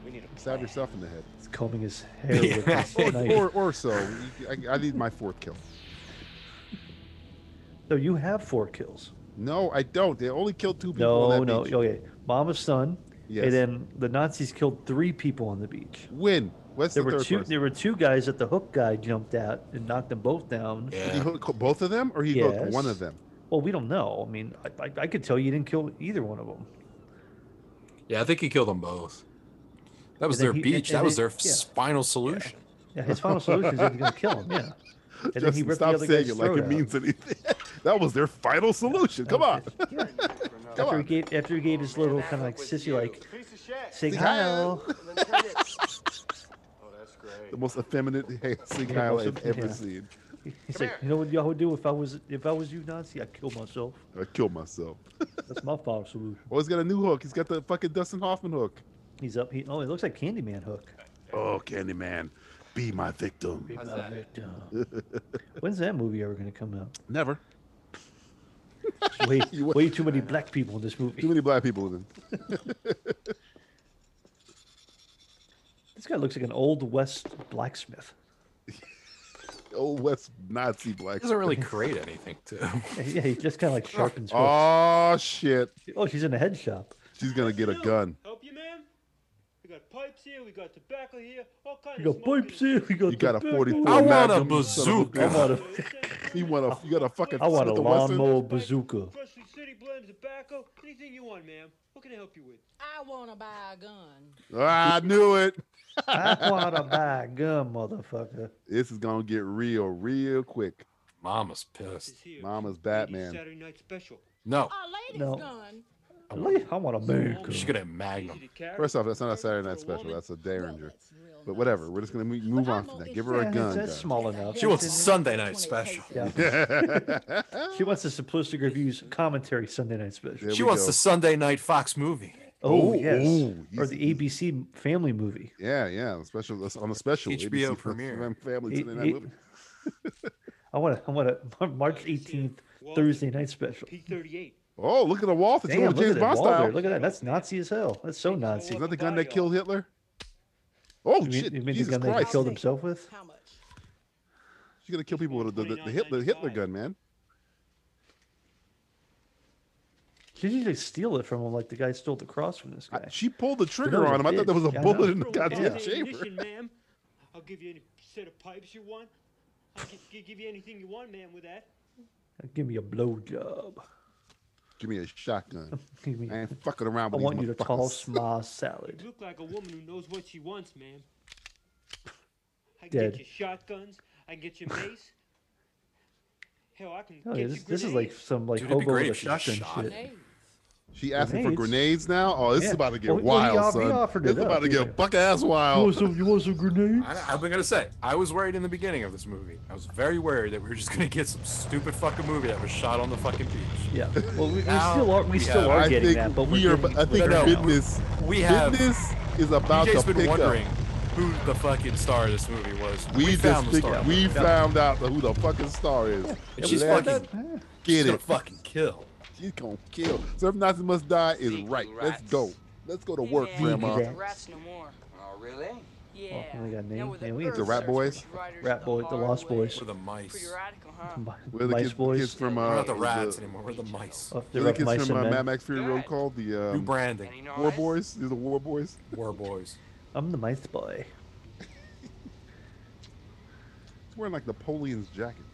Speaker 15: We need a
Speaker 5: Stab yourself in the head.
Speaker 6: He's combing his hair with
Speaker 7: Yeah.
Speaker 6: his knife.
Speaker 5: Or, or, or so. You- I, I need my fourth kill.
Speaker 6: No, you have four kills.
Speaker 5: No, I don't. They only killed two people.
Speaker 6: No,
Speaker 5: on that
Speaker 6: no,
Speaker 5: beach.
Speaker 6: okay. Mama's son,
Speaker 5: Yes.
Speaker 6: and then the Nazis killed three people on the beach.
Speaker 5: Win. What's
Speaker 6: There
Speaker 5: the
Speaker 6: were
Speaker 5: third
Speaker 6: two.
Speaker 5: person?
Speaker 6: There were two guys that the hook guy jumped at and knocked them both down.
Speaker 5: Did he hook both of them, or he hooked one
Speaker 6: Yes.
Speaker 5: of them?
Speaker 6: Well, we don't know. I mean, I, I, I could tell you didn't kill either one of them.
Speaker 7: Yeah, I think he killed them both. That was
Speaker 6: And
Speaker 7: their
Speaker 6: then he- and-
Speaker 7: beach.
Speaker 6: and
Speaker 7: that was
Speaker 6: then-
Speaker 7: their
Speaker 6: yeah.
Speaker 7: final solution.
Speaker 6: Yeah, his final solution is that he's gonna kill him. Yeah, and then he
Speaker 5: Justin,
Speaker 6: ripped the
Speaker 5: stop
Speaker 6: other
Speaker 5: saying
Speaker 6: guy's
Speaker 5: it
Speaker 6: throat
Speaker 5: like it
Speaker 6: out.
Speaker 5: means anything. that was their final solution. Come on.
Speaker 6: Yeah.
Speaker 5: Come
Speaker 6: after he
Speaker 5: on.
Speaker 6: gave after he gave his little kind of like sissy like
Speaker 14: Piece of shit.
Speaker 6: sing
Speaker 5: Sing
Speaker 6: hi.
Speaker 14: Oh, that's great.
Speaker 5: The most effeminate sing
Speaker 6: Yeah,
Speaker 5: Kyle
Speaker 6: most
Speaker 5: I've
Speaker 6: of-
Speaker 5: ever
Speaker 6: yeah.
Speaker 5: seen.
Speaker 6: He's like, you know what y'all would do if I was if I was you Nazi, I'd kill myself.
Speaker 5: I killed myself.
Speaker 6: That's my final solution.
Speaker 5: Oh, he's got a new hook. He's got the fucking Dustin Hoffman hook.
Speaker 6: He's up. He oh, it looks like Candyman hook.
Speaker 5: Oh, Candyman, be my victim.
Speaker 14: How's that?
Speaker 6: When's that movie ever gonna come out?
Speaker 5: Never.
Speaker 6: Way,
Speaker 5: You wa-
Speaker 6: way too many black people in this movie.
Speaker 5: Too many black people in him.
Speaker 6: This guy looks like an old West blacksmith.
Speaker 5: Old West Nazi
Speaker 7: He
Speaker 5: black.
Speaker 7: doesn't really create anything, too.
Speaker 6: Yeah, he just kind of like sharpens. hooks.
Speaker 5: Oh shit!
Speaker 6: Oh, she's in a head shop.
Speaker 5: She's gonna get a gun.
Speaker 13: Help you, ma'am? We got pipes here, we got tobacco here, all kinds
Speaker 6: We
Speaker 13: of
Speaker 6: got
Speaker 13: smoking.
Speaker 6: pipes here. We got.
Speaker 5: You got a
Speaker 6: tobacco.
Speaker 5: 44
Speaker 7: I want a
Speaker 5: Magnum, you son of
Speaker 7: bazooka.
Speaker 6: I want
Speaker 5: bitch.
Speaker 6: a,
Speaker 5: You want a you got a fucking
Speaker 6: I want a
Speaker 5: Smith & Wesson?
Speaker 6: lawnmower bazooka.
Speaker 13: Freshly city blend tobacco, anything you want, ma'am. What can I help you with?
Speaker 10: I want to buy a gun.
Speaker 5: Ah, I knew it.
Speaker 6: I want to buy a gun, motherfucker.
Speaker 5: This is gonna get real, real quick.
Speaker 7: Mama's pissed.
Speaker 13: This here.
Speaker 5: Mama's
Speaker 13: Ladies'
Speaker 5: Batman.
Speaker 13: Saturday night special.
Speaker 7: No,
Speaker 10: A lady's
Speaker 6: No.
Speaker 10: gun.
Speaker 5: Oh.
Speaker 6: Really? I want a America.
Speaker 7: she could have
Speaker 13: Easy
Speaker 7: Magnum.
Speaker 13: to carry.
Speaker 5: First off, that's not a Saturday
Speaker 13: For
Speaker 5: Night Special.
Speaker 13: woman.
Speaker 5: That's a Derringer.
Speaker 10: That's real
Speaker 5: But
Speaker 10: nice.
Speaker 5: whatever, we're just gonna mo- move on from that. Give her
Speaker 6: Yeah,
Speaker 5: a gun.
Speaker 6: That's
Speaker 5: gun.
Speaker 6: small enough.
Speaker 7: She wants a Sunday night special.
Speaker 6: Yeah. She wants the simplistic reviews commentary Sunday night special.
Speaker 5: There
Speaker 7: She
Speaker 5: we
Speaker 7: wants
Speaker 5: go.
Speaker 7: the Sunday night Fox movie.
Speaker 6: Oh,
Speaker 5: Ooh,
Speaker 6: yes.
Speaker 5: ooh,
Speaker 6: or
Speaker 5: he's-
Speaker 6: the ABC family movie.
Speaker 5: Yeah, yeah. the Special that's on the special
Speaker 7: HBO
Speaker 5: for-
Speaker 7: premiere.
Speaker 5: for them Family
Speaker 6: It-
Speaker 5: Sunday night
Speaker 6: it-
Speaker 5: movie.
Speaker 6: I want to. I want a March 18th Thursday night special.
Speaker 13: P38.
Speaker 5: Oh, look at the wall. It's
Speaker 6: Damn,
Speaker 5: going
Speaker 6: look
Speaker 5: James
Speaker 6: at that
Speaker 5: Bond
Speaker 6: wall there.
Speaker 5: style.
Speaker 6: Look at that. That's Nazi as hell. That's so Nazi.
Speaker 5: Is
Speaker 6: You
Speaker 5: that the gun that killed Hitler? Oh
Speaker 6: mean,
Speaker 5: shit!
Speaker 6: you mean the
Speaker 5: Jesus
Speaker 6: gun that he
Speaker 5: Christ!
Speaker 6: killed himself with?
Speaker 10: How much?
Speaker 5: She's gonna kill people with the, the, the Hitler Hitler gun, man.
Speaker 6: She didn't even steal it from him like the guy stole the cross from this guy.
Speaker 5: She pulled the
Speaker 6: That
Speaker 5: trigger
Speaker 6: was
Speaker 5: on him. I thought
Speaker 6: big-
Speaker 5: that was a
Speaker 6: yeah, I know.
Speaker 5: bullet in the goddamn
Speaker 6: Yeah.
Speaker 5: chamber.
Speaker 13: Ignition, ma'am. I'll give you any set of pipes you want. I'll gi- gi- give you anything you want, ma'am, with that.
Speaker 6: Give me a blowjob.
Speaker 5: Give me a shotgun.
Speaker 6: Give me.
Speaker 5: I ain't fucking around
Speaker 6: I
Speaker 5: with
Speaker 6: want
Speaker 5: these
Speaker 6: you to toss
Speaker 5: motherfuckers.
Speaker 6: my salad.
Speaker 13: You look like a woman who knows what she wants, ma'am. I can
Speaker 6: Dead.
Speaker 13: get you shotguns. I can get you mace. Hell, I can
Speaker 6: No,
Speaker 13: get
Speaker 6: Oh, this,
Speaker 13: you
Speaker 6: this is like
Speaker 13: grenades.
Speaker 6: some like
Speaker 7: Dude, it'd be
Speaker 6: hobo
Speaker 7: great
Speaker 6: with a
Speaker 7: if she just
Speaker 6: shotgun
Speaker 7: shot
Speaker 6: shit.
Speaker 13: Grenades.
Speaker 5: She asking for
Speaker 6: Grenades?
Speaker 5: grenades now. Oh, this is
Speaker 6: Yeah.
Speaker 5: about to get
Speaker 6: Well, well, he
Speaker 5: wild,
Speaker 6: off- he
Speaker 5: son.
Speaker 6: offered it
Speaker 5: it's
Speaker 6: up.
Speaker 5: about to
Speaker 6: He's
Speaker 5: get
Speaker 6: like,
Speaker 5: buck ass
Speaker 6: You want
Speaker 5: wild.
Speaker 6: some? You want some grenades?
Speaker 7: I, I've been gonna say I was worried in the beginning of this movie. I was very worried that we were just gonna get some stupid fucking movie that was shot on the fucking beach.
Speaker 6: Yeah. Well, we, we
Speaker 7: Now
Speaker 6: still are. We
Speaker 7: we
Speaker 6: still
Speaker 7: have-
Speaker 6: are
Speaker 5: I
Speaker 6: getting
Speaker 5: think
Speaker 6: that, but
Speaker 5: we
Speaker 6: we're
Speaker 5: are.
Speaker 6: getting-
Speaker 5: I think
Speaker 6: we're getting that.
Speaker 5: business.
Speaker 7: We have-
Speaker 5: business is about
Speaker 7: DJ's
Speaker 5: to
Speaker 7: been
Speaker 5: pick up.
Speaker 7: wondering who the fucking star of this movie was.
Speaker 5: We, just
Speaker 7: found the
Speaker 5: picked,
Speaker 7: star.
Speaker 5: we found out who the fucking star is.
Speaker 7: And she's
Speaker 5: Let's
Speaker 7: fucking- She's
Speaker 5: get
Speaker 7: gonna
Speaker 5: it.
Speaker 7: fucking kill.
Speaker 5: She's gonna kill. Surf Nazi must die is right. Let's go. Let's go to work, grandma.
Speaker 10: Rats no more.
Speaker 15: Oh, really?
Speaker 10: Yeah.
Speaker 6: Oh, we got
Speaker 10: Now
Speaker 6: name.
Speaker 10: we're
Speaker 6: Yeah, we
Speaker 5: The Rat Boys.
Speaker 6: Rat Boy, the Lost Boys,
Speaker 7: We're the mice.
Speaker 10: radical, huh?
Speaker 6: Mi-
Speaker 5: We're the
Speaker 6: Mice
Speaker 5: kids,
Speaker 6: Boys.
Speaker 5: kids from
Speaker 7: We're
Speaker 5: uh,
Speaker 7: not the rats
Speaker 5: The,
Speaker 7: anymore. We're the mice.
Speaker 6: Oh,
Speaker 5: we're
Speaker 6: they're
Speaker 5: the
Speaker 6: up
Speaker 5: kids
Speaker 6: mice
Speaker 5: from
Speaker 6: and
Speaker 5: uh,
Speaker 6: men.
Speaker 5: Mad Max Fury Road called the
Speaker 7: New
Speaker 5: um,
Speaker 7: branding.
Speaker 5: War Boys. These are the War Boys.
Speaker 7: War boys.
Speaker 6: I'm the mice boy.
Speaker 5: He's wearing like Napoleon's jacket.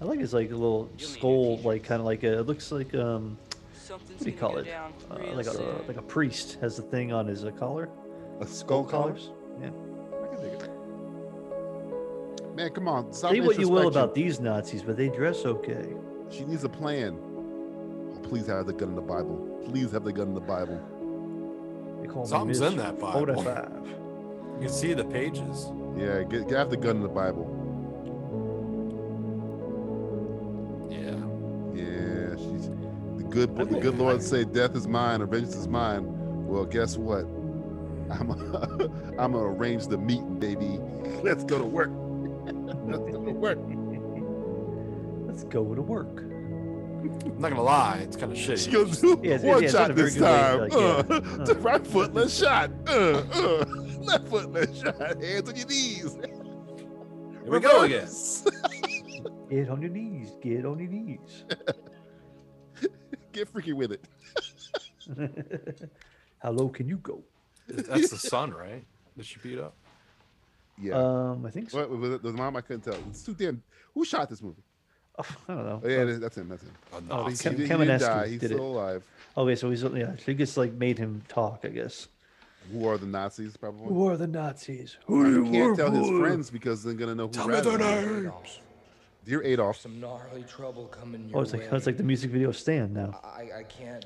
Speaker 6: I like his like little skull, like kind of like a. It looks like um, what do you call it? Uh, like a like a priest has the thing on his uh, collar.
Speaker 5: A skull collar.
Speaker 6: collars. Yeah.
Speaker 5: I can dig it. Man, come on. Stop
Speaker 6: Say what you will
Speaker 5: introspection.
Speaker 6: about these Nazis, but they dress okay.
Speaker 5: She needs a plan. Oh, please have the gun in the Bible. Please have the gun in the Bible.
Speaker 6: They call me
Speaker 7: Something's in
Speaker 6: Mr.
Speaker 7: that Bible.
Speaker 6: 45.
Speaker 7: You can see the pages.
Speaker 5: Yeah, get, get have the gun in the Bible.
Speaker 7: Yeah.
Speaker 5: Yeah, she's the good. The good Lord say, "Death is mine, or vengeance is mine." Well, guess what? I'm i I'm gonna arrange the meeting, baby. Let's go to work. Let's go to work.
Speaker 6: Let's go to work.
Speaker 7: I'm not gonna lie. It's kind of
Speaker 5: She
Speaker 7: shitty.
Speaker 5: goes do
Speaker 6: Yeah, it's-
Speaker 5: one
Speaker 6: yeah, it's not a
Speaker 5: shot
Speaker 6: very
Speaker 5: this
Speaker 6: good way to,
Speaker 5: time.
Speaker 6: like, yeah.
Speaker 5: Uh, to right foot, left shot. Uh, uh, left foot, left shot. Hands on your knees.
Speaker 7: Here we go again.
Speaker 5: Reverse.
Speaker 6: Get on your knees. Get on your knees.
Speaker 5: Get freaky with it.
Speaker 6: How low can you go?
Speaker 7: That's the son, right? That she beat up.
Speaker 5: Yeah.
Speaker 6: Um, I think so.
Speaker 5: What was it? The mom I couldn't tell. It's too damn. Who shot this movie?
Speaker 6: I don't know.
Speaker 5: Oh, yeah, that's him. That's him.
Speaker 7: A
Speaker 6: Oh,
Speaker 7: Nazi.
Speaker 5: he,
Speaker 6: Kem-
Speaker 5: did, he didn't
Speaker 6: Kamenetsky
Speaker 5: die. He's
Speaker 6: did
Speaker 5: still
Speaker 6: it.
Speaker 5: alive.
Speaker 6: Okay, so he's yeah. She just like made him talk, I guess.
Speaker 5: Who are the Nazis? Probably.
Speaker 6: Who are the Nazis? Who
Speaker 5: Well,
Speaker 6: do
Speaker 5: he
Speaker 6: you
Speaker 5: can't
Speaker 6: work
Speaker 5: tell his
Speaker 6: for?
Speaker 5: friends because they're gonna know who.
Speaker 7: Tell me
Speaker 5: ratted
Speaker 7: their
Speaker 5: him.
Speaker 7: names.
Speaker 5: Dear Adolf.
Speaker 15: Some gnarly trouble coming your
Speaker 6: Oh, it's like oh, it's like the music video of Stan now.
Speaker 15: I, I can't.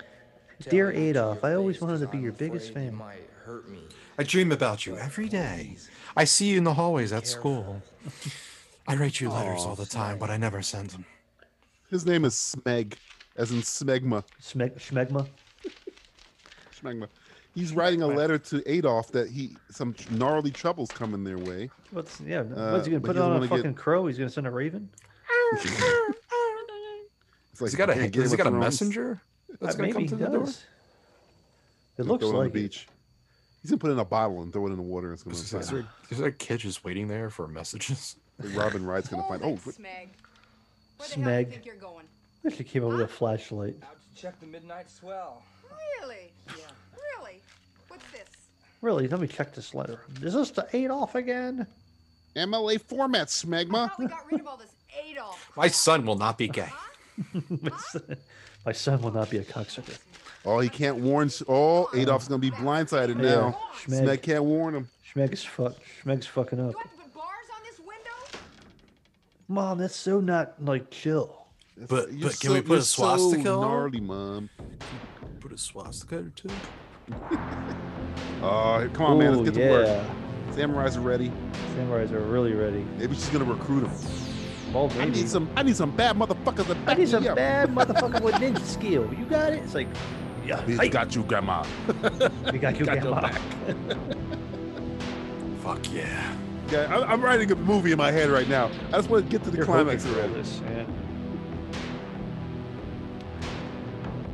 Speaker 6: Dear Adolf, I always wanted to be your biggest fan.
Speaker 15: might hurt me.
Speaker 7: I dream about you every day. I see you in the hallways at school. I write you letters all the time, but I never send them.
Speaker 5: His name is Smeg, as in Smegma.
Speaker 6: Schmeg- Schmegma.
Speaker 5: Smegma. He's writing a letter to Adolf that he some gnarly trouble's coming their way.
Speaker 6: What's yeah?
Speaker 5: Uh,
Speaker 6: what's he gonna
Speaker 5: but
Speaker 6: put
Speaker 5: he doesn't
Speaker 6: it on a
Speaker 5: wanna get-
Speaker 6: fucking crow? He's gonna send a raven?
Speaker 5: It's like
Speaker 7: Has he got a,
Speaker 5: Game
Speaker 7: has he
Speaker 5: of
Speaker 7: got a
Speaker 5: Thrones.
Speaker 7: messenger that's
Speaker 6: Uh,
Speaker 7: gonna come
Speaker 6: maybe
Speaker 7: to
Speaker 6: he
Speaker 7: the door?
Speaker 6: does. It
Speaker 5: He's gonna
Speaker 6: looks
Speaker 5: throw it on
Speaker 6: like
Speaker 5: the
Speaker 6: it.
Speaker 5: beach. He's gonna put it in a bottle and throw it in the water. And it's gonna
Speaker 7: Is there, is
Speaker 5: find
Speaker 7: there, is there a kid just waiting there for messages?
Speaker 5: like Robin Wright's gonna find. Oh, what-
Speaker 11: Smeg. Where the hell do you
Speaker 6: Smeg.
Speaker 11: think you're going?
Speaker 6: I actually came up with a flashlight.
Speaker 15: Out to check the midnight swell.
Speaker 11: Really? Yeah. Really? What's this?
Speaker 6: Really? Let me check this letter. Is this the Adolf again?
Speaker 5: MLA format, Smegma.
Speaker 11: Thought we got rid of all this Adolf.
Speaker 7: My son will not be gay.
Speaker 6: my, son, my son will not be a cocksucker.
Speaker 5: Oh, he can't warn. Oh, Adolf's gonna be blindsided now.
Speaker 6: Schmeg.
Speaker 5: Smeg can't warn him.
Speaker 6: Schmeg is fuck. Schmeg's fucking up.
Speaker 11: Do I have to put bars on this window?
Speaker 6: Mom, that's so not like chill.
Speaker 7: But,
Speaker 5: You're
Speaker 7: but can we
Speaker 5: so-
Speaker 7: put
Speaker 5: you're
Speaker 7: a swastika
Speaker 5: so
Speaker 7: on?
Speaker 5: gnarly, mom.
Speaker 7: Put a swastika or two?
Speaker 5: Oh, come on, man. Let's
Speaker 6: Ooh,
Speaker 5: get to
Speaker 6: yeah.
Speaker 5: work. Samurai's are ready.
Speaker 6: Samurais are really ready.
Speaker 5: Maybe she's gonna recruit him.
Speaker 6: Well,
Speaker 5: I
Speaker 6: maybe.
Speaker 5: need some. I need some bad motherfuckers to
Speaker 6: I
Speaker 5: back
Speaker 6: need some
Speaker 5: me up.
Speaker 6: bad motherfucker with ninja skill. You got it? It's like, yeah,
Speaker 5: He's
Speaker 6: hey,
Speaker 5: got you, grandma.
Speaker 6: we got you,
Speaker 5: got your
Speaker 6: grandma.
Speaker 5: back.
Speaker 7: Fuck yeah.
Speaker 5: Yeah, I'm, I'm writing a movie in my head right now. I just want to get to the
Speaker 6: They're
Speaker 5: climax
Speaker 6: hoping for all
Speaker 5: already.
Speaker 6: this, yeah.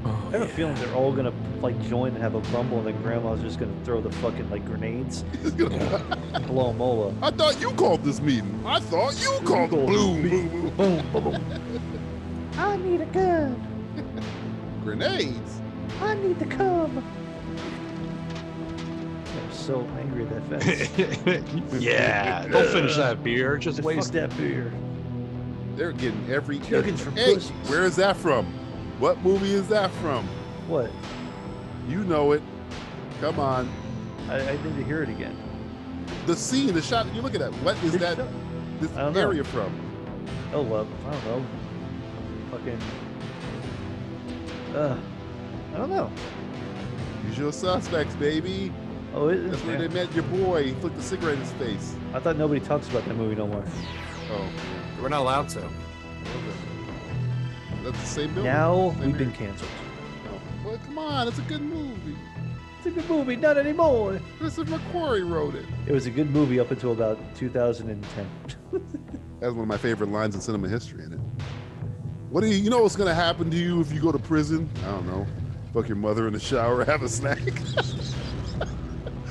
Speaker 7: Oh,
Speaker 6: I have a feeling they're all gonna like join and have a rumble, and then Grandma's just gonna throw the fucking like grenades
Speaker 5: It's gonna-
Speaker 6: and blow them all up.
Speaker 5: I thought you called this meeting. I thought you called the
Speaker 6: called
Speaker 5: bloom.
Speaker 6: Boom, boom, boom. I need a gun.
Speaker 5: Grenades?
Speaker 6: I need to come. I'm so angry at that fast.
Speaker 9: yeah, don't finish that beer. Just
Speaker 6: Fuck
Speaker 9: waste
Speaker 6: that beer.
Speaker 5: They're getting every
Speaker 6: Children's from
Speaker 5: Hey,
Speaker 6: pussies.
Speaker 5: where is that from? What movie is that from?
Speaker 6: What?
Speaker 5: You know it. Come on.
Speaker 6: I, I need to hear it again.
Speaker 5: The scene, the shot that you're looking at. What is that? This
Speaker 6: I don't know.
Speaker 5: area from?
Speaker 6: Oh well, I don't know. Fucking. Uh, I don't know.
Speaker 5: Usual suspects, baby.
Speaker 6: Oh, it is.
Speaker 5: That's where
Speaker 6: man.
Speaker 5: they met your boy. He flicked a cigarette in his face.
Speaker 6: I thought nobody talks about that movie no more.
Speaker 5: Oh,
Speaker 7: We're not allowed to.
Speaker 5: that's the same building.
Speaker 6: Now
Speaker 5: Same
Speaker 6: we've been
Speaker 5: area.
Speaker 6: canceled.
Speaker 5: Well, come on, it's a good movie.
Speaker 6: It's a good movie, not anymore.
Speaker 5: Christopher McQuarrie wrote it.
Speaker 6: It was a good movie up until about 2010.
Speaker 5: That's one of my favorite lines in cinema history in it. What do you, you know what's gonna happen to you if you go to prison? I don't know. Fuck your mother in the shower, have a snack.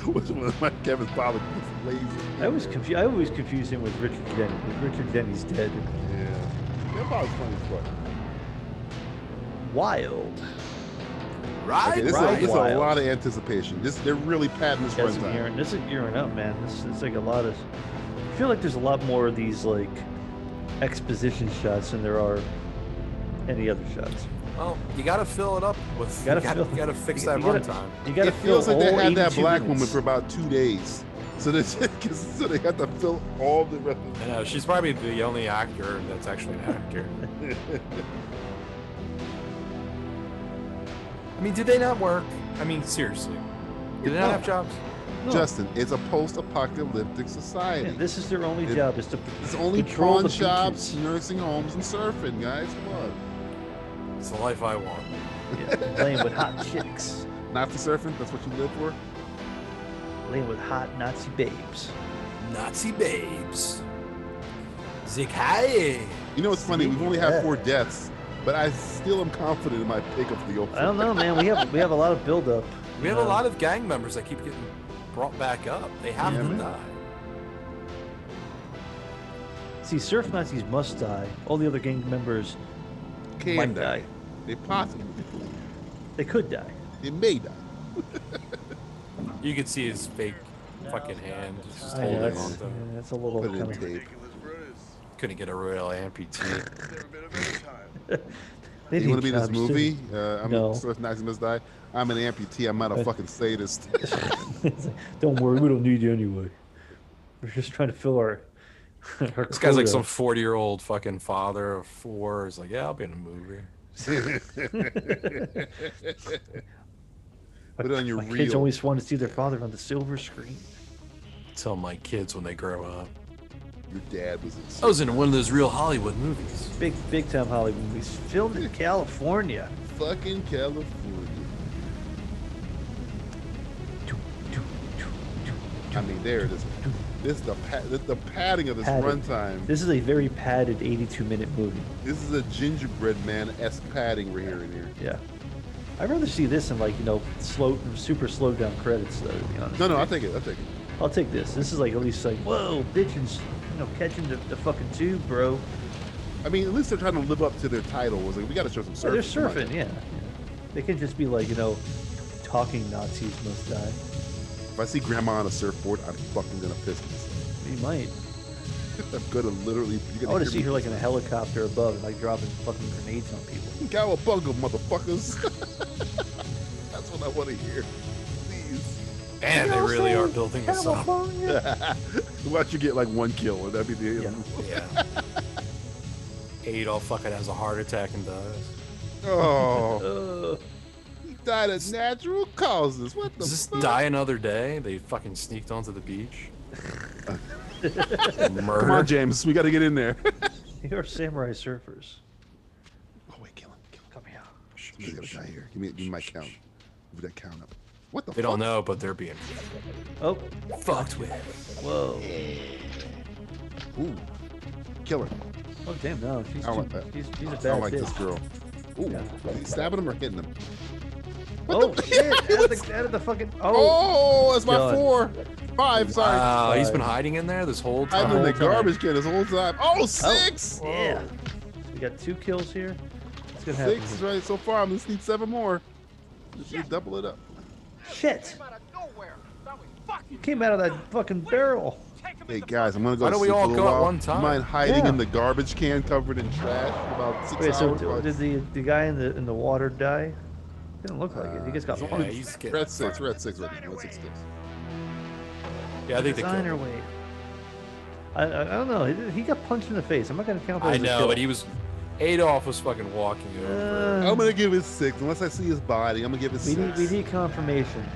Speaker 5: Which one of my Kevin Pollak lazy.
Speaker 6: I was confused. I always confuse him with Richard Denny. Richard Denny's dead.
Speaker 5: Yeah. Kevin Pollock's funny as fuck.
Speaker 6: Wild.
Speaker 7: Right?
Speaker 5: Okay, this, is
Speaker 6: right,
Speaker 5: a, this is a
Speaker 6: wild.
Speaker 5: lot of anticipation. This they're really padding this
Speaker 6: This is
Speaker 5: runtime.
Speaker 6: gearing. This is gearing up, man. This is like a lot of. I feel like there's a lot more of these like exposition shots than there are any other shots.
Speaker 7: Well, you gotta fill it up with.
Speaker 6: You
Speaker 7: You
Speaker 6: gotta
Speaker 7: gotta,
Speaker 6: fill-
Speaker 7: you gotta fix
Speaker 6: you
Speaker 7: that
Speaker 6: gotta-
Speaker 7: runtime.
Speaker 6: You gotta
Speaker 5: it feels
Speaker 6: fill
Speaker 5: like they
Speaker 6: all
Speaker 5: had that
Speaker 6: 82
Speaker 5: black
Speaker 6: minutes.
Speaker 5: woman for about two days. So they so they got to fill all the rest of
Speaker 7: I know, she's probably the only actor that's actually an actor. I mean, did they not work? I mean, seriously, did they not have jobs?
Speaker 6: No.
Speaker 5: Justin, it's a post-apocalyptic society.
Speaker 6: Yeah, this is their only
Speaker 5: It-
Speaker 6: job is to
Speaker 5: It's only
Speaker 6: patrol
Speaker 5: pawn
Speaker 6: the
Speaker 5: shops, nursing homes, and surfing, guys. Come on.
Speaker 7: It's the life I want.
Speaker 6: beaches. Yeah, playing with hot chicks,
Speaker 5: Not the surfing, that's what you live for?
Speaker 6: playing with hot Nazi babes.
Speaker 7: Nazi babes. Zikai.
Speaker 5: You know what's funny? We've only had four deaths, but I still am confident in my pick of the old.
Speaker 6: I don't know, man. We have we have a lot of buildup. Um,
Speaker 7: We have a lot of gang members that keep getting brought back up. They have
Speaker 5: Yeah,
Speaker 7: to
Speaker 5: man.
Speaker 7: die.
Speaker 6: See, surf Nazis must die. All the other gang members
Speaker 5: Can
Speaker 6: might
Speaker 5: die.
Speaker 6: die.
Speaker 5: They possibly,
Speaker 6: They could die.
Speaker 5: they may die.
Speaker 7: You could see his fake fucking hand just
Speaker 5: Oh,
Speaker 6: I know,
Speaker 7: holding
Speaker 6: that's,
Speaker 7: on to.
Speaker 6: yeah, that's a little.
Speaker 5: Put it in
Speaker 6: Kind
Speaker 5: tape.
Speaker 7: Couldn't get a royal amputee.
Speaker 6: they
Speaker 5: you
Speaker 6: need
Speaker 5: want to be in this
Speaker 6: jobs,
Speaker 5: movie?
Speaker 6: too.
Speaker 5: Uh, I'm
Speaker 6: No.
Speaker 5: so if Nazi must die. I'm an amputee. I'm not a fucking sadist.
Speaker 6: don't worry, we don't need you anyway. We're just trying to fill our. our
Speaker 7: This guy's like some
Speaker 6: quota.
Speaker 7: 40 year old fucking father of four. Is like, yeah, I'll be in a movie.
Speaker 5: Put it on your
Speaker 6: My kids
Speaker 5: reel.
Speaker 6: always want to see their father on the silver screen.
Speaker 7: Tell my kids when they grow up.
Speaker 5: Your dad was.
Speaker 7: I was in one of those real Hollywood movies.
Speaker 6: Big, big time Hollywood movies filmed in California.
Speaker 5: fucking California. I mean, there it is. This is the pa- the, the padding of this
Speaker 6: Padded.
Speaker 5: runtime. This-,
Speaker 6: This is a very padded 82 minute movie.
Speaker 5: is a gingerbread man esque padding we're hearing here.
Speaker 6: Yeah. I'd rather see this than like, you know, slow, super slowed down credits, though, to be honest.
Speaker 5: No, no, I'll take it. I'll take it.
Speaker 6: I'll take this. This is like at least like, whoa, bitchins, you know, catching the, the fucking tube, bro.
Speaker 5: I mean, at least they're trying to live up to their title. It was like we got to show some surfing.
Speaker 6: So they're
Speaker 5: Come on.
Speaker 6: surfing, yeah. yeah. They can just be like, you know, talking Nazis must die.
Speaker 5: If I see grandma on a surfboard, I'm fucking gonna piss myself.
Speaker 6: He might.
Speaker 5: I'm gonna literally. You're
Speaker 6: I
Speaker 5: gonna
Speaker 6: want
Speaker 5: hear
Speaker 6: to see
Speaker 5: me-
Speaker 6: her like in a helicopter above, like dropping fucking grenades on people.
Speaker 5: Cowabunga, motherfuckers. That's what I want to hear. Please.
Speaker 7: Man, they really are building this up.
Speaker 5: Watch you get like one kill, and that'd be the end.
Speaker 7: Yeah. Adolf fucking has a heart attack and dies.
Speaker 5: Oh,
Speaker 6: Uh,
Speaker 5: he died of natural causes. What the
Speaker 7: Does this
Speaker 5: fuck?
Speaker 7: die another day? They fucking sneaked onto the beach.
Speaker 5: Come on,
Speaker 7: Murder.
Speaker 5: James. We got to get in there.
Speaker 6: they are samurai surfers.
Speaker 5: oh wait, kill him. Kill him.
Speaker 6: Come here.
Speaker 5: He's gonna die here. Give me, give me my count. Give me that count up. What the?
Speaker 7: They
Speaker 5: fuck?
Speaker 7: don't know, but they're being
Speaker 6: Oh,
Speaker 7: fucked with.
Speaker 6: whoa.
Speaker 5: Ooh, kill her.
Speaker 6: Oh, damn, no. She's,
Speaker 5: I don't
Speaker 6: too-
Speaker 5: like that.
Speaker 6: she's, she's a
Speaker 5: I
Speaker 6: bad
Speaker 5: don't like
Speaker 6: bitch.
Speaker 5: this girl. Ooh, he's stabbing him or hitting him?
Speaker 6: Oh, shit. out, of the, out of the fucking. Oh,
Speaker 5: Oh, that's my
Speaker 6: God.
Speaker 5: four, five. Sorry.
Speaker 7: Wow, Oh, he's
Speaker 6: Sorry.
Speaker 7: been hiding in there this whole
Speaker 5: I've been in
Speaker 7: time.
Speaker 5: the
Speaker 6: whole time. Oh.
Speaker 5: garbage can this whole time. Oh, six.
Speaker 6: yeah. So we got two kills here. It's gonna happen.
Speaker 5: Six, right? So far, I'm gonna need seven more. Just need to double it up.
Speaker 6: Shit! You came out of that fucking barrel.
Speaker 5: Hey guys, I'm gonna go.
Speaker 6: Why
Speaker 5: to
Speaker 6: don't we
Speaker 5: sleep
Speaker 6: all
Speaker 5: a little
Speaker 6: go at
Speaker 5: while.
Speaker 6: one time?
Speaker 5: Mine hiding
Speaker 6: Yeah.
Speaker 5: in the garbage can covered in trash for about six
Speaker 6: Wait, so
Speaker 5: hours.
Speaker 6: d- did the the guy in the in the water die? Didn't look like it. He just got
Speaker 5: Uh, He's
Speaker 6: punched.
Speaker 5: only- We're at six. We're at six right now. We're at six. six.
Speaker 7: Yeah, I think they killed
Speaker 6: designer
Speaker 7: him.
Speaker 6: way. I, I I don't know. He, did- he got punched in the face. I'm not gonna count that.
Speaker 7: I
Speaker 6: as a
Speaker 7: know,
Speaker 6: kill.
Speaker 7: but he was. Adolf was fucking walking over.
Speaker 6: Uh.
Speaker 5: I'm gonna give it six. Unless I see his body, I'm gonna give it
Speaker 6: We
Speaker 5: six.
Speaker 6: need, we need confirmation.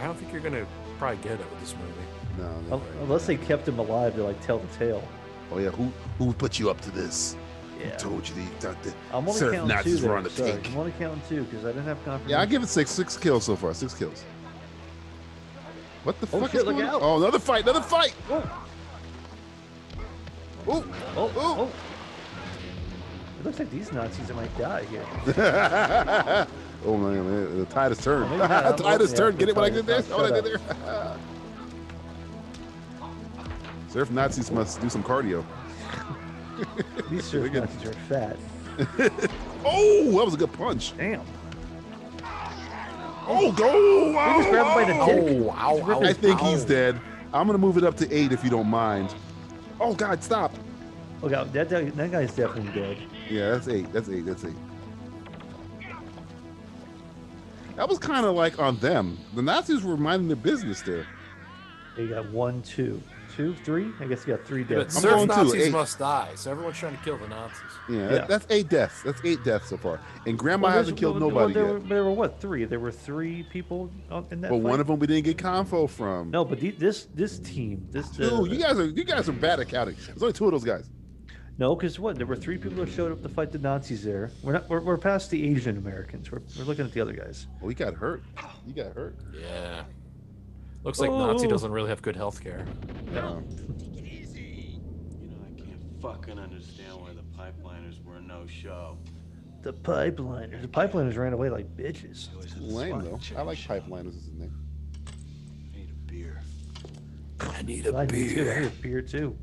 Speaker 7: I don't think you're gonna probably get it with this movie.
Speaker 5: No,
Speaker 6: Un- Uh, Unless they kept him alive to like tell the tale.
Speaker 5: Oh yeah, who who put you up to this?
Speaker 6: Yeah.
Speaker 5: Who told you the, the,
Speaker 6: I'm
Speaker 5: the
Speaker 6: only
Speaker 5: surf
Speaker 6: counting two.
Speaker 5: Nazis
Speaker 6: There.
Speaker 5: were on the
Speaker 6: Sorry.
Speaker 5: take?
Speaker 6: I'm only counting two because I didn't have confirmation.
Speaker 5: Yeah, I give it six. Six kills so far. Six kills. What the
Speaker 6: Oh,
Speaker 5: fuck
Speaker 6: shit,
Speaker 5: is
Speaker 6: look
Speaker 5: going on?
Speaker 6: out.
Speaker 5: Oh, another fight! Another fight! Oh,
Speaker 6: oh, oh! It looks like these Nazis might die here.
Speaker 5: oh man, man, the tide has turned.
Speaker 6: Maybe
Speaker 5: The
Speaker 6: not.
Speaker 5: tide has
Speaker 6: Yeah,
Speaker 5: turned. Get
Speaker 6: the
Speaker 5: it? What I
Speaker 6: tide
Speaker 5: did there?
Speaker 6: has
Speaker 5: What I
Speaker 6: turned.
Speaker 5: did there? Surf Nazis must do some cardio.
Speaker 6: These surf Nazis are fat.
Speaker 5: oh, that was a good punch.
Speaker 6: Damn.
Speaker 5: Oh, go! Wow,
Speaker 6: just grabbed him by the
Speaker 7: Oh,
Speaker 6: dick.
Speaker 5: Ow, ow,
Speaker 6: Just ripped
Speaker 5: I
Speaker 6: his-
Speaker 5: think he's
Speaker 6: ow.
Speaker 5: dead. I'm gonna move it up to eight if you don't mind. Oh God, stop!
Speaker 6: Oh god, that, that that guy's definitely dead.
Speaker 5: Yeah, that's eight. That's eight. That's eight. That was kind of like on them. The Nazis were minding their business there.
Speaker 6: He got one, two, two, three. I guess he got three
Speaker 7: But
Speaker 6: dead. Oh,
Speaker 7: surf Nazis
Speaker 5: eight.
Speaker 7: must die, so everyone's trying to kill the Nazis.
Speaker 5: Yeah, that- that's eight deaths. That's eight deaths so far. And Grandma hasn't killed nobody
Speaker 6: there
Speaker 5: yet.
Speaker 6: Were, there were what three? There were three people on- in that.
Speaker 5: but one
Speaker 6: fight?
Speaker 5: of them we didn't get confo from.
Speaker 6: No, but the, this this team, this
Speaker 5: Dude, you guys are you guys are bad at counting. There's only two of those guys.
Speaker 6: No, because what? There were three people that showed up to fight the Nazis. There, we're not. We're, we're past the Asian Americans. We're, we're looking at the other guys.
Speaker 5: Well, Oh, he got hurt. He got hurt.
Speaker 7: Yeah. Looks like Nazi
Speaker 6: Oh.
Speaker 7: doesn't really have good health care.
Speaker 6: No.
Speaker 14: Fucking understand why the pipeliners were a no-show.
Speaker 6: The pipeliners. The pipeliners ran away like bitches.
Speaker 5: Lame though. I like pipeliners as a name.
Speaker 7: I need
Speaker 6: I do too. I need a beer too.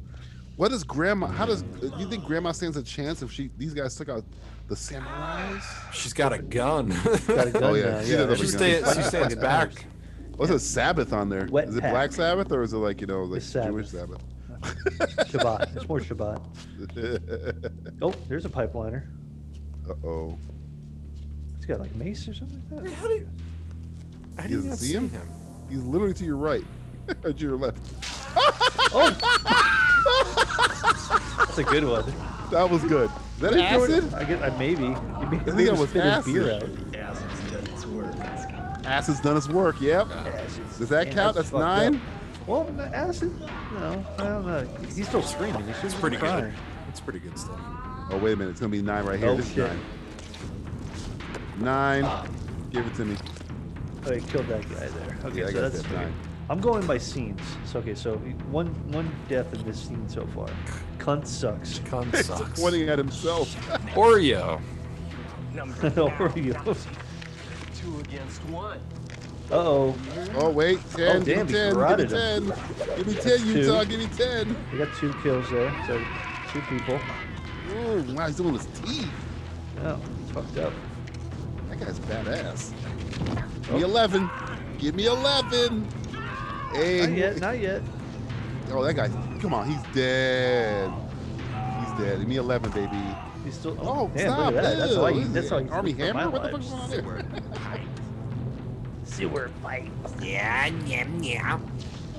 Speaker 5: What does Grandma? How does do you think Grandma stands a chance if she these guys took out the samurais?
Speaker 7: She's got a gun.
Speaker 6: Got a gun
Speaker 5: oh yeah,
Speaker 6: now,
Speaker 5: she, does
Speaker 6: yeah.
Speaker 5: have a
Speaker 6: She
Speaker 5: gun.
Speaker 6: stay- she stays
Speaker 5: Fucking
Speaker 6: back.
Speaker 5: Irish. What's a Sabbath on there? Is
Speaker 6: Wet
Speaker 5: it
Speaker 6: pack.
Speaker 5: Black Sabbath or is it like you know like Jewish Sabbath?
Speaker 6: Shabbat. It's more Shabbat. Oh, there's a pipeliner.
Speaker 5: uh oh.
Speaker 6: He's got like mace or something like that.
Speaker 7: How do you,
Speaker 5: He doesn't see him? He's literally to your right. or to your left.
Speaker 6: That's a good one.
Speaker 5: That was good. Is that acid?
Speaker 6: I guess uh, maybe. I
Speaker 5: I think that was acid.
Speaker 14: Acid's done its work.
Speaker 5: Acid's done its work, yep. Does that count? That's nine?
Speaker 6: Well, the acid. No, I don't know. He's still screaming. It's
Speaker 7: pretty good.
Speaker 6: crying.
Speaker 7: It's pretty good stuff.
Speaker 5: Oh, wait a minute. It's going to be nine right here.
Speaker 6: Oh,
Speaker 5: this is
Speaker 6: shit.
Speaker 5: nine. Nine. Give it to me.
Speaker 6: Oh, he killed that guy there. Okay,
Speaker 5: Yeah, I
Speaker 6: so
Speaker 5: got
Speaker 6: that's
Speaker 5: that
Speaker 6: fair.
Speaker 5: nine.
Speaker 6: I'm going by scenes. So okay, so one one death in this scene so far. Cunt sucks.
Speaker 7: Cunt
Speaker 5: He's pointing at himself.
Speaker 7: Oreo.
Speaker 6: Number Oreo.
Speaker 15: Two against one.
Speaker 6: Uh oh.
Speaker 5: Oh, wait. Ten.
Speaker 6: damn,
Speaker 5: give
Speaker 6: he
Speaker 5: me ten. Give
Speaker 6: garroted
Speaker 5: me ten.
Speaker 6: him.
Speaker 5: Give me
Speaker 6: That's
Speaker 5: ten,
Speaker 6: two.
Speaker 5: Utah. Give me ten.
Speaker 6: We got two kills there. So two people.
Speaker 5: Ooh, wow, he's doing his teeth.
Speaker 6: Oh, it's fucked up.
Speaker 5: That guy's badass. Give
Speaker 6: Oh.
Speaker 5: me 11. Give me 11. Hey.
Speaker 6: Not yet. Not yet.
Speaker 5: Oh, that guy. Come on, he's dead. He's dead. Give me 11, baby.
Speaker 6: He's still.
Speaker 5: Oh,
Speaker 6: man,
Speaker 5: stop.
Speaker 6: Look at that. That's
Speaker 5: Ew,
Speaker 6: all. You,
Speaker 5: this is
Speaker 6: that's all.
Speaker 5: an
Speaker 6: You
Speaker 5: Army
Speaker 6: did for my
Speaker 5: Hammer? What the
Speaker 6: lives.
Speaker 5: fuck's going on there?
Speaker 6: Sewer fight.
Speaker 3: Yeah, yeah, yeah.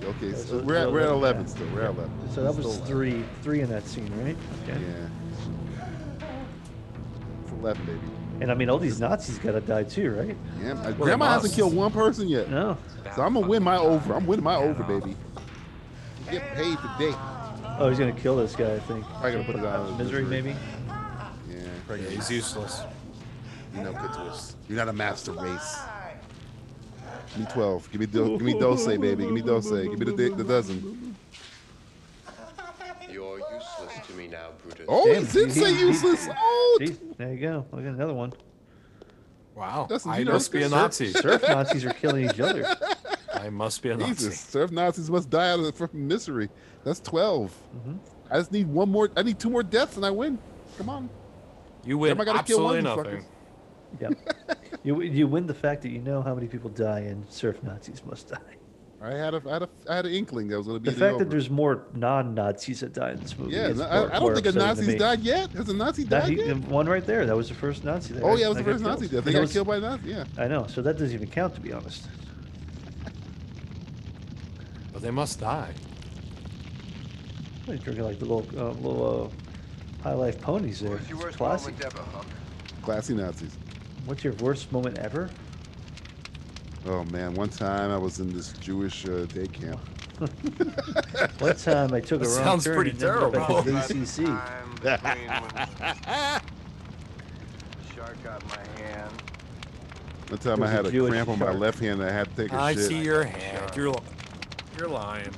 Speaker 5: Okay,
Speaker 6: That's
Speaker 5: so
Speaker 6: what-
Speaker 5: we're at,
Speaker 6: so
Speaker 5: we're at
Speaker 6: that-
Speaker 5: 11
Speaker 6: yeah.
Speaker 5: still. We're at 11.
Speaker 6: So that was
Speaker 5: Still
Speaker 6: three, three in that scene, right? Okay.
Speaker 5: 11. Yeah. It's 11, baby.
Speaker 6: And I mean, all these Nazis gotta die too, right?
Speaker 5: Yeah, my grandma hasn't killed one person yet.
Speaker 6: No.
Speaker 5: So I'm gonna win my over. I'm winning my over, baby. Get paid today.
Speaker 6: Oh, he's gonna kill this guy, I think.
Speaker 5: I gotta put it on
Speaker 6: Misery, maybe.
Speaker 5: Yeah,
Speaker 7: Yeah,
Speaker 5: pregnant.
Speaker 7: he's useless.
Speaker 5: You're no good to us. You're not a master race. Give me 12. Give me do- give me dose, baby. Give me dose. Give me the, da- the dozen.
Speaker 16: You're useless to me now, Brutus.
Speaker 5: Oh, he
Speaker 6: Damn,
Speaker 5: did
Speaker 6: he-
Speaker 5: say
Speaker 6: he-
Speaker 5: useless. Oh,
Speaker 6: See, there you go. Look at another one.
Speaker 7: Wow.
Speaker 5: That's-
Speaker 7: I
Speaker 5: you know,
Speaker 7: must be a
Speaker 5: surf-
Speaker 7: Nazi.
Speaker 6: Surf Nazis are killing each other.
Speaker 7: I must be a Nazi.
Speaker 5: Jesus. Surf Nazis must die
Speaker 6: Mm-hmm.
Speaker 5: out of from misery. That's 12. I just need one more. I need two more deaths and I win. Come on.
Speaker 7: You win
Speaker 5: Am I gonna kill
Speaker 7: absolutely
Speaker 5: one, you
Speaker 7: nothing.
Speaker 6: Yeah. you you win the fact that you know how many people die and surf Nazis must die.
Speaker 5: I had a, I had a, I had an inkling that was going to be
Speaker 6: The
Speaker 5: the
Speaker 6: fact
Speaker 5: over.
Speaker 6: that there's more non-Nazis that die in this movie.
Speaker 5: Yeah,
Speaker 6: is
Speaker 5: no, I-
Speaker 6: more-
Speaker 5: I don't
Speaker 6: more
Speaker 5: think a
Speaker 6: upsetting to
Speaker 5: Nazi's
Speaker 6: me.
Speaker 5: died yet. Has a Nazi
Speaker 6: That
Speaker 5: died
Speaker 6: he-
Speaker 5: yet?
Speaker 6: the One right there. That was the first Nazi. That
Speaker 5: Oh
Speaker 6: I-
Speaker 5: yeah, it was
Speaker 6: I
Speaker 5: the
Speaker 6: got
Speaker 5: first Nazi death.
Speaker 6: killed.
Speaker 5: They
Speaker 6: And
Speaker 5: got
Speaker 6: that was-
Speaker 5: killed by Nazi. Yeah.
Speaker 6: I know. So that doesn't even count, to be honest.
Speaker 7: But they must die.
Speaker 6: They're drinking like the little uh, little uh, high life ponies there.
Speaker 17: Your
Speaker 6: It's
Speaker 17: worst
Speaker 6: classy.
Speaker 17: moment ever, Hunk.
Speaker 5: Classy Nazis.
Speaker 6: What's your worst moment ever?
Speaker 5: Oh man, one time I was in this Jewish uh, day camp.
Speaker 6: One time I took a wrong turn and ended up at the ACC.
Speaker 17: Shark got my hand.
Speaker 5: One time I
Speaker 6: There's a
Speaker 5: had a
Speaker 6: Jewish
Speaker 5: cramp on my
Speaker 6: shark.
Speaker 5: left hand and I had to take a
Speaker 7: I
Speaker 5: shit.
Speaker 7: see your hand. You're, li- you're lying.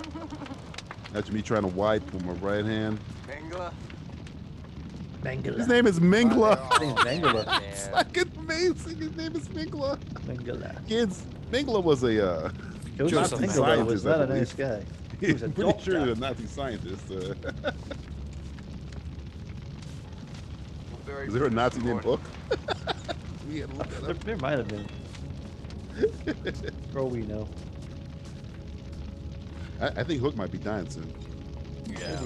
Speaker 5: That's me trying to wipe with my right hand.
Speaker 17: Mengla?
Speaker 6: Mangala.
Speaker 5: His name is Mingla.
Speaker 6: His name's
Speaker 15: Oh,
Speaker 6: Mangala.
Speaker 5: it's like amazing. His name is Mingla.
Speaker 6: Mangala.
Speaker 5: Kids, Mingla was a uh,
Speaker 6: It was
Speaker 5: Nazi
Speaker 6: a Mangala,
Speaker 5: scientist.
Speaker 6: was
Speaker 5: I
Speaker 6: not a
Speaker 5: believe.
Speaker 6: nice guy. He was a
Speaker 5: I'm pretty
Speaker 6: dope
Speaker 5: sure he was a
Speaker 6: duck.
Speaker 5: Nazi scientist. Uh,
Speaker 17: Very
Speaker 5: is there a Nazi named Book?
Speaker 17: We had a look
Speaker 6: There, there might have been. For all we know.
Speaker 5: I, I think Hook might be dying soon.
Speaker 7: Yeah.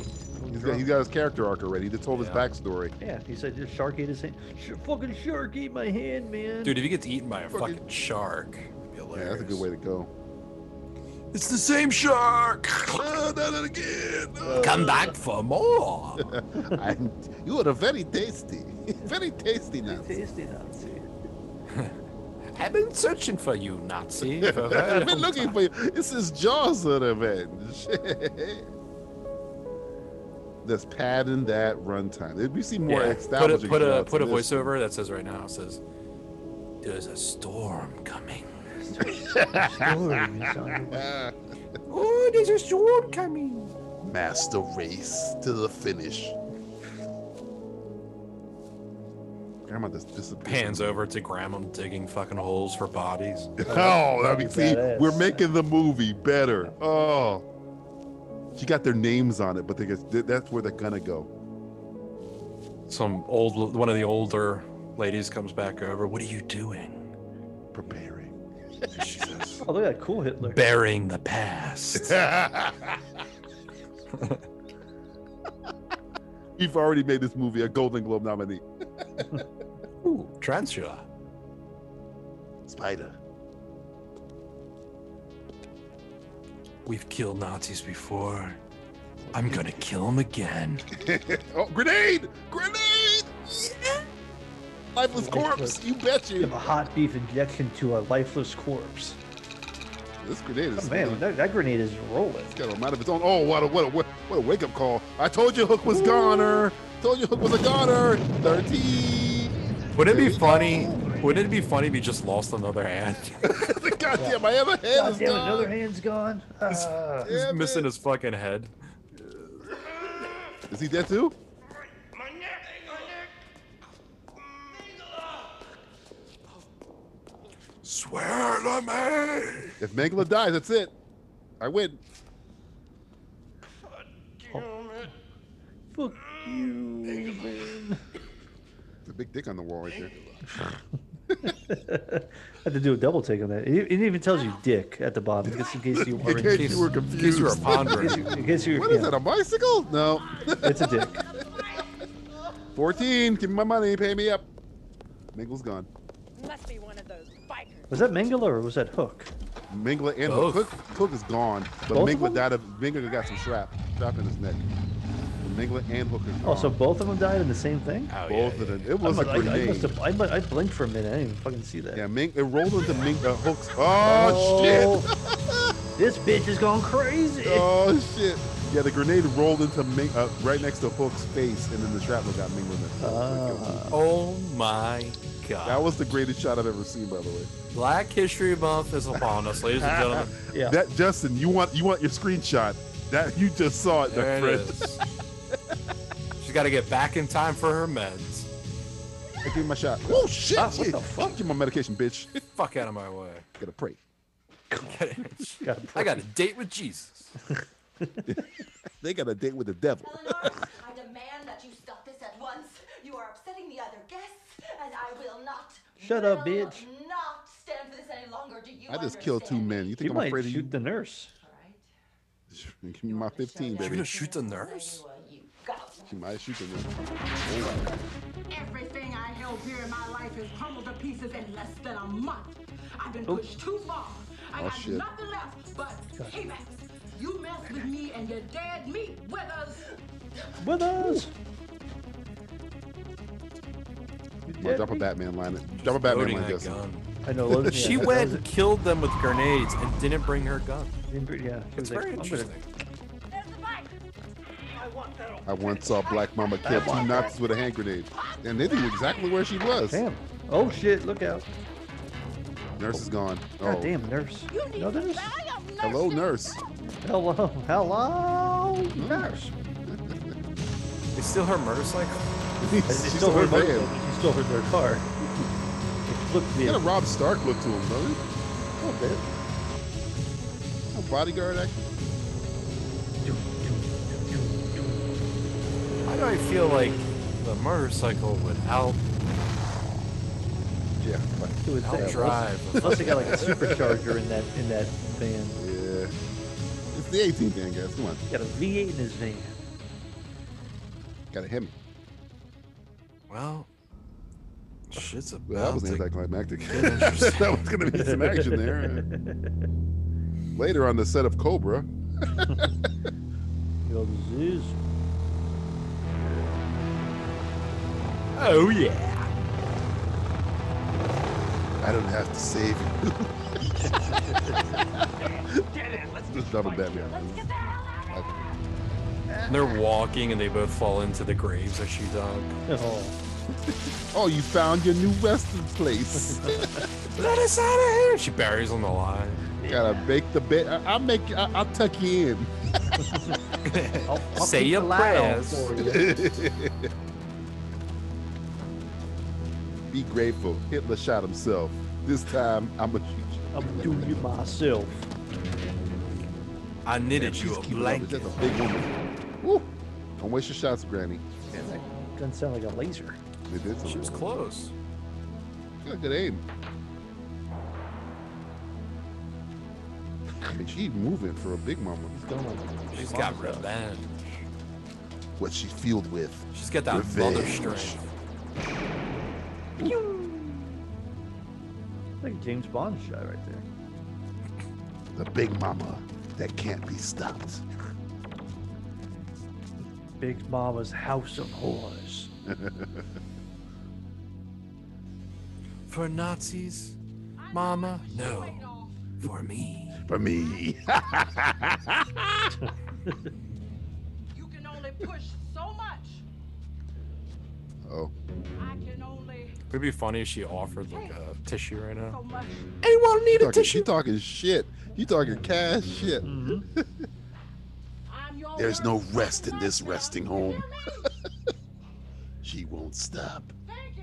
Speaker 5: He's got, he's got his character arc already. He told his
Speaker 7: Yeah.
Speaker 5: backstory.
Speaker 6: Yeah, he said, "Just shark ate his hand. Sh- fucking shark ate my hand, man.
Speaker 7: Dude, if you get eaten by a
Speaker 6: Fucking-
Speaker 7: fucking shark, it'd be
Speaker 5: Yeah, that's
Speaker 7: hilarious.
Speaker 5: a good way to go.
Speaker 7: It's the same shark.
Speaker 5: Ah,
Speaker 7: done it again.
Speaker 5: Uh.
Speaker 7: Come back for more.
Speaker 5: I'm, you are a very tasty, very tasty Nazi.
Speaker 6: Tasty Nazi.
Speaker 7: I've been searching for you, Nazi. for a very
Speaker 5: I've been
Speaker 7: long
Speaker 5: looking for you. This is Jaws of Revenge. That's padding that runtime. If we see more
Speaker 7: Yeah, put a
Speaker 5: establishing
Speaker 7: put a
Speaker 5: shots
Speaker 7: put a
Speaker 5: in this,
Speaker 7: voiceover that says right now it says there's a storm coming.
Speaker 5: Ah.
Speaker 18: Oh, there's a sword coming.
Speaker 5: Master race to the finish. Grandma just disappeared.
Speaker 7: Pans over to Grandma digging fucking holes for bodies.
Speaker 5: Oh, I mean, see,
Speaker 6: Badass.
Speaker 5: we're making the movie better. Oh, she got their names on it, but they guess that's where they're gonna go.
Speaker 7: Some old one of the older ladies comes back over. What are you doing?
Speaker 5: Preparing.
Speaker 7: She says,
Speaker 6: Oh, look at that cool Hitler.
Speaker 7: burying the past.
Speaker 5: We've already made this movie a Golden Globe nominee.
Speaker 7: Ooh, Tarantula.
Speaker 5: Spider.
Speaker 7: We've killed Nazis before. I'm gonna kill them again.
Speaker 5: oh, grenade! Grenade! Lifeless corpse. You bet you.
Speaker 6: Give a hot beef injection to a lifeless corpse.
Speaker 5: This grenade is
Speaker 6: Oh, man, that, that grenade is rolling.
Speaker 5: It's got a mind of its own. Oh, what a what a what a wake up call! I told you Hook was goner. Told you Hook was a goner. Thirteen.
Speaker 7: Wouldn't it be funny? Wouldn't it be funny if you just lost another hand?
Speaker 5: Goddamn, my other hand
Speaker 6: God
Speaker 5: is
Speaker 6: damn it,
Speaker 5: gone.
Speaker 6: another hand's gone. Ah.
Speaker 7: He's missing his fucking head.
Speaker 5: Is he dead too?
Speaker 7: Swear to me.
Speaker 5: If Mangala dies, that's it. I win.
Speaker 6: Fuck you, man.
Speaker 5: There's a big dick on the wall right there.
Speaker 6: had to do a double take on that. It, it even tells you "dick" at the bottom, just in case you were
Speaker 5: In case you were
Speaker 7: In case
Speaker 5: confused.
Speaker 7: you were pondering.
Speaker 6: In case you were,
Speaker 5: What is that? A bicycle? No.
Speaker 6: It's a dick.
Speaker 5: Fourteen. Give me my money. Pay me up. Mangala's gone.
Speaker 11: Must be one of those bikers.
Speaker 6: Was that Mangala or was that Hook?
Speaker 5: Mingla and
Speaker 6: Both.
Speaker 5: Cook Cook is gone, but
Speaker 6: Both of
Speaker 5: Mingla
Speaker 6: them?
Speaker 5: died of Mingla got some strap strap in his neck. Mingla and Hook is gone.
Speaker 6: Oh, so both of them died in the same thing?
Speaker 7: Oh, yeah,
Speaker 5: both
Speaker 7: yeah.
Speaker 5: of them. It was
Speaker 6: I'm
Speaker 5: a
Speaker 6: like, I, I must
Speaker 5: grenade.
Speaker 6: have. I, mu- I blinked for a minute. I didn't even fucking see that.
Speaker 5: yeah, Ming. It rolled into Mingla Hook's. Oh, shit!
Speaker 6: this bitch is going crazy.
Speaker 5: Oh shit! Yeah, the grenade rolled into Ming uh, right next to Hook's face, and then the shrapnel got Mingla. in the face.
Speaker 7: Oh my god.
Speaker 5: That was the greatest shot I've ever seen, by the way.
Speaker 7: Black History Month is upon us, ladies and gentlemen.
Speaker 6: Yeah.
Speaker 5: That Justin, you want you want your screenshot? That you just saw it,
Speaker 7: There
Speaker 5: my
Speaker 7: it
Speaker 5: friend.
Speaker 7: is. She's got to get back in time for her meds.
Speaker 5: Give me my shot. Oh shit!
Speaker 6: Ah, what the fuck?
Speaker 5: Give me my medication, bitch.
Speaker 7: Fuck out of my way.
Speaker 5: Gotta pray.
Speaker 6: Gotta
Speaker 7: I
Speaker 6: pray.
Speaker 7: got a date with Jesus.
Speaker 5: They got a date with the devil.
Speaker 11: I demand that you stop this at once. You
Speaker 19: not.
Speaker 6: Shut up, bitch.
Speaker 19: Will not stand for this any longer. Do you?
Speaker 5: I just killed two men. You think
Speaker 6: You
Speaker 5: I'm
Speaker 6: might
Speaker 5: afraid of
Speaker 6: shoot
Speaker 5: you?
Speaker 6: the nurse.
Speaker 5: Give me my 15, baby.
Speaker 7: gonna shoot the nurse?
Speaker 5: She might shoot the nurse.
Speaker 20: Everything I held dear in my life has crumbled to pieces in less than a month. I've been
Speaker 5: Oh.
Speaker 20: pushed too far. I
Speaker 5: Oh,
Speaker 20: got
Speaker 5: shit.
Speaker 20: nothing left but
Speaker 5: God.
Speaker 20: paybacks. You messed with me and your dead meat withers.
Speaker 6: With us.
Speaker 5: Come on, drop a Batman line. Drop a Batman
Speaker 7: loading
Speaker 5: line,
Speaker 7: that
Speaker 5: Justin.
Speaker 7: gun.
Speaker 6: I know, loading
Speaker 7: She
Speaker 6: that-
Speaker 7: went and killed them with grenades and didn't bring her gun.
Speaker 6: Yeah,
Speaker 7: it's
Speaker 6: like,
Speaker 7: very
Speaker 6: "I'm gonna-
Speaker 7: interesting.
Speaker 5: I once saw Black Mama kill two Nazis with a hand grenade, and they knew exactly where she was.
Speaker 6: Damn. Oh shit! Look out.
Speaker 5: Nurse is gone.
Speaker 6: God
Speaker 5: oh.
Speaker 6: damn, nurse. No, nurse.
Speaker 5: Hello, nurse.
Speaker 6: Hello, hello,
Speaker 5: Hmm.
Speaker 6: nurse.
Speaker 7: It's still her motorcycle.
Speaker 6: It's still her motorcycle. She stole her their car. Look,
Speaker 5: Get a Rob Stark look to him, brother. Oh, bit. A bodyguard action.
Speaker 7: Why do I feel like the motorcycle would out
Speaker 5: Yeah.
Speaker 6: It would
Speaker 7: I'll
Speaker 6: think-
Speaker 7: drive.
Speaker 6: Unless they got like a supercharger in that in that van.
Speaker 5: Yeah. It's the 18 van, guys. Come on.
Speaker 6: Got a V8 in his van.
Speaker 5: Gotta hit me.
Speaker 7: Well, shit's about
Speaker 5: Well, that was
Speaker 7: to
Speaker 5: anticlimactic.
Speaker 7: get interesting.
Speaker 5: that was gonna be some action there. Later on the set of Cobra.
Speaker 6: Yo, disease.
Speaker 5: Oh yeah. I don't have to save you. Just drop a Batman.
Speaker 7: And they're walking and they both fall into the graves that she dug.
Speaker 5: Oh, you found your new resting place.
Speaker 7: Let us out of here! She buries them alive.
Speaker 5: Gotta make the bed. I- I'll make. I- I'll tuck you in.
Speaker 6: I'll
Speaker 7: Say
Speaker 6: keep
Speaker 7: your
Speaker 6: the light on
Speaker 7: prayers.
Speaker 6: for
Speaker 5: Be grateful. Hitler shot himself. This time, I'm gonna shoot you.
Speaker 6: I'm gonna do you myself.
Speaker 7: I knitted
Speaker 5: She's
Speaker 7: you a
Speaker 5: keeping up with-
Speaker 7: blanket.
Speaker 5: That's a big woman. Woo. Don't waste your shots, Granny.
Speaker 6: Man, that gun sound like a laser.
Speaker 5: They did
Speaker 7: She was close.
Speaker 5: Got a good aim. I mean, she's moving for a big mama.
Speaker 7: She's got revenge.
Speaker 5: What she's fueled with.
Speaker 7: She's got that
Speaker 5: Revenge.
Speaker 7: mother strength.
Speaker 6: Like a James Bond shot right there.
Speaker 5: The big mama that can't be stopped.
Speaker 6: Big Mama's House of Horrors.
Speaker 7: For Nazis, Mama, no. For me.
Speaker 5: For me.
Speaker 20: You can only push so much.
Speaker 5: Oh.
Speaker 20: I can only
Speaker 7: It'd be funny if she offered like a tissue right
Speaker 20: so
Speaker 7: now.
Speaker 20: much.
Speaker 5: Anyone need a tissue? Mm-hmm. You talking shit. You talking cash shit.
Speaker 20: I'm your
Speaker 5: There's no rest in this resting home. she won't stop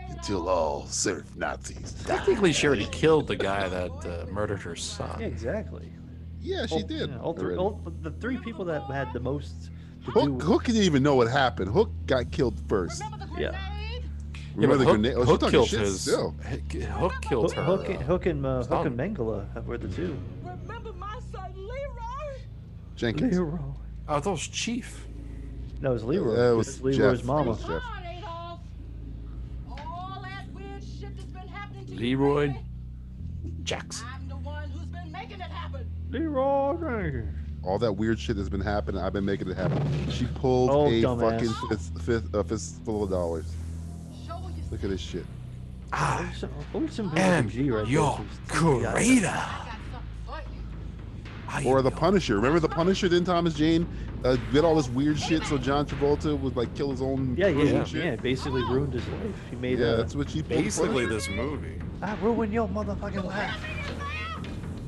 Speaker 5: until all serf Nazis die.
Speaker 7: Technically, she already killed the guy that uh, murdered her son.
Speaker 6: Yeah, exactly.
Speaker 5: Yeah, she
Speaker 6: All-
Speaker 5: did.
Speaker 6: Oh, yeah, all three,
Speaker 5: already.
Speaker 6: all, the three people that had the most to do
Speaker 5: Hook,
Speaker 6: with
Speaker 5: Hook didn't even know what happened. Hook got killed first.
Speaker 6: yeah.
Speaker 5: Remember the
Speaker 7: Hook,
Speaker 5: grenade? Oh, she
Speaker 7: Hook
Speaker 5: talking
Speaker 7: killed
Speaker 5: shit
Speaker 7: his.
Speaker 5: still.
Speaker 7: Hook, Hook
Speaker 6: Hook,
Speaker 7: killed her.
Speaker 6: Hook, and- Hook and uh, Hook
Speaker 7: son.
Speaker 6: and Mangala were the two.
Speaker 20: Remember my son Leroy?
Speaker 5: Jenkins.
Speaker 6: Leroy.
Speaker 7: Oh, I thought it was Chief.
Speaker 6: No, it was Leroy.
Speaker 5: That
Speaker 6: It
Speaker 5: was
Speaker 6: was Leroy's
Speaker 5: Jeff.
Speaker 6: mama.
Speaker 5: That was Jeff.
Speaker 20: Come on, Adolf. All that weird shit that's been happening to you
Speaker 7: Leroy
Speaker 20: lately,
Speaker 7: Jackson.
Speaker 20: I'm the one who's been making it happen.
Speaker 6: Leroy.
Speaker 5: All that weird shit that's been happening, I've been making it happen. She pulled
Speaker 6: Oh,
Speaker 5: a
Speaker 6: dumbass.
Speaker 5: fucking fist, fist, a fistful of dollars.
Speaker 20: Show you.
Speaker 5: Look at this shit.
Speaker 7: I
Speaker 6: Always some
Speaker 7: am
Speaker 6: G right there,
Speaker 7: your
Speaker 6: she's-
Speaker 7: creator. I
Speaker 5: Or the Punisher. Remember the Punisher? Then Thomas Jane uh, did all this weird shit, so John Travolta would like kill his own.
Speaker 6: Yeah, yeah,
Speaker 5: crew
Speaker 6: yeah.
Speaker 5: and shit.
Speaker 6: yeah it basically ruined his life. He
Speaker 5: Yeah,
Speaker 6: made. uh,
Speaker 5: that's what she pulled.
Speaker 7: Basically,
Speaker 5: Punisher.
Speaker 7: this movie.
Speaker 6: I ruined your motherfucking life.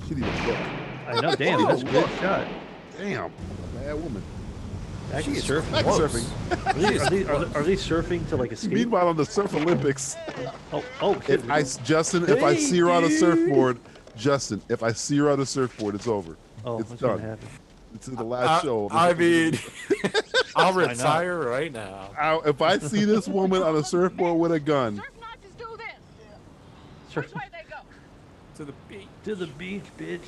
Speaker 5: She didn't even look.
Speaker 6: I know. Damn,
Speaker 5: She
Speaker 6: that's a
Speaker 5: didn't
Speaker 6: good
Speaker 5: look.
Speaker 6: shot.
Speaker 5: Damn, bad woman.
Speaker 6: Back
Speaker 5: She is
Speaker 6: surfing.
Speaker 5: back
Speaker 6: Whoa.
Speaker 5: surfing.
Speaker 6: Are they, are, they, are, they, are they surfing to like escape?
Speaker 5: Meanwhile, on the Surf Olympics,
Speaker 6: Oh, oh, shit.
Speaker 5: if I Justin, if I
Speaker 6: Hey,
Speaker 5: see her on a
Speaker 6: dude.
Speaker 5: surfboard, Justin, if I see her on a surfboard, it's over.
Speaker 6: Oh,
Speaker 5: it's
Speaker 6: what's gonna
Speaker 5: done.
Speaker 6: happen?
Speaker 5: It's the last show.
Speaker 7: Uh, I mean, I'll
Speaker 6: not?
Speaker 7: retire right now.
Speaker 5: I- if I see this woman on a surfboard with a gun,
Speaker 6: Sure.
Speaker 11: Which way they go?
Speaker 7: To the beach.
Speaker 6: To the beach, bitch.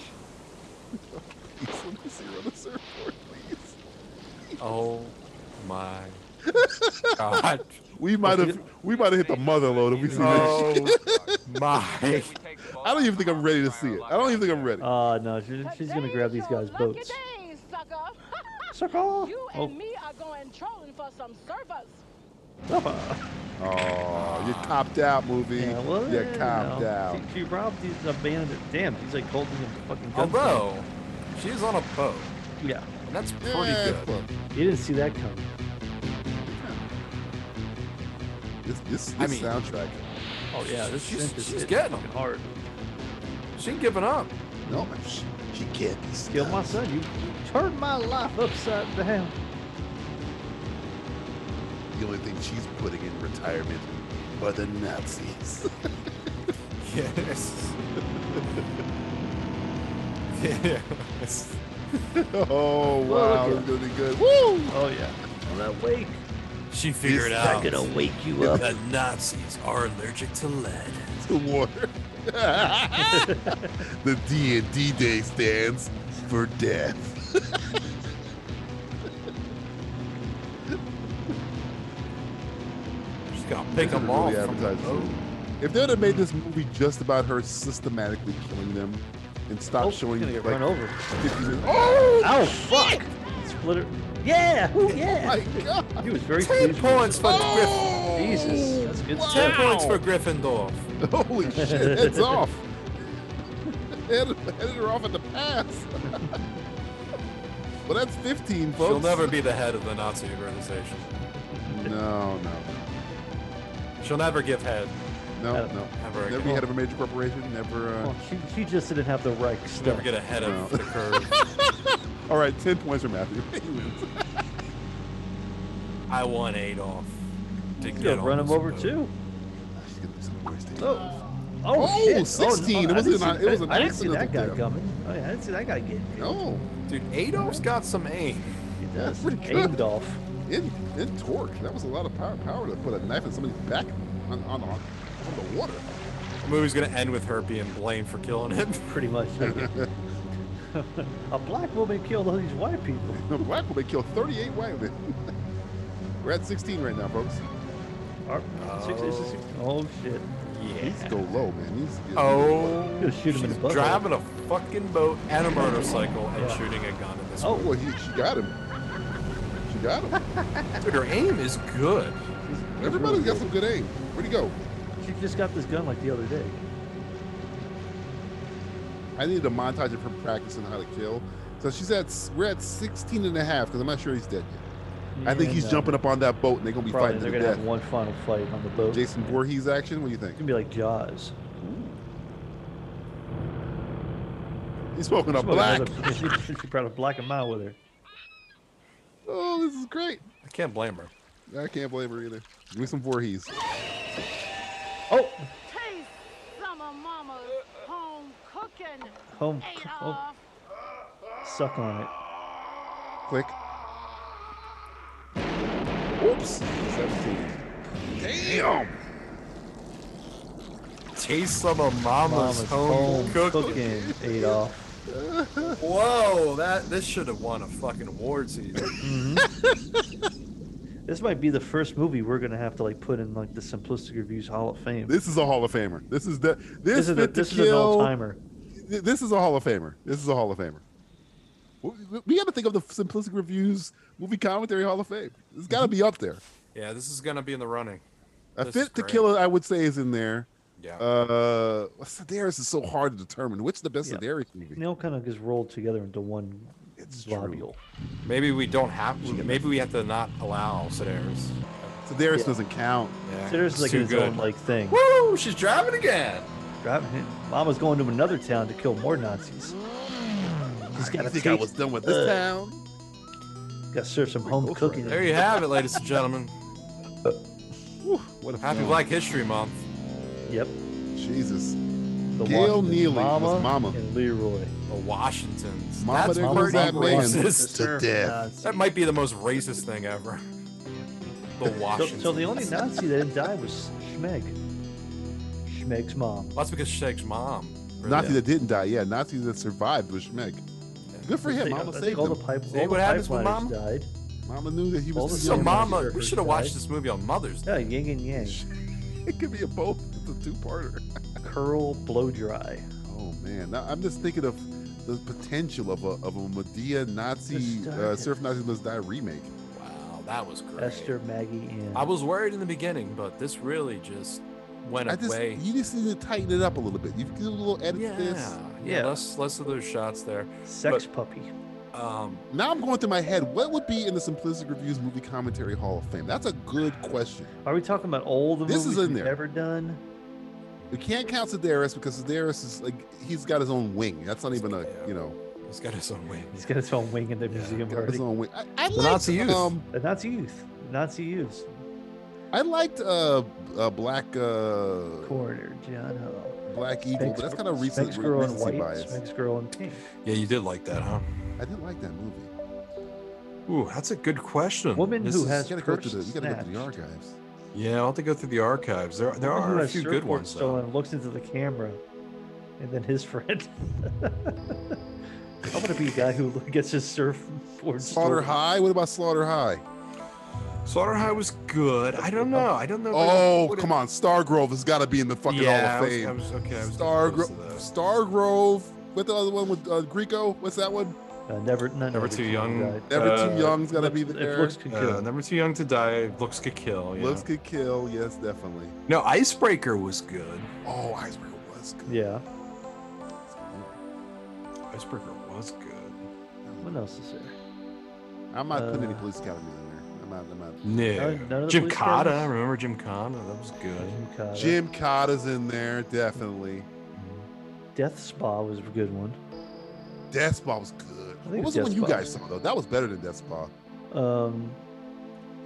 Speaker 5: Please let me see her on the surfboard, please.
Speaker 7: Oh my God.
Speaker 6: Oh,
Speaker 5: We might have we might have hit the mother load if we see
Speaker 7: Oh,
Speaker 5: that shit.
Speaker 7: my.
Speaker 5: I don't even think I'm ready to see it. I don't even think I'm ready.
Speaker 6: Uh, no, she's, she's gonna grab these guys' boats.
Speaker 11: Hey, sucker.
Speaker 6: Sucker.
Speaker 11: You
Speaker 6: Oh.
Speaker 11: and me are going trolling for some surfers.
Speaker 5: Oh, you copped out, movie.
Speaker 6: Yeah, well,
Speaker 5: you
Speaker 6: you
Speaker 5: copped
Speaker 6: know,
Speaker 5: out.
Speaker 6: She, she robbed these abandoned. Damn, he's like holding a fucking
Speaker 5: Oh,
Speaker 6: gun.
Speaker 7: Although, she's on a boat.
Speaker 6: Yeah.
Speaker 7: And that's pretty
Speaker 5: Yeah,
Speaker 7: good.
Speaker 6: You didn't see that coming.
Speaker 5: This this, this
Speaker 7: I mean-
Speaker 5: soundtrack.
Speaker 6: Oh yeah, this
Speaker 7: she's,
Speaker 6: synth is
Speaker 7: she's
Speaker 6: hitting
Speaker 7: getting
Speaker 6: fucking
Speaker 7: them.
Speaker 6: hard.
Speaker 7: She ain't giving up.
Speaker 5: No, she, she can't be
Speaker 6: Kill my
Speaker 5: stopped.
Speaker 6: son. You turned my life upside down.
Speaker 5: The only thing she's putting in retirement are the Nazis.
Speaker 7: Yes. yeah.
Speaker 5: oh wow,
Speaker 6: Well,
Speaker 5: it's
Speaker 6: look
Speaker 5: gonna be good. Woo!
Speaker 6: Oh yeah. I'm awake.
Speaker 7: She figured
Speaker 5: This-
Speaker 6: I'm
Speaker 7: out.
Speaker 6: gonna wake you up.
Speaker 7: The Nazis are allergic to lead.
Speaker 5: The water. the D and D Day stands for death.
Speaker 7: She's gonna pick
Speaker 5: This is
Speaker 7: them
Speaker 5: a
Speaker 7: off.
Speaker 5: really
Speaker 7: from the
Speaker 5: advertised
Speaker 7: boat.
Speaker 5: movie. If they would have made this movie just about her systematically killing them and stop
Speaker 6: Oh,
Speaker 5: showing
Speaker 6: she's gonna get
Speaker 5: like,
Speaker 6: run over.
Speaker 5: 50 minutes- Oh,
Speaker 6: Oh fuck! Split her. Yeah. Ooh, yeah.
Speaker 5: my god!
Speaker 6: He was very
Speaker 7: Ten
Speaker 6: pleased with
Speaker 7: points for Griffin.
Speaker 5: Oh,
Speaker 6: Jesus, that's good
Speaker 7: Ten
Speaker 6: stuff.
Speaker 7: points for Gryffindor.
Speaker 5: Holy shit! It's off. headed, headed her off at the pass. well, that's 15, folks.
Speaker 7: She'll never be the head of the Nazi organization.
Speaker 5: No, no,
Speaker 7: She'll never give head.
Speaker 5: no,
Speaker 6: Uh,
Speaker 5: no.
Speaker 7: Never
Speaker 5: Never be
Speaker 7: again.
Speaker 5: head of a major corporation. Never. Uh,
Speaker 6: Well, she, she just didn't have the right
Speaker 7: She'll
Speaker 6: stuff.
Speaker 7: never get ahead of the curve.
Speaker 5: All right, 10 points for Matthew. He wins.
Speaker 7: I want Adolf to
Speaker 6: She's
Speaker 7: get
Speaker 6: gonna
Speaker 7: on
Speaker 6: run him
Speaker 7: this
Speaker 6: over
Speaker 7: boat.
Speaker 6: too.
Speaker 5: She's gonna do some worse things.
Speaker 6: Oh.
Speaker 5: Oh,
Speaker 6: shit.
Speaker 5: 16. It
Speaker 6: I
Speaker 5: was
Speaker 6: didn't
Speaker 5: an-
Speaker 6: see-
Speaker 5: it was an
Speaker 6: I didn't see that
Speaker 5: accidental
Speaker 6: guy
Speaker 5: dip.
Speaker 6: coming. Oh yeah, I didn't see that guy getting hit.
Speaker 5: No.
Speaker 7: Dude, Adolf's got some aim.
Speaker 6: He does.
Speaker 5: pretty good.
Speaker 6: Aimed off.
Speaker 5: In, in torque. That was a lot of power, power to put a knife in somebody's back on, on, the, on the water.
Speaker 7: The movie's gonna end with her being blamed for killing him.
Speaker 6: Pretty much. a black woman killed all these white people.
Speaker 5: The black woman killed 38 white women. We're at 16 right now, folks.
Speaker 6: Or- six- six- six- oh shit.
Speaker 5: Needs to go low, man. Needs to get-
Speaker 7: Oh,
Speaker 6: Gonna shoot him in
Speaker 7: she's
Speaker 6: the butt.
Speaker 7: driving a fucking boat and a motorcycle and
Speaker 6: Yeah.
Speaker 7: shooting a gun at this.
Speaker 5: Oh,
Speaker 7: Oh,
Speaker 5: well, he, she got him. She got him.
Speaker 7: dude, her aim is good.
Speaker 6: He's- he's
Speaker 5: Everybody's
Speaker 6: really
Speaker 5: got some good aim. Where'd he go?
Speaker 6: good. She just got this gun like the other day.
Speaker 5: I need a montage of her practicing how to kill. So she's at s- we're at 16 and a half because I'm not sure he's dead yet. I think
Speaker 6: Yeah,
Speaker 5: he's
Speaker 6: no.
Speaker 5: jumping up on that boat and they're gonna be
Speaker 6: Probably
Speaker 5: fighting to
Speaker 6: they're
Speaker 5: the
Speaker 6: gonna
Speaker 5: death.
Speaker 6: have one final fight on the boat. It's
Speaker 5: Jason Voorhees action. What do you think?
Speaker 6: gonna be like Jaws.
Speaker 5: He's smoking a
Speaker 6: Smoke
Speaker 5: black.
Speaker 6: another- she, she, she brought a black and mild with her.
Speaker 5: Oh, this is great.
Speaker 7: I can't blame her.
Speaker 5: I can't blame her either. Give me some Voorhees.
Speaker 6: Oh,
Speaker 3: Taste summer mama's home cooking.
Speaker 6: home. Oh,
Speaker 3: Adolf.
Speaker 6: suck on it.
Speaker 5: Click. Oops. 17. Damn.
Speaker 7: Taste some of Mama's,
Speaker 6: Mama's
Speaker 7: home,
Speaker 6: home
Speaker 7: cooking.
Speaker 6: cooking, Adolf.
Speaker 7: Whoa, that this should have won a fucking award season.
Speaker 6: This might be the first movie we're gonna have to like put in like the Simplistic Reviews Hall of Fame.
Speaker 5: This is a Hall of Famer. This is the this,
Speaker 6: This is a,
Speaker 5: Fit to
Speaker 6: this is an
Speaker 5: Kill-
Speaker 6: all timer.
Speaker 5: th- This is a Hall of Famer. This is a Hall of Famer. We- We got to think of the Simplistic Reviews Movie Commentary Hall of Fame. It's got to be up there.
Speaker 7: yeah, this is gonna be in the running.
Speaker 5: A
Speaker 7: This is
Speaker 5: Fit to
Speaker 7: great.
Speaker 5: Kill, I would say, is in there.
Speaker 7: Yeah.
Speaker 5: Uh, Sedaris is so hard to determine. Which the best
Speaker 6: Yeah.
Speaker 5: Sedaris movie?
Speaker 6: They all kind of just rolled together into one
Speaker 5: It's true.
Speaker 6: globule.
Speaker 7: maybe we don't have. Maybe we have to not allow Sedaris.
Speaker 5: Sedaris
Speaker 6: Yeah.
Speaker 5: doesn't count.
Speaker 7: Yeah,
Speaker 6: So there's
Speaker 7: it's
Speaker 6: like
Speaker 7: too
Speaker 6: his
Speaker 7: good.
Speaker 6: own like thing.
Speaker 7: Woo! She's driving again.
Speaker 6: Driving it. Mama's going to another town to kill more Nazis. He's
Speaker 5: I
Speaker 6: gotta
Speaker 5: think I
Speaker 6: take-
Speaker 5: was done with this
Speaker 6: uh,
Speaker 5: town.
Speaker 6: Gotta serve some home cooking.
Speaker 7: There you have it, ladies and gentlemen.
Speaker 5: Whew, what a
Speaker 7: Happy
Speaker 5: film.
Speaker 7: Black History Month.
Speaker 6: Yep.
Speaker 5: Jesus.
Speaker 6: The
Speaker 5: Gail
Speaker 6: Washingtons,
Speaker 5: Neely was
Speaker 6: Mama,
Speaker 5: Mama.
Speaker 6: and Leroy.
Speaker 7: The Washingtons.
Speaker 5: Mama,
Speaker 7: That's
Speaker 5: there goes
Speaker 7: pretty
Speaker 5: that man.
Speaker 7: racist.
Speaker 5: To death.
Speaker 7: That might be the most racist thing ever. The
Speaker 6: So,
Speaker 7: Washingtons.
Speaker 6: so the only Nazi that didn't die was Schmeg. Schmeg's mom.
Speaker 7: Well, that's because Shag's mom.
Speaker 5: Nazi that didn't die. Yeah, Nazi that survived with Schmeck. Good for
Speaker 6: I
Speaker 5: him.
Speaker 6: think-
Speaker 5: Mama
Speaker 6: I think
Speaker 5: saved
Speaker 6: all
Speaker 5: him.
Speaker 6: the pipe- See all the what happens when pipeliners Mama- died.
Speaker 5: Mama knew that he was.
Speaker 7: This
Speaker 5: too
Speaker 7: is a
Speaker 5: young.
Speaker 7: mama. uh, We should have watched this movie on Mother's Day.
Speaker 6: Yeah, yin and yang.
Speaker 5: It could be a both. It's a two-parter.
Speaker 6: Curl blow dry.
Speaker 5: Oh man, now, I'm just thinking of the potential of a of a Medea Nazi uh, surf Nazi must die remake.
Speaker 7: Wow, that was great.
Speaker 6: Esther, Maggie, and
Speaker 7: I was worried in the beginning, but this really just went
Speaker 5: I just,
Speaker 7: away.
Speaker 5: you just need to tighten it up a little bit. You can do a little edit
Speaker 7: yeah,
Speaker 5: this.
Speaker 7: yeah, Less less of those shots there.
Speaker 6: Sex puppy.
Speaker 7: Um,
Speaker 5: now I'm going through my head. What would be in the Simplistic Reviews Movie Commentary Hall of Fame? That's a good question.
Speaker 6: Are we talking about all the
Speaker 5: this
Speaker 6: movies
Speaker 5: is in
Speaker 6: we've
Speaker 5: there?
Speaker 6: ever done?
Speaker 5: We can't count Sedaris because Sedaris is like he's got his own wing. That's not even a you know.
Speaker 7: He's got his own wing.
Speaker 6: He's got his own wing in the museum
Speaker 5: got his
Speaker 6: already.
Speaker 5: own wing. I- I
Speaker 6: the
Speaker 5: liked,
Speaker 6: Nazi youth.
Speaker 5: um,
Speaker 6: the Nazi youth. Nazi youth.
Speaker 5: I liked uh, uh black uh
Speaker 6: Corner, John Ho.
Speaker 5: Black Eagle, but that's kind of recent
Speaker 6: Specs girl in
Speaker 5: recency
Speaker 6: white.
Speaker 5: bias.
Speaker 6: Specs girl in pink.
Speaker 7: Yeah, you did like that, huh?
Speaker 5: I didn't like that movie.
Speaker 7: Ooh, that's a good question.
Speaker 6: Woman
Speaker 7: This
Speaker 6: who
Speaker 7: is-
Speaker 6: has
Speaker 5: You gotta go
Speaker 6: purse
Speaker 5: through the, you gotta go through the
Speaker 6: snatched.
Speaker 5: archives.
Speaker 7: Yeah, I'll have to go through the archives. There, there
Speaker 6: Woman who
Speaker 7: are a
Speaker 6: has
Speaker 7: few good
Speaker 6: surfboard
Speaker 7: ones. Though.
Speaker 6: Stolen looks into the camera, and then his friend. I want to be a guy who gets his surfboard
Speaker 5: Slaughter
Speaker 6: stolen.
Speaker 5: High. What about Slaughter High?
Speaker 7: Slaughter High was good. I don't know. I don't know. if I would
Speaker 5: Oh
Speaker 7: put it-
Speaker 5: come on, Stargrove has got to be in the fucking Hall
Speaker 7: Yeah, I
Speaker 5: of
Speaker 7: was-
Speaker 5: Fame.
Speaker 7: I was- okay, I was close to
Speaker 5: Stargrove,
Speaker 7: that.
Speaker 5: Stargrove. What the other one with uh, Greco? What's that one?
Speaker 6: Uh, never, no,
Speaker 7: Never too young.
Speaker 6: died.
Speaker 5: Never
Speaker 7: Uh,
Speaker 5: too young's got to be
Speaker 6: looks- it
Speaker 5: there.
Speaker 6: looks could kill.
Speaker 7: Uh, never too young to die. Looks could kill. Yeah.
Speaker 5: Looks could kill. Yes, definitely.
Speaker 7: No, Icebreaker was good.
Speaker 5: Oh, Icebreaker was good.
Speaker 6: Yeah.
Speaker 7: Icebreaker was good.
Speaker 6: What else is there?
Speaker 5: I'm not putting any
Speaker 6: Uh,
Speaker 5: police academy in there. I'm not. I'm not.
Speaker 7: No.
Speaker 6: None- none of the
Speaker 7: Jim
Speaker 6: police
Speaker 7: Cotta.
Speaker 6: cameras?
Speaker 7: Remember Jim Cotta? That was good.
Speaker 6: Jim Cotta.
Speaker 5: Jim Cotta's in there definitely.
Speaker 6: Mm-hmm. Death Spa was a good one.
Speaker 5: Death Spa was good. What
Speaker 6: think it's
Speaker 5: was the
Speaker 6: Death
Speaker 5: one you
Speaker 6: Spa.
Speaker 5: guys saw though? That was better than Death Spa.
Speaker 6: Um,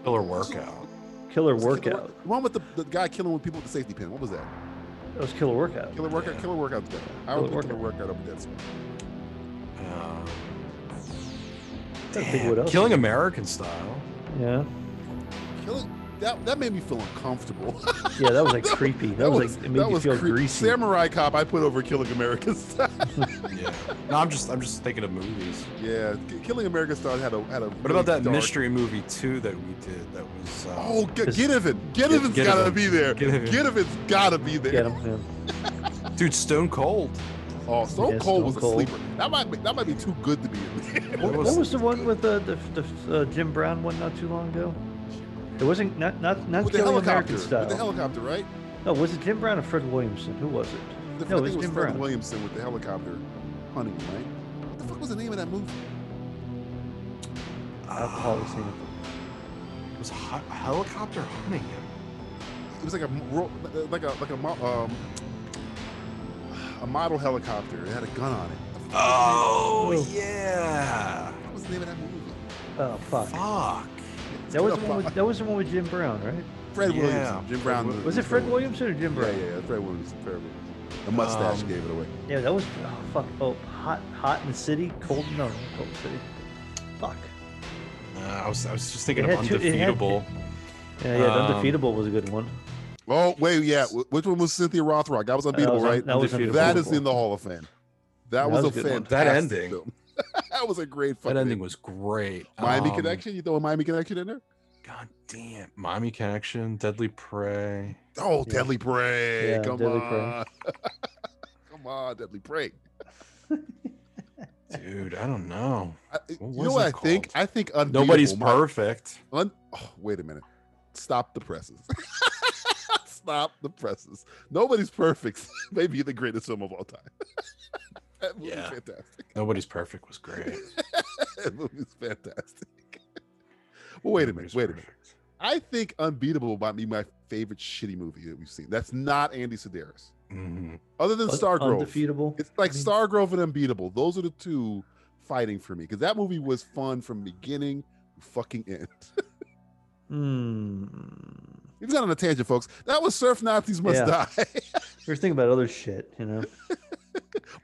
Speaker 7: Killer workout.
Speaker 6: Killer
Speaker 5: Was it Killer
Speaker 6: Workout.
Speaker 5: Work- The one with the, the guy killing with people with the safety pin. What was that?
Speaker 6: That was Killer Workout.
Speaker 5: Killer workout. Killer workout's better. I would
Speaker 6: Killer
Speaker 5: put Killer workout over Death Spa.
Speaker 7: Um,
Speaker 6: Trying to think
Speaker 7: damn,
Speaker 6: what else
Speaker 7: Killing
Speaker 6: is-
Speaker 7: American style.
Speaker 6: Yeah.
Speaker 5: Killing. That, that made me feel uncomfortable. that,
Speaker 6: Yeah, that was like creepy. That, was, like it made
Speaker 5: that
Speaker 6: you
Speaker 5: was
Speaker 6: feel
Speaker 5: creep-
Speaker 6: greasy.
Speaker 5: Samurai Cop. I put over Killing America Style.
Speaker 7: Yeah. No, I'm just I'm just thinking of movies.
Speaker 5: yeah, K- Killing America Style had a had a.
Speaker 7: What about that
Speaker 5: mystery?
Speaker 7: mystery movie too that we did? That was. Uh,
Speaker 5: Oh, G-
Speaker 6: This-
Speaker 5: Gidevan. Gidevan's
Speaker 7: Get-
Speaker 5: gotta
Speaker 7: Gidevan.
Speaker 5: be there.
Speaker 7: Gidevan.
Speaker 5: Gidevan's gotta be there.
Speaker 6: Get him, man.
Speaker 7: Dude, Stone Cold.
Speaker 5: Oh, Stone
Speaker 6: Yeah,
Speaker 5: Cold
Speaker 6: Stone
Speaker 5: was a
Speaker 6: Cold.
Speaker 5: sleeper. That might be, that might be too good to be in there.
Speaker 6: What, what was the one with uh, the, the uh, Jim Brown one not too long ago? It wasn't not not not
Speaker 5: with the
Speaker 6: Killing
Speaker 5: helicopter.
Speaker 6: American
Speaker 5: With
Speaker 6: style.
Speaker 5: the helicopter, right?
Speaker 6: no, was it Jim Brown or Fred Williamson? Who was
Speaker 5: The,
Speaker 6: it?
Speaker 5: I
Speaker 6: No, it
Speaker 5: think it
Speaker 6: was
Speaker 5: was
Speaker 6: Jim
Speaker 5: Fred
Speaker 6: Brown.
Speaker 5: Williamson with the helicopter hunting, him, right? What the fuck was the name of that movie?
Speaker 6: Alcohol
Speaker 5: Ah.
Speaker 6: was named.
Speaker 7: It was hot, helicopter hunting him.
Speaker 5: It was like a ro- like a like a mo- um, a model helicopter. It had a gun on it.
Speaker 7: Oh yeah.
Speaker 5: What was the name of that movie?
Speaker 6: Oh fuck!
Speaker 7: Fuck.
Speaker 6: That was the one with, that was the one with Jim Brown, right?
Speaker 5: Fred
Speaker 7: Yeah.
Speaker 5: Williamson. Jim Brown.
Speaker 7: Was
Speaker 6: Was it Fred Williamson or Jim
Speaker 5: Yeah,
Speaker 6: Brown?
Speaker 5: yeah, yeah, Fred Williamson. Fred Williamson. The mustache
Speaker 7: Um,
Speaker 5: gave it away.
Speaker 6: Yeah, that was oh, fuck. Oh, hot, hot in the city, cold no, not cold city. Fuck.
Speaker 7: Uh, I was I was just thinking
Speaker 6: It
Speaker 7: of
Speaker 6: had two- it had-
Speaker 7: undefeatable.
Speaker 6: Yeah, yeah, the
Speaker 7: Um,
Speaker 6: undefeatable was a good one.
Speaker 5: Oh wait, yeah. wh- Which one was Cynthia Rothrock? That was unbeatable,
Speaker 6: was un-
Speaker 5: right?
Speaker 6: that was
Speaker 5: That is
Speaker 6: Unbeatable.
Speaker 5: in the Hall of Fame. That,
Speaker 6: That
Speaker 5: was,
Speaker 6: was
Speaker 5: a
Speaker 6: a good one.
Speaker 5: fantastic
Speaker 7: That ending.
Speaker 5: Film. that was a great fucking
Speaker 7: That ending was great.
Speaker 5: Miami
Speaker 7: Um,
Speaker 5: Connection. You throw a Miami Connection in there?
Speaker 7: God damn. Miami Connection. Deadly Prey.
Speaker 5: Oh, Deadly Prey.
Speaker 6: Yeah,
Speaker 5: Come
Speaker 6: Deadly Prey.
Speaker 5: on. Come on, Deadly Prey.
Speaker 7: Dude, I don't know.
Speaker 5: I,
Speaker 7: What
Speaker 5: you
Speaker 7: was
Speaker 5: know what I
Speaker 7: it
Speaker 5: think?
Speaker 7: called?
Speaker 5: I think unbeatable.
Speaker 7: Nobody's
Speaker 5: might-
Speaker 7: perfect.
Speaker 5: Un- oh, wait a minute. Stop the presses. Stop the presses. Nobody's perfect. Maybe the greatest film of all time. that movie's
Speaker 7: Yeah.
Speaker 5: fantastic.
Speaker 7: Nobody's perfect was great.
Speaker 5: that movie's fantastic. well, wait a minute.
Speaker 7: Nobody's
Speaker 5: Wait a minute.
Speaker 7: perfect.
Speaker 5: I think Unbeatable might be my favorite shitty movie that we've seen. That's not Andy Sedaris.
Speaker 7: Mhm.
Speaker 5: Other than
Speaker 6: Un-
Speaker 5: Stargrove.
Speaker 6: undefeatable.
Speaker 5: It's like
Speaker 6: I mean-
Speaker 5: Stargrove and Unbeatable. Those are the two fighting for me because that movie was fun from beginning to fucking end.
Speaker 6: Hmm.
Speaker 5: He's got on a tangent, folks. That was Surf Nazis Must
Speaker 6: Yeah.
Speaker 5: Die.
Speaker 6: You're thinking about other shit, you know.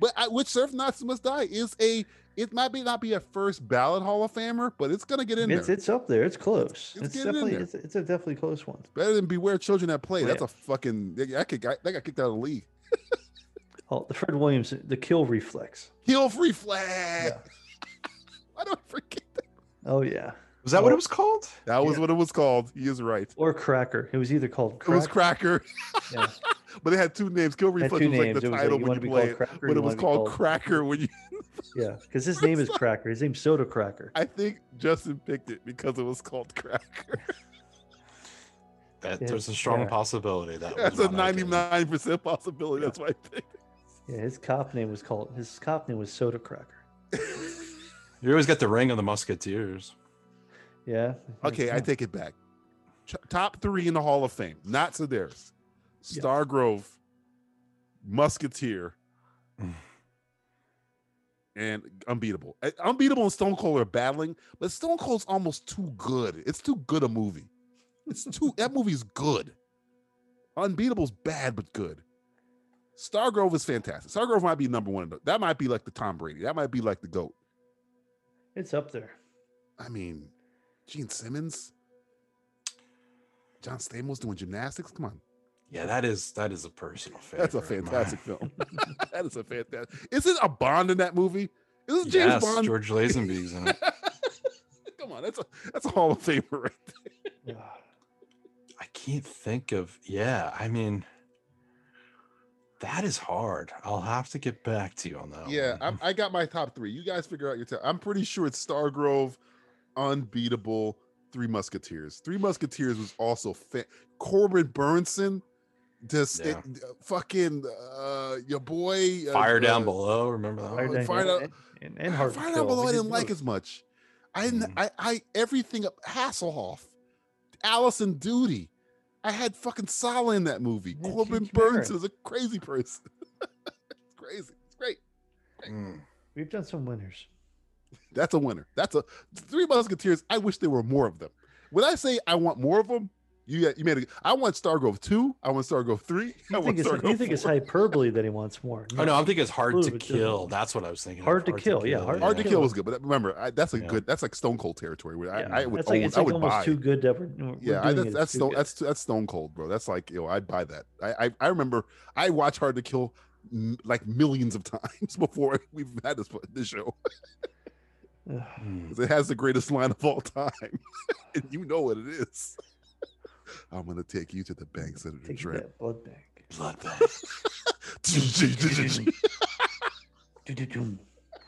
Speaker 5: but I, which Surf Nazis Must Die is a It might be not be a first ballot Hall of Famer, but it's gonna get in
Speaker 6: It's
Speaker 5: there.
Speaker 6: it's up there. It's close.
Speaker 5: It's
Speaker 6: It's,
Speaker 5: getting in
Speaker 6: definitely
Speaker 5: there.
Speaker 6: it's, it's a definitely close one.
Speaker 5: Better than Beware Children at Play.
Speaker 6: Oh,
Speaker 5: That's
Speaker 6: yeah.
Speaker 5: a fucking. That could that got kicked out of the league.
Speaker 6: Oh, the Fred Williams, the kill reflex.
Speaker 5: Heel free flag.
Speaker 6: Oh yeah.
Speaker 5: Was
Speaker 6: that what it
Speaker 5: was called? That was what it was called. He is right.
Speaker 6: Or cracker. It was either called
Speaker 5: It was Cracker. but they had two names. Kill
Speaker 6: Had
Speaker 5: Reflex
Speaker 6: two
Speaker 5: was like
Speaker 6: names. It
Speaker 5: the
Speaker 6: was like,
Speaker 5: title
Speaker 6: you
Speaker 5: when you
Speaker 6: wanna be
Speaker 5: play
Speaker 6: called
Speaker 5: it,
Speaker 6: Cracker,
Speaker 5: but
Speaker 6: you
Speaker 5: it was
Speaker 6: wanna be
Speaker 5: called
Speaker 6: called-
Speaker 5: Cracker when you.
Speaker 6: Yeah, because his name is Cracker. His name's Soda Cracker.
Speaker 5: I think Justin picked it because it was called Cracker.
Speaker 7: That,
Speaker 6: Yeah,
Speaker 7: there's a strong
Speaker 6: yeah.
Speaker 7: possibility that
Speaker 5: That's
Speaker 7: was
Speaker 5: a ninety-nine percent possibility. That's why I picked.
Speaker 6: Yeah, his cop name was called his cop name was Soda Cracker.
Speaker 7: You always got the ring on the Musketeers.
Speaker 6: Yeah.
Speaker 5: Okay, I take it back. Ch- top three in the Hall of Fame: not Sedaris, Star Grove, Musketeer, and Unbeatable. Uh, Unbeatable and Stone Cold are battling, but Stone Cold's almost too good. It's too good a movie. It's too that movie's good. Unbeatable's bad but good. Stargrove is fantastic. Stargrove might be number one. That might be like the Tom Brady. That might be like the GOAT.
Speaker 6: It's up there.
Speaker 5: I mean, Gene Simmons, John Stamos doing gymnastics. Come on,
Speaker 7: Yeah, that is that is a personal favorite.
Speaker 5: that's a
Speaker 7: of mine.
Speaker 5: fantastic film. that is a fantastic. Isn't a Bond in that movie? Isn't James
Speaker 7: yes,
Speaker 5: Bond?
Speaker 7: George Lazenby's in it.
Speaker 5: Come on, that's a that's a Hall of Famer right there.
Speaker 7: I can't think of. Yeah, I mean, that is hard. I'll have to get back to you on that.
Speaker 5: Yeah, I'm, I got my top three. You guys figure out your top. I'm pretty sure it's Stargrove, Unbeatable, Three Musketeers. Three Musketeers was also fa- Corbin Burnson, just
Speaker 7: Yeah.
Speaker 5: uh, fucking uh, your boy. Uh,
Speaker 7: Fire down
Speaker 5: uh,
Speaker 7: below. Remember that?
Speaker 5: Fire
Speaker 7: one?
Speaker 5: Down Fire Below. Down-
Speaker 6: And,
Speaker 5: and
Speaker 7: hard to
Speaker 5: Fire
Speaker 7: kill.
Speaker 5: Down Below
Speaker 7: They
Speaker 5: I
Speaker 7: did
Speaker 5: didn't
Speaker 6: oh,
Speaker 5: like
Speaker 7: both.
Speaker 5: as much. I didn't.
Speaker 6: Mm-hmm.
Speaker 5: I, I everything up Hasselhoff, Allison Duty. I had fucking Sala in that movie. Corbin Burns
Speaker 6: Merritt.
Speaker 5: is a crazy person. it's crazy. It's great.
Speaker 7: Mm.
Speaker 6: We've done some winners.
Speaker 5: That's a winner. That's a Three Musketeers. I wish there were more of them. When I say I want more of them, you you made it. I want Stargrove two. I want Stargrove three. I
Speaker 6: You
Speaker 5: want
Speaker 6: think, it's,
Speaker 5: Stargrove
Speaker 6: you think it's
Speaker 5: four.
Speaker 6: hyperbole that he wants more?
Speaker 7: Oh no, I'm thinking it's hard
Speaker 6: Ooh,
Speaker 7: to
Speaker 6: it doesn't-
Speaker 7: kill. That's what I was thinking. of,
Speaker 6: Hard to kill, yeah, hard to
Speaker 5: Hard to
Speaker 6: kill.
Speaker 5: kill was good, but remember I, that's a
Speaker 7: Yeah.
Speaker 5: good. That's like Stone Cold territory. Where I,
Speaker 6: Yeah.
Speaker 5: I would
Speaker 6: That's like-
Speaker 5: own-
Speaker 6: it's
Speaker 5: I
Speaker 6: like
Speaker 5: would
Speaker 6: almost
Speaker 5: buy.
Speaker 6: too good to ever- we're
Speaker 5: yeah, I,
Speaker 6: doing
Speaker 5: that's
Speaker 6: it as
Speaker 5: that's
Speaker 6: too
Speaker 5: stone,
Speaker 6: good.
Speaker 5: that's that's Stone Cold, bro. That's like yo, I'd buy that. I I, I remember I watched Hard to Kill m- like millions of times before we've had this this show.
Speaker 7: Mm,
Speaker 5: 'Cause it has the greatest line of all time, and you know what it is. I'm gonna take you to the banks of the
Speaker 6: Take
Speaker 5: dread.
Speaker 6: that blood bank.
Speaker 7: Blood bank.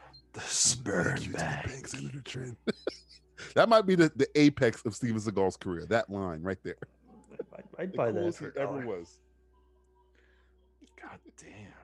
Speaker 6: the
Speaker 5: sperm banks of the dread. That might be the, the apex of Steven Seagal's career. That line right there.
Speaker 6: I'd buy that
Speaker 5: coolest
Speaker 6: for
Speaker 5: he
Speaker 6: a
Speaker 5: ever
Speaker 6: dollar.
Speaker 5: was.
Speaker 7: God damn.